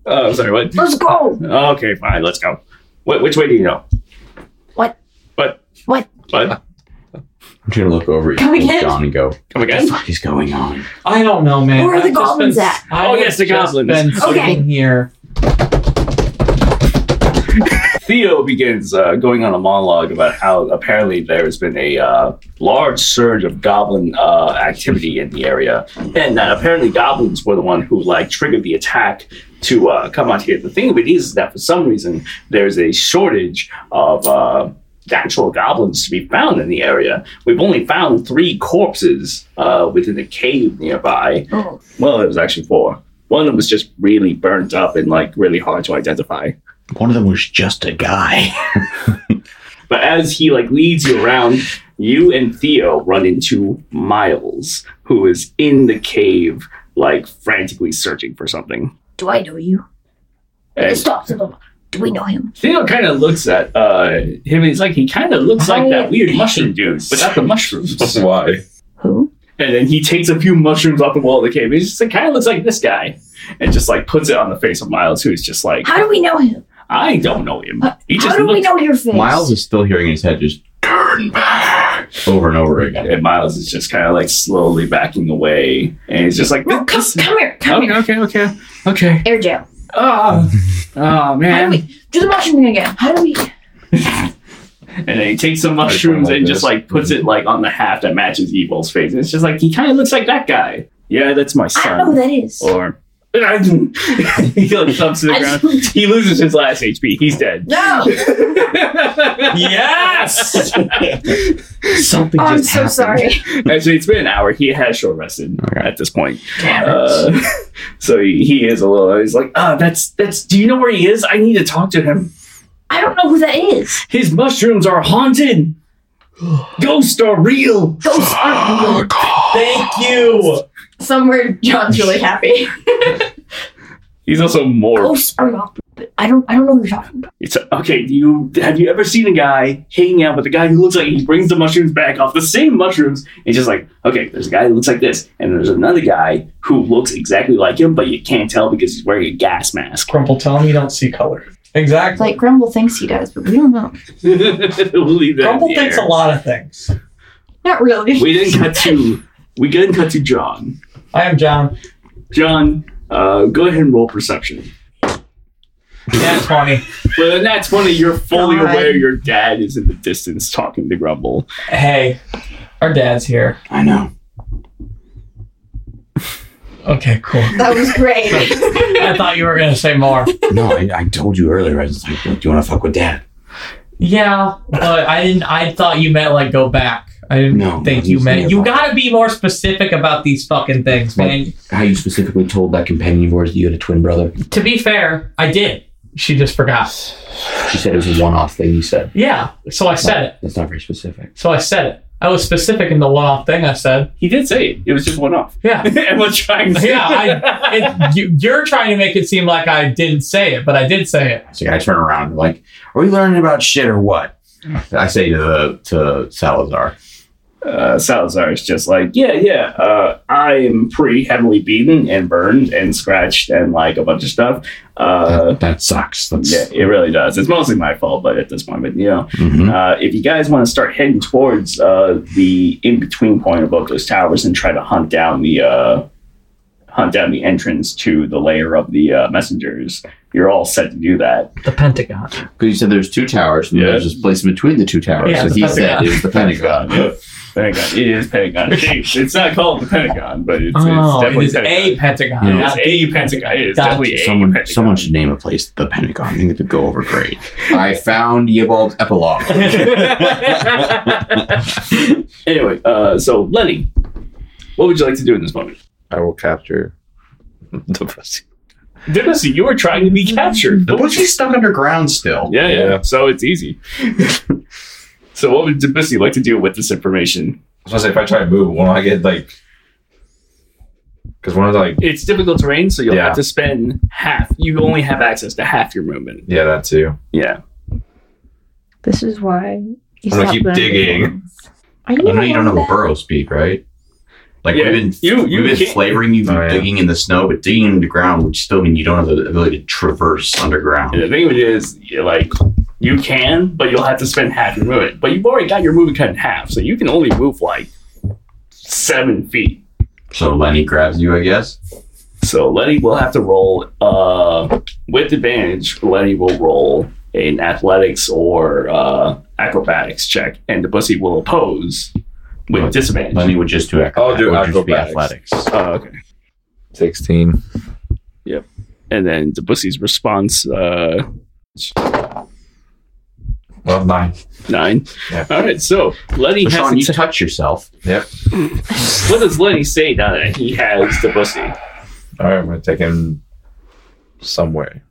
[SPEAKER 7] Oh, sorry, what?
[SPEAKER 4] let's go.
[SPEAKER 7] Okay, fine, let's go. What, which way do you go?
[SPEAKER 4] What?
[SPEAKER 7] What?
[SPEAKER 4] What?
[SPEAKER 7] What?
[SPEAKER 31] I'm gonna look over at
[SPEAKER 4] Come
[SPEAKER 31] you,
[SPEAKER 4] again?
[SPEAKER 31] John, and go.
[SPEAKER 7] Come again?
[SPEAKER 31] What is going on?
[SPEAKER 13] I don't know, man.
[SPEAKER 4] Where are the
[SPEAKER 13] I've just
[SPEAKER 4] goblins
[SPEAKER 13] been-
[SPEAKER 4] at?
[SPEAKER 13] I
[SPEAKER 7] Oh,
[SPEAKER 13] have
[SPEAKER 7] yes, the
[SPEAKER 13] just
[SPEAKER 7] goblins.
[SPEAKER 13] Been sitting
[SPEAKER 4] Okay.
[SPEAKER 13] here.
[SPEAKER 7] Theo begins uh, going on a monologue about how apparently there has been a uh, large surge of goblin uh, activity in the area, and that apparently goblins were the one who like triggered the attack to uh, come out here. The thing of it is that for some reason there's a shortage of. Uh, Actual goblins to be found in the area. We've only found three corpses uh, within a cave nearby.
[SPEAKER 4] Oh.
[SPEAKER 7] Well, it was actually four. One of them was just really burnt up and like really hard to identify.
[SPEAKER 5] One of them was just a guy.
[SPEAKER 7] But as he like leads you around, you and Theo run into Miles, who is in the cave, like frantically searching for something.
[SPEAKER 10] Do I know you?
[SPEAKER 7] And
[SPEAKER 10] Stop, stop. Do we know him?
[SPEAKER 7] Theo kind of looks at uh, him. And he's like, he kind of looks like that weird mushroom dude without the mushrooms.
[SPEAKER 6] Why?
[SPEAKER 7] And then he takes a few mushrooms off the wall of the cave. He just like, kind of looks like this guy, and just like puts it on the face of Miles, who is just like,
[SPEAKER 10] How do we know him?
[SPEAKER 7] I don't know him. He just
[SPEAKER 10] How do we
[SPEAKER 7] looked-
[SPEAKER 10] know your face?
[SPEAKER 31] Miles is still hearing in his head just
[SPEAKER 7] over and over again. And Miles is just kind of like slowly backing away, and he's just like,
[SPEAKER 10] No, come, come here. Come
[SPEAKER 7] okay,
[SPEAKER 10] here. Ah.
[SPEAKER 7] okay, okay, okay.
[SPEAKER 10] Air jail.
[SPEAKER 7] Oh, oh
[SPEAKER 10] How do
[SPEAKER 7] man!
[SPEAKER 10] we do the mushroom thing again? How do we?
[SPEAKER 7] and then he takes some mushrooms and just like puts it like on the half that matches Evil's face. And it's just like he kind of looks like that guy. Yeah, that's my
[SPEAKER 10] I
[SPEAKER 7] son.
[SPEAKER 10] don't know who that is.
[SPEAKER 7] Or he like thumps to the ground. He loses his last HP. He's dead.
[SPEAKER 4] No.
[SPEAKER 7] yes.
[SPEAKER 10] Oh,
[SPEAKER 4] Something I'm just so happened. sorry.
[SPEAKER 7] Actually, it's been an hour. He has short rested at this point. Uh, so he, he is a little. He's like, ah, that's that's. Do you know where he is? I need to talk to him.
[SPEAKER 10] I don't know who that is.
[SPEAKER 7] His mushrooms are haunted. Ghosts are real.
[SPEAKER 10] Ghosts aren't real.
[SPEAKER 7] Thank you.
[SPEAKER 4] Somewhere John's really happy.
[SPEAKER 7] He's also
[SPEAKER 13] Oh.
[SPEAKER 7] more.
[SPEAKER 10] Ghosts are not. But Oh, I don't. I don't know who you're talking about.
[SPEAKER 7] It's okay. Do you have you ever seen a guy hanging out with a guy who looks like he brings the mushrooms back off the same mushrooms? It's just like okay, there's a guy who looks like this, and there's another guy who looks exactly like him, but you can't tell because he's wearing a gas mask.
[SPEAKER 13] Crumple, tell him you don't see color. Exactly.
[SPEAKER 10] Like Grumble thinks he does, but we don't know.
[SPEAKER 7] we'll leave that. in
[SPEAKER 13] Crumple
[SPEAKER 7] the
[SPEAKER 13] thinks a
[SPEAKER 7] air.
[SPEAKER 13] lot of things.
[SPEAKER 4] Not really.
[SPEAKER 7] We didn't cut to. We didn't cut to John.
[SPEAKER 13] I am John.
[SPEAKER 7] John, uh, go ahead and roll perception.
[SPEAKER 13] Yeah, twenty.
[SPEAKER 7] But then that's when you're fully
[SPEAKER 13] God.
[SPEAKER 7] aware your dad is in the distance talking to Grumble.
[SPEAKER 13] Hey, our dad's here.
[SPEAKER 5] I know.
[SPEAKER 13] Okay, cool.
[SPEAKER 4] That was great.
[SPEAKER 13] I thought you were gonna say more.
[SPEAKER 5] No, I, I told you earlier. I was like, do you want to fuck with dad?
[SPEAKER 13] Yeah, but I didn't. I thought you meant like go back. I didn't
[SPEAKER 5] No,
[SPEAKER 13] think
[SPEAKER 5] no,
[SPEAKER 13] you
[SPEAKER 5] he's
[SPEAKER 13] meant. You
[SPEAKER 5] nearby.
[SPEAKER 13] gotta be more specific about these fucking things, man.
[SPEAKER 5] How you specifically told that companion of yours that you had a twin brother?
[SPEAKER 13] To be fair, I did. She just forgot.
[SPEAKER 5] She said it was a one-off thing you said.
[SPEAKER 13] Yeah, so I said it.
[SPEAKER 5] That's not very specific.
[SPEAKER 13] So I said it. I was specific in the one-off thing I said.
[SPEAKER 7] He did say it. It was just one off.
[SPEAKER 13] Yeah,
[SPEAKER 7] and we're trying to
[SPEAKER 13] yeah. I, it, you, you're trying to make it seem like I didn't say it, but I did say it.
[SPEAKER 2] So I turn around and like, are we learning about shit or what? I say to the to Salazar.
[SPEAKER 7] uh, Salazar is just like, yeah, yeah, uh, I'm pretty heavily beaten and burned and scratched and like a bunch of stuff. Uh,
[SPEAKER 5] That, that sucks. That's
[SPEAKER 7] yeah, it really does. It's mostly my fault, but at this point, but you know,
[SPEAKER 2] Hmm?
[SPEAKER 5] Mhm.
[SPEAKER 7] uh, if you guys want to start heading towards uh, the in between point above those towers and try to hunt down the uh, hunt down the entrance to the layer of the uh, messengers, you're all set to do that.
[SPEAKER 13] The Pentagon.
[SPEAKER 2] Because you said there's two towers, and
[SPEAKER 7] Yeah.
[SPEAKER 2] there's this place in between the two towers.
[SPEAKER 13] Yeah,
[SPEAKER 2] so
[SPEAKER 13] the
[SPEAKER 2] he said
[SPEAKER 13] Pentagon.
[SPEAKER 2] it was the Pentagon.
[SPEAKER 7] Uh, Pentagon. It is Pentagon. It's it's not called the Pentagon, but it's, it's
[SPEAKER 13] Oh, it
[SPEAKER 7] definitely
[SPEAKER 13] is a Pentagon.
[SPEAKER 2] Yeah.
[SPEAKER 13] not
[SPEAKER 7] It's a Pentagon. It is definitely a
[SPEAKER 2] someone, someone should name a place the Pentagon. I think it would go over great. I found Yebal's epilogue.
[SPEAKER 7] anyway, uh, so Lenny, what would you like to do in this moment?
[SPEAKER 6] I will capture the pussy.
[SPEAKER 7] Dennis, you were trying to be captured.
[SPEAKER 2] the pussy's stuck underground still.
[SPEAKER 7] Yeah, yeah.
[SPEAKER 6] Yeah.
[SPEAKER 7] So it's easy. so what would Debussy like to do with this information?
[SPEAKER 6] I was gonna say if I try to move, won't I get like Because one of the, like,
[SPEAKER 7] It's difficult terrain, so you'll
[SPEAKER 6] Yeah.
[SPEAKER 7] have to spend half. You only have access to half your movement.
[SPEAKER 6] yeah, that too.
[SPEAKER 7] Yeah.
[SPEAKER 4] This is why
[SPEAKER 2] I'm
[SPEAKER 4] you
[SPEAKER 2] gonna
[SPEAKER 4] stop
[SPEAKER 2] keep
[SPEAKER 4] running.
[SPEAKER 2] digging.
[SPEAKER 4] I
[SPEAKER 2] I
[SPEAKER 4] know.
[SPEAKER 2] know you don't have
[SPEAKER 4] that.
[SPEAKER 2] burrow speed, right? Like
[SPEAKER 7] Yeah,
[SPEAKER 2] we've been
[SPEAKER 7] you- you
[SPEAKER 2] we've been
[SPEAKER 7] can't-
[SPEAKER 2] flavoring you for digging in the snow, but digging in the ground would still mean you don't have the ability to traverse underground.
[SPEAKER 7] And the thing of it is, you like, you can, but you'll have to spend half your movement. But you've already got your movement cut in half, so you can only move like seven feet.
[SPEAKER 2] So Lenny grabs you, I guess.
[SPEAKER 7] So Lenny will have to roll uh, with advantage. Lenny will roll an athletics or uh, acrobatics check, and the pussy will oppose with disadvantage.
[SPEAKER 2] Lenny would just do acrobatics.
[SPEAKER 7] I'll do
[SPEAKER 2] athletics.
[SPEAKER 7] Oh, okay.
[SPEAKER 6] 16.
[SPEAKER 7] Yep. And then the pussy's response. Uh,
[SPEAKER 6] well, nine.
[SPEAKER 7] Nine. All right. So Lenny
[SPEAKER 2] So,
[SPEAKER 7] has.
[SPEAKER 2] Sean,
[SPEAKER 7] to
[SPEAKER 2] you
[SPEAKER 7] ta-
[SPEAKER 2] touch yourself.
[SPEAKER 6] Yep.
[SPEAKER 7] what does Lenny say now that he has the pussy?
[SPEAKER 6] All right, I'm gonna take him somewhere.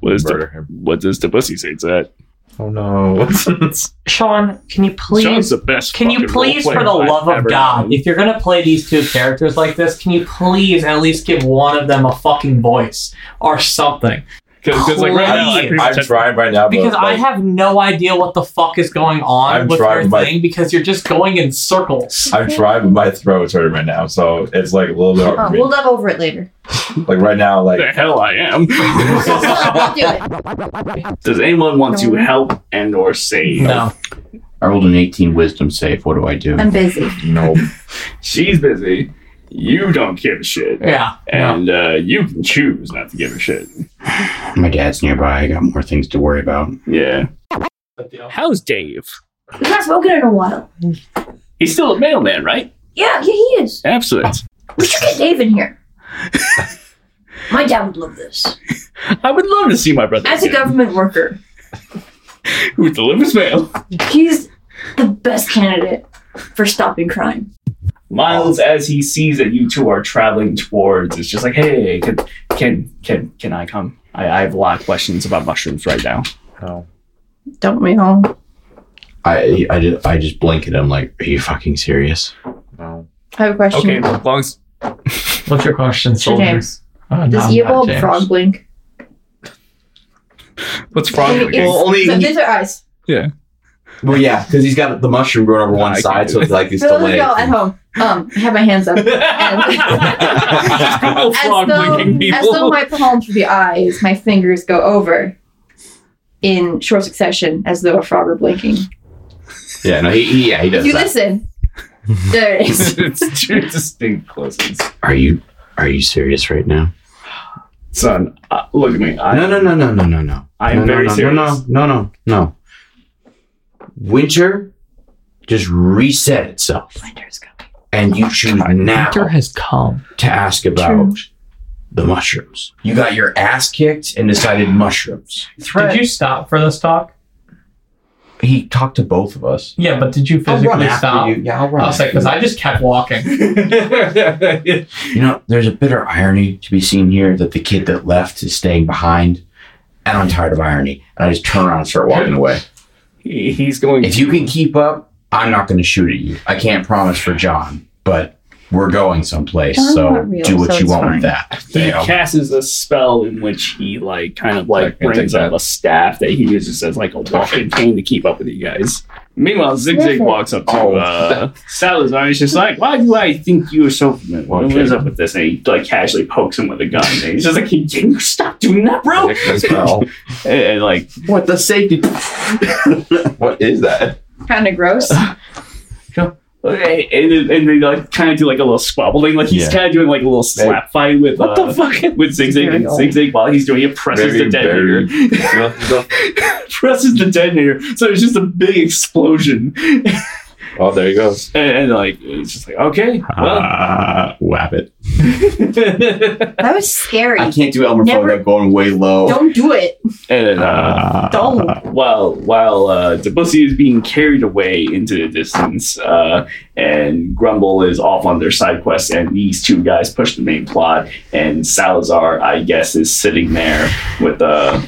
[SPEAKER 7] What is
[SPEAKER 6] Murder
[SPEAKER 7] the, what does the pussy say to that?
[SPEAKER 6] Oh no!
[SPEAKER 13] Sean, can you
[SPEAKER 7] Sean's
[SPEAKER 13] please?
[SPEAKER 7] the best
[SPEAKER 13] Can you
[SPEAKER 7] fucking
[SPEAKER 13] please,
[SPEAKER 7] role
[SPEAKER 13] for the
[SPEAKER 7] player I've
[SPEAKER 13] love of
[SPEAKER 7] ever
[SPEAKER 13] God,
[SPEAKER 7] known.
[SPEAKER 13] if you're gonna play these two characters like this, can you please at least give one of them a fucking voice or something?
[SPEAKER 6] Because like right now, I'm,
[SPEAKER 13] Please.
[SPEAKER 6] I'm trying right now, but,
[SPEAKER 13] Because I
[SPEAKER 6] like,
[SPEAKER 13] have no idea what the fuck is going on
[SPEAKER 6] I'm
[SPEAKER 13] with your
[SPEAKER 6] trying, but-
[SPEAKER 13] thing because you're just going in circles.
[SPEAKER 6] I'm trying, but my throat's hurting right now, so it's like a little bit hard
[SPEAKER 4] Oh,
[SPEAKER 6] for me.
[SPEAKER 4] we'll dive over it later.
[SPEAKER 6] Like right now, like
[SPEAKER 7] the hell I am. Does anyone want to help and or save?
[SPEAKER 13] No.
[SPEAKER 2] I rolled an 18 wisdom save. What do I do?
[SPEAKER 4] I'm busy.
[SPEAKER 6] No.
[SPEAKER 7] She's busy. You don't give a shit.
[SPEAKER 13] Yeah.
[SPEAKER 7] And uh, you can choose not to give a shit.
[SPEAKER 2] My dad's nearby. I got more things to worry about.
[SPEAKER 7] Yeah. How's Dave?
[SPEAKER 32] He's not spoken in a while.
[SPEAKER 7] He's still a mailman, right?
[SPEAKER 32] Yeah, yeah, he is.
[SPEAKER 7] Absolute.
[SPEAKER 32] We should get Dave in here. My dad would love this.
[SPEAKER 7] I would love to see my brother
[SPEAKER 32] As a
[SPEAKER 7] again,
[SPEAKER 32] government worker,
[SPEAKER 7] who delivers mail.
[SPEAKER 32] he's the best candidate for stopping crime.
[SPEAKER 7] Miles, as he sees that you two are traveling towards, is just like, "Hey, can can can can I come? I, I have a lot of questions about mushrooms right now."
[SPEAKER 6] No.
[SPEAKER 4] Don't we all?
[SPEAKER 2] I I just I just blink at him like, are you fucking serious?
[SPEAKER 6] No.
[SPEAKER 4] I have a question.
[SPEAKER 7] Okay, as long as
[SPEAKER 13] What's your question,
[SPEAKER 4] Sir James, does Eobald frog blink?
[SPEAKER 7] what's frog
[SPEAKER 4] It's- so these are eyes.
[SPEAKER 7] Yeah.
[SPEAKER 2] Well, yeah, because he's got the mushroom growing over one side, so it's like it's
[SPEAKER 4] For
[SPEAKER 2] the
[SPEAKER 4] those of
[SPEAKER 2] leg.
[SPEAKER 4] y'all at home, um, I have my hands up.
[SPEAKER 7] Google
[SPEAKER 4] As though, as though my palms were the eyes, my fingers go over in short succession as though a frog were blinking.
[SPEAKER 2] Yeah, no, he, he yeah he does
[SPEAKER 4] you
[SPEAKER 2] that.
[SPEAKER 4] listen. There it is.
[SPEAKER 7] it's two distinct closes.
[SPEAKER 2] Are you are you serious right now?
[SPEAKER 7] Son, uh, look at me. I,
[SPEAKER 2] no, no, no, no, no, no, no.
[SPEAKER 7] I am
[SPEAKER 2] No, no,
[SPEAKER 7] very
[SPEAKER 2] no,
[SPEAKER 7] serious.
[SPEAKER 2] No, no, no, no, no. Winter just reset itself. Winter's coming. And you choose now
[SPEAKER 13] Winter has come.
[SPEAKER 2] to ask about the mushrooms. You got your ass kicked and decided mushrooms.
[SPEAKER 13] Did you stop for this talk?
[SPEAKER 2] He talked to both of us.
[SPEAKER 13] Yeah, but did you physically
[SPEAKER 2] after
[SPEAKER 13] stop?
[SPEAKER 2] you. Yeah, I'll run
[SPEAKER 13] I was like, because I just kept walking.
[SPEAKER 2] You know, there's a bitter irony to be seen here that the kid that left is staying behind. And I'm tired of irony. And I just turn around and start walking away.
[SPEAKER 7] He, he's going.
[SPEAKER 2] If you can keep up, I'm not going to shoot at you. I can't promise for John, but we're going someplace.
[SPEAKER 4] John's
[SPEAKER 2] so
[SPEAKER 4] not real,
[SPEAKER 2] do what
[SPEAKER 4] so
[SPEAKER 2] you
[SPEAKER 4] it's
[SPEAKER 2] want
[SPEAKER 4] fine.
[SPEAKER 2] with that.
[SPEAKER 7] He
[SPEAKER 2] You know?
[SPEAKER 7] casts a spell in which he like kind of like
[SPEAKER 6] can take
[SPEAKER 7] brings up a staff that he uses as like a walking cane to keep up with you guys. Meanwhile, Zig Zig walks up to
[SPEAKER 6] Oh.
[SPEAKER 7] uh, Salazar and he's just like, "Why do I think you are so familiar? What is up with this?" And he like casually pokes him with a gun. And he's just like, "Can you stop doing that, bro?" and, and, like,
[SPEAKER 2] what the safety?
[SPEAKER 6] what is that?
[SPEAKER 4] Kind of gross.
[SPEAKER 7] okay, and, then- and they like kind of do like a little squabbling. Like he's
[SPEAKER 6] Yeah.
[SPEAKER 7] kind of doing like a little slap fight with
[SPEAKER 6] What
[SPEAKER 7] uh,
[SPEAKER 6] the fuck?
[SPEAKER 7] with Zig Zig and
[SPEAKER 6] Very
[SPEAKER 7] Zig Zig while he's doing it presses
[SPEAKER 6] Very
[SPEAKER 7] the detonator.
[SPEAKER 6] buried. No,
[SPEAKER 7] presses the detonator, so it's just a big explosion. And,
[SPEAKER 6] no. oh, there he goes.
[SPEAKER 7] and, like it's just like okay, well,
[SPEAKER 13] Ah.
[SPEAKER 2] Uh, whap it.
[SPEAKER 4] That was scary.
[SPEAKER 2] I can't do Elmer
[SPEAKER 4] Never-
[SPEAKER 2] Fudd. I'm going way low.
[SPEAKER 4] Don't do it.
[SPEAKER 7] and then, uh,
[SPEAKER 13] Ah.
[SPEAKER 4] Don't.
[SPEAKER 7] while while uh, the pussy is being carried away into the distance, uh, and Grumble is off on their side quest, and these two guys push the main plot, and Salazar, I guess, is sitting there with uh,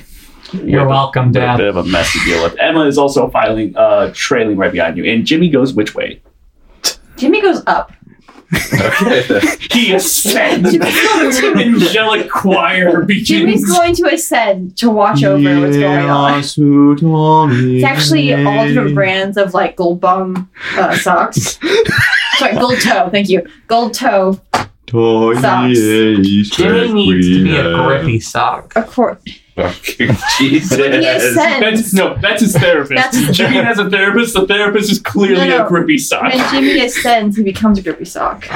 [SPEAKER 13] You're welcome,
[SPEAKER 7] with a
[SPEAKER 13] Dad.
[SPEAKER 7] bit of a mess to deal with. Emma is also filing, uh, trailing right behind you, and Jimmy goes which way?
[SPEAKER 4] Jimmy goes up.
[SPEAKER 7] he ascends to an angelic choir
[SPEAKER 4] Jimmy's
[SPEAKER 7] begins.
[SPEAKER 4] going to ascend to watch over what's going on. It's actually all different brands of like gold bum uh, socks. Sorry, gold toe. Thank you. Gold toe. Socks.
[SPEAKER 13] Jimmy needs to be a grippy
[SPEAKER 33] sock.
[SPEAKER 4] Of course.
[SPEAKER 7] Jesus.
[SPEAKER 4] When he ascends-
[SPEAKER 7] That's, no, that's his therapist.
[SPEAKER 4] That's-
[SPEAKER 7] Jimmy has a therapist. The therapist is clearly
[SPEAKER 4] No, no.
[SPEAKER 7] a grippy sock.
[SPEAKER 4] When Jimmy ascends, he becomes a grippy sock.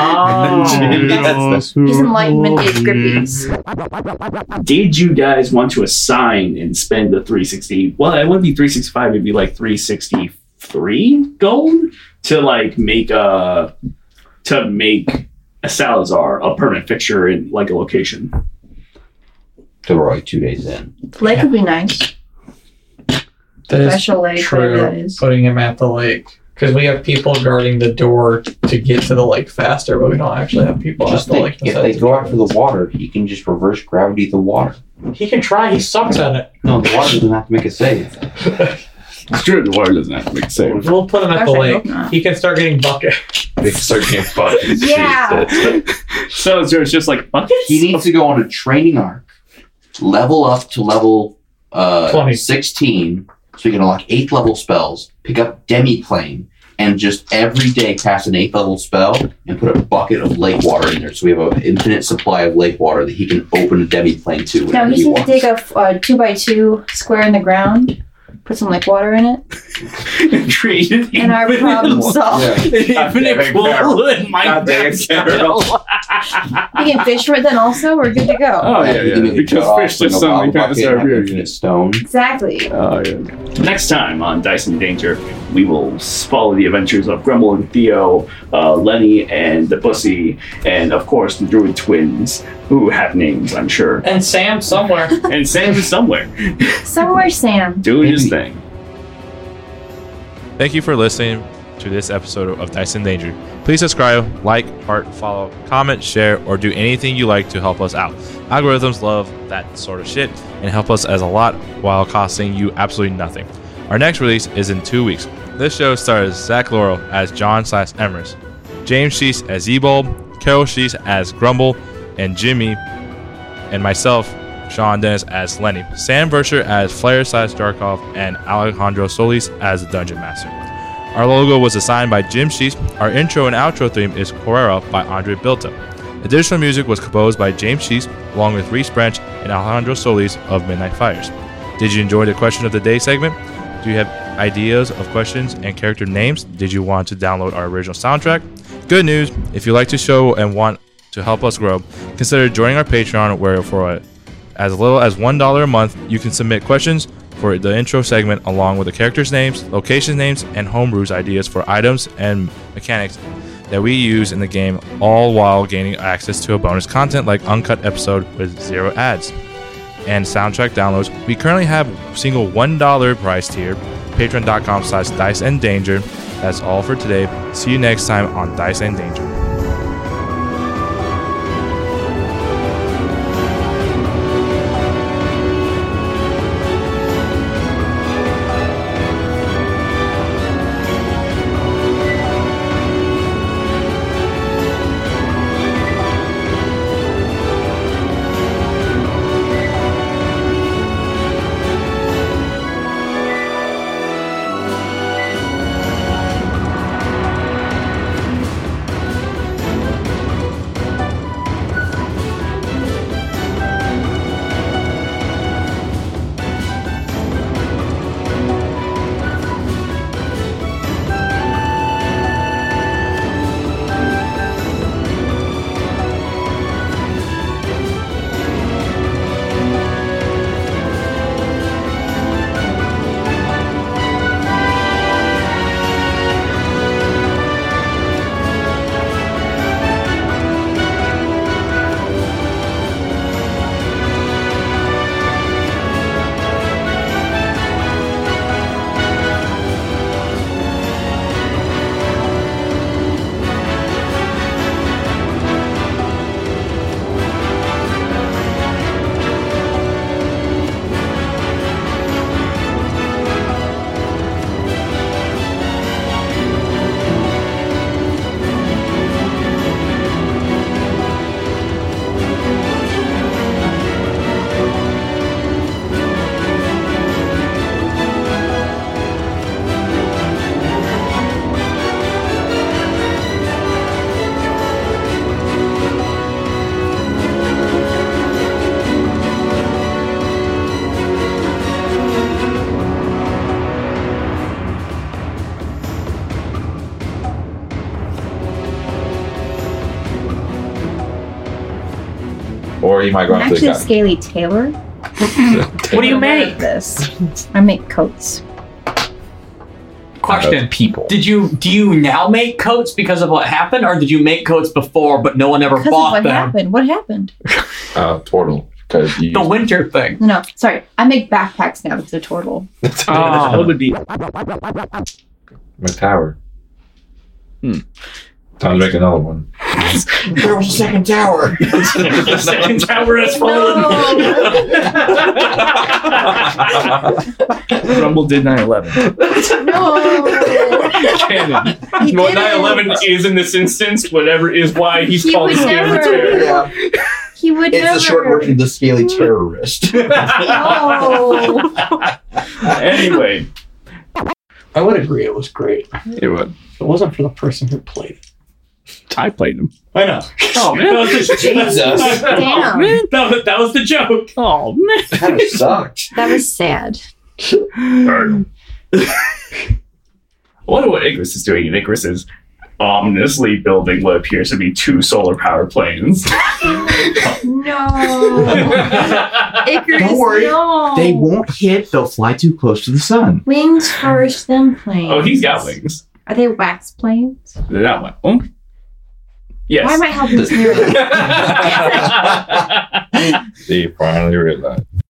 [SPEAKER 7] That's-
[SPEAKER 4] He's enlightenment age grippies.
[SPEAKER 7] Did you guys want to assign and spend the 360? Well, it wouldn't be 365, it'd be like 363 gold to like make a to make a Salazar a permanent fixture in like a location.
[SPEAKER 2] to Roy two days in.
[SPEAKER 4] Lake would be nice.
[SPEAKER 5] That is
[SPEAKER 4] Special lake,
[SPEAKER 5] true.
[SPEAKER 4] whatever that is.
[SPEAKER 5] Putting him at the lake because we have people guarding the door to get to the lake faster, but we don't actually have people
[SPEAKER 2] Just
[SPEAKER 5] at the
[SPEAKER 2] think, if
[SPEAKER 5] lake.
[SPEAKER 2] they go out for the water, he can just reverse gravity the water.
[SPEAKER 5] He can try. He sucks at it.
[SPEAKER 2] No, the water doesn't have to make a save.
[SPEAKER 34] It's true. The water doesn't have to make sense.
[SPEAKER 5] We'll put him at the
[SPEAKER 34] Okay,
[SPEAKER 5] lake. He can start getting bucket.
[SPEAKER 34] They start getting fun.
[SPEAKER 4] Yeah.
[SPEAKER 7] So there's just like buckets.
[SPEAKER 2] He needs to go on a training arc, level up to level uh,
[SPEAKER 5] 20.
[SPEAKER 2] 16, so he can unlock eighth level spells, pick up Demiplane, and just every day cast an eighth level spell and put a bucket of lake water in there. So we have an infinite supply of lake water that he can open a Demiplane to.
[SPEAKER 4] Now
[SPEAKER 2] whenever
[SPEAKER 4] he's
[SPEAKER 2] he
[SPEAKER 4] going to
[SPEAKER 2] wants.
[SPEAKER 4] dig a f- uh, two by two square in the ground, put some like water in it,
[SPEAKER 7] Created
[SPEAKER 4] and our problem solved.
[SPEAKER 7] Infinite pool in Minecraft style.
[SPEAKER 4] We can fish for it then also. We're good to go.
[SPEAKER 7] Oh, yeah, yeah. Because fish
[SPEAKER 2] in
[SPEAKER 7] is
[SPEAKER 2] a
[SPEAKER 7] something
[SPEAKER 2] wild
[SPEAKER 7] kind of
[SPEAKER 2] bucket and have
[SPEAKER 7] severe.
[SPEAKER 2] infinite stone.
[SPEAKER 4] Exactly.
[SPEAKER 7] Oh, yeah. Next time on Dyson Danger, we will follow the adventures of Grumble and Theo, uh, Lenny and the Pussy, and of course the Druid twins, who have names, I'm sure.
[SPEAKER 5] And Sam somewhere.
[SPEAKER 7] and Sam is somewhere,
[SPEAKER 4] Somewhere, Sam.
[SPEAKER 7] doing his thing.
[SPEAKER 6] Thank you for listening to this episode of Dyson Danger. Please subscribe, like, heart, follow, comment, share, or do anything you like to help us out. Algorithms love that sort of shit and help us as a lot while costing you absolutely nothing. Our next release is in two weeks. This show stars Zach Laurel as John slash Emrys, James Sheese as Ebold, Carol Sheese as Grumble, and Jimmy and myself, Sean Dennis as Lenny, Sam Vercher as Flair slash Darkov, and Alejandro Solis as the Dungeon Master. Our logo was assigned by Jim Sheets. Our intro and outro theme is Corera by Andre Bilta. Additional music was composed by James Sheets, along with Reese Branch and Alejandro Solis of Midnight Fires. Did you enjoy the question of the day segment? Do you have ideas of questions and character names? Did you want to download our original soundtrack? Good news! If you like the show and want to help us grow, consider joining our Patreon, where for a- as little as one dollar a month, you can submit questions for the intro segment along with the characters' names, location names, and homebrews ideas for items and mechanics that we use in the game, all while gaining access to a bonus content like uncut episode with zero ads and soundtrack downloads. We currently have single $1 price tier, patreon.com slash dice and danger. That's all for today. See you next time on Dice and Danger. Or you might go after the guy.
[SPEAKER 4] actually Scaly Taylor.
[SPEAKER 6] what
[SPEAKER 4] do you make? This. I make coats.
[SPEAKER 5] Question:
[SPEAKER 35] People,
[SPEAKER 5] did you do you now make coats because of what happened, or did you make coats before but no one ever
[SPEAKER 4] Because of
[SPEAKER 5] bought
[SPEAKER 4] what
[SPEAKER 5] them?
[SPEAKER 4] happened. What happened?
[SPEAKER 6] Uh, Tortle. Because you.
[SPEAKER 5] The winter thing.
[SPEAKER 4] No, no, sorry. I make backpacks now because of Tortle.
[SPEAKER 6] Oh.
[SPEAKER 13] would be
[SPEAKER 6] My tower. Hmm. Time to make another one.
[SPEAKER 7] There was a second tower. the second tower has fallen.
[SPEAKER 13] Rumble did 9/11.
[SPEAKER 7] Canon. Well, 9/11 is in this instance. Whatever is why he's
[SPEAKER 4] He
[SPEAKER 7] called
[SPEAKER 4] would
[SPEAKER 7] the Stanley
[SPEAKER 4] never.
[SPEAKER 7] Terror.
[SPEAKER 4] He would
[SPEAKER 2] It's
[SPEAKER 4] never.
[SPEAKER 2] the short version of the scaly terrorist.
[SPEAKER 4] Oh.
[SPEAKER 7] anyway,
[SPEAKER 13] I would agree. It was great.
[SPEAKER 7] It would.
[SPEAKER 13] It wasn't for the person who played it. I played him.
[SPEAKER 5] I know.
[SPEAKER 13] Oh
[SPEAKER 7] That was the-
[SPEAKER 36] Damn.
[SPEAKER 7] That, was, that was the joke.
[SPEAKER 13] Oh man,
[SPEAKER 7] kind of sucked.
[SPEAKER 36] That was sad.
[SPEAKER 7] I wonder what Icarus is doing. And Icarus is ominously building what appears to be two solar power planes.
[SPEAKER 4] No.
[SPEAKER 37] Icarus,
[SPEAKER 2] Don't worry.
[SPEAKER 7] Oh.
[SPEAKER 37] no.
[SPEAKER 2] They won't hit. They'll fly too close to the sun.
[SPEAKER 37] Wings first, then planes.
[SPEAKER 7] oh, he's got wings.
[SPEAKER 37] Are they wax planes?
[SPEAKER 7] That one. Oh. Yes.
[SPEAKER 37] Why am I helping this narrative?
[SPEAKER 6] They finally realized.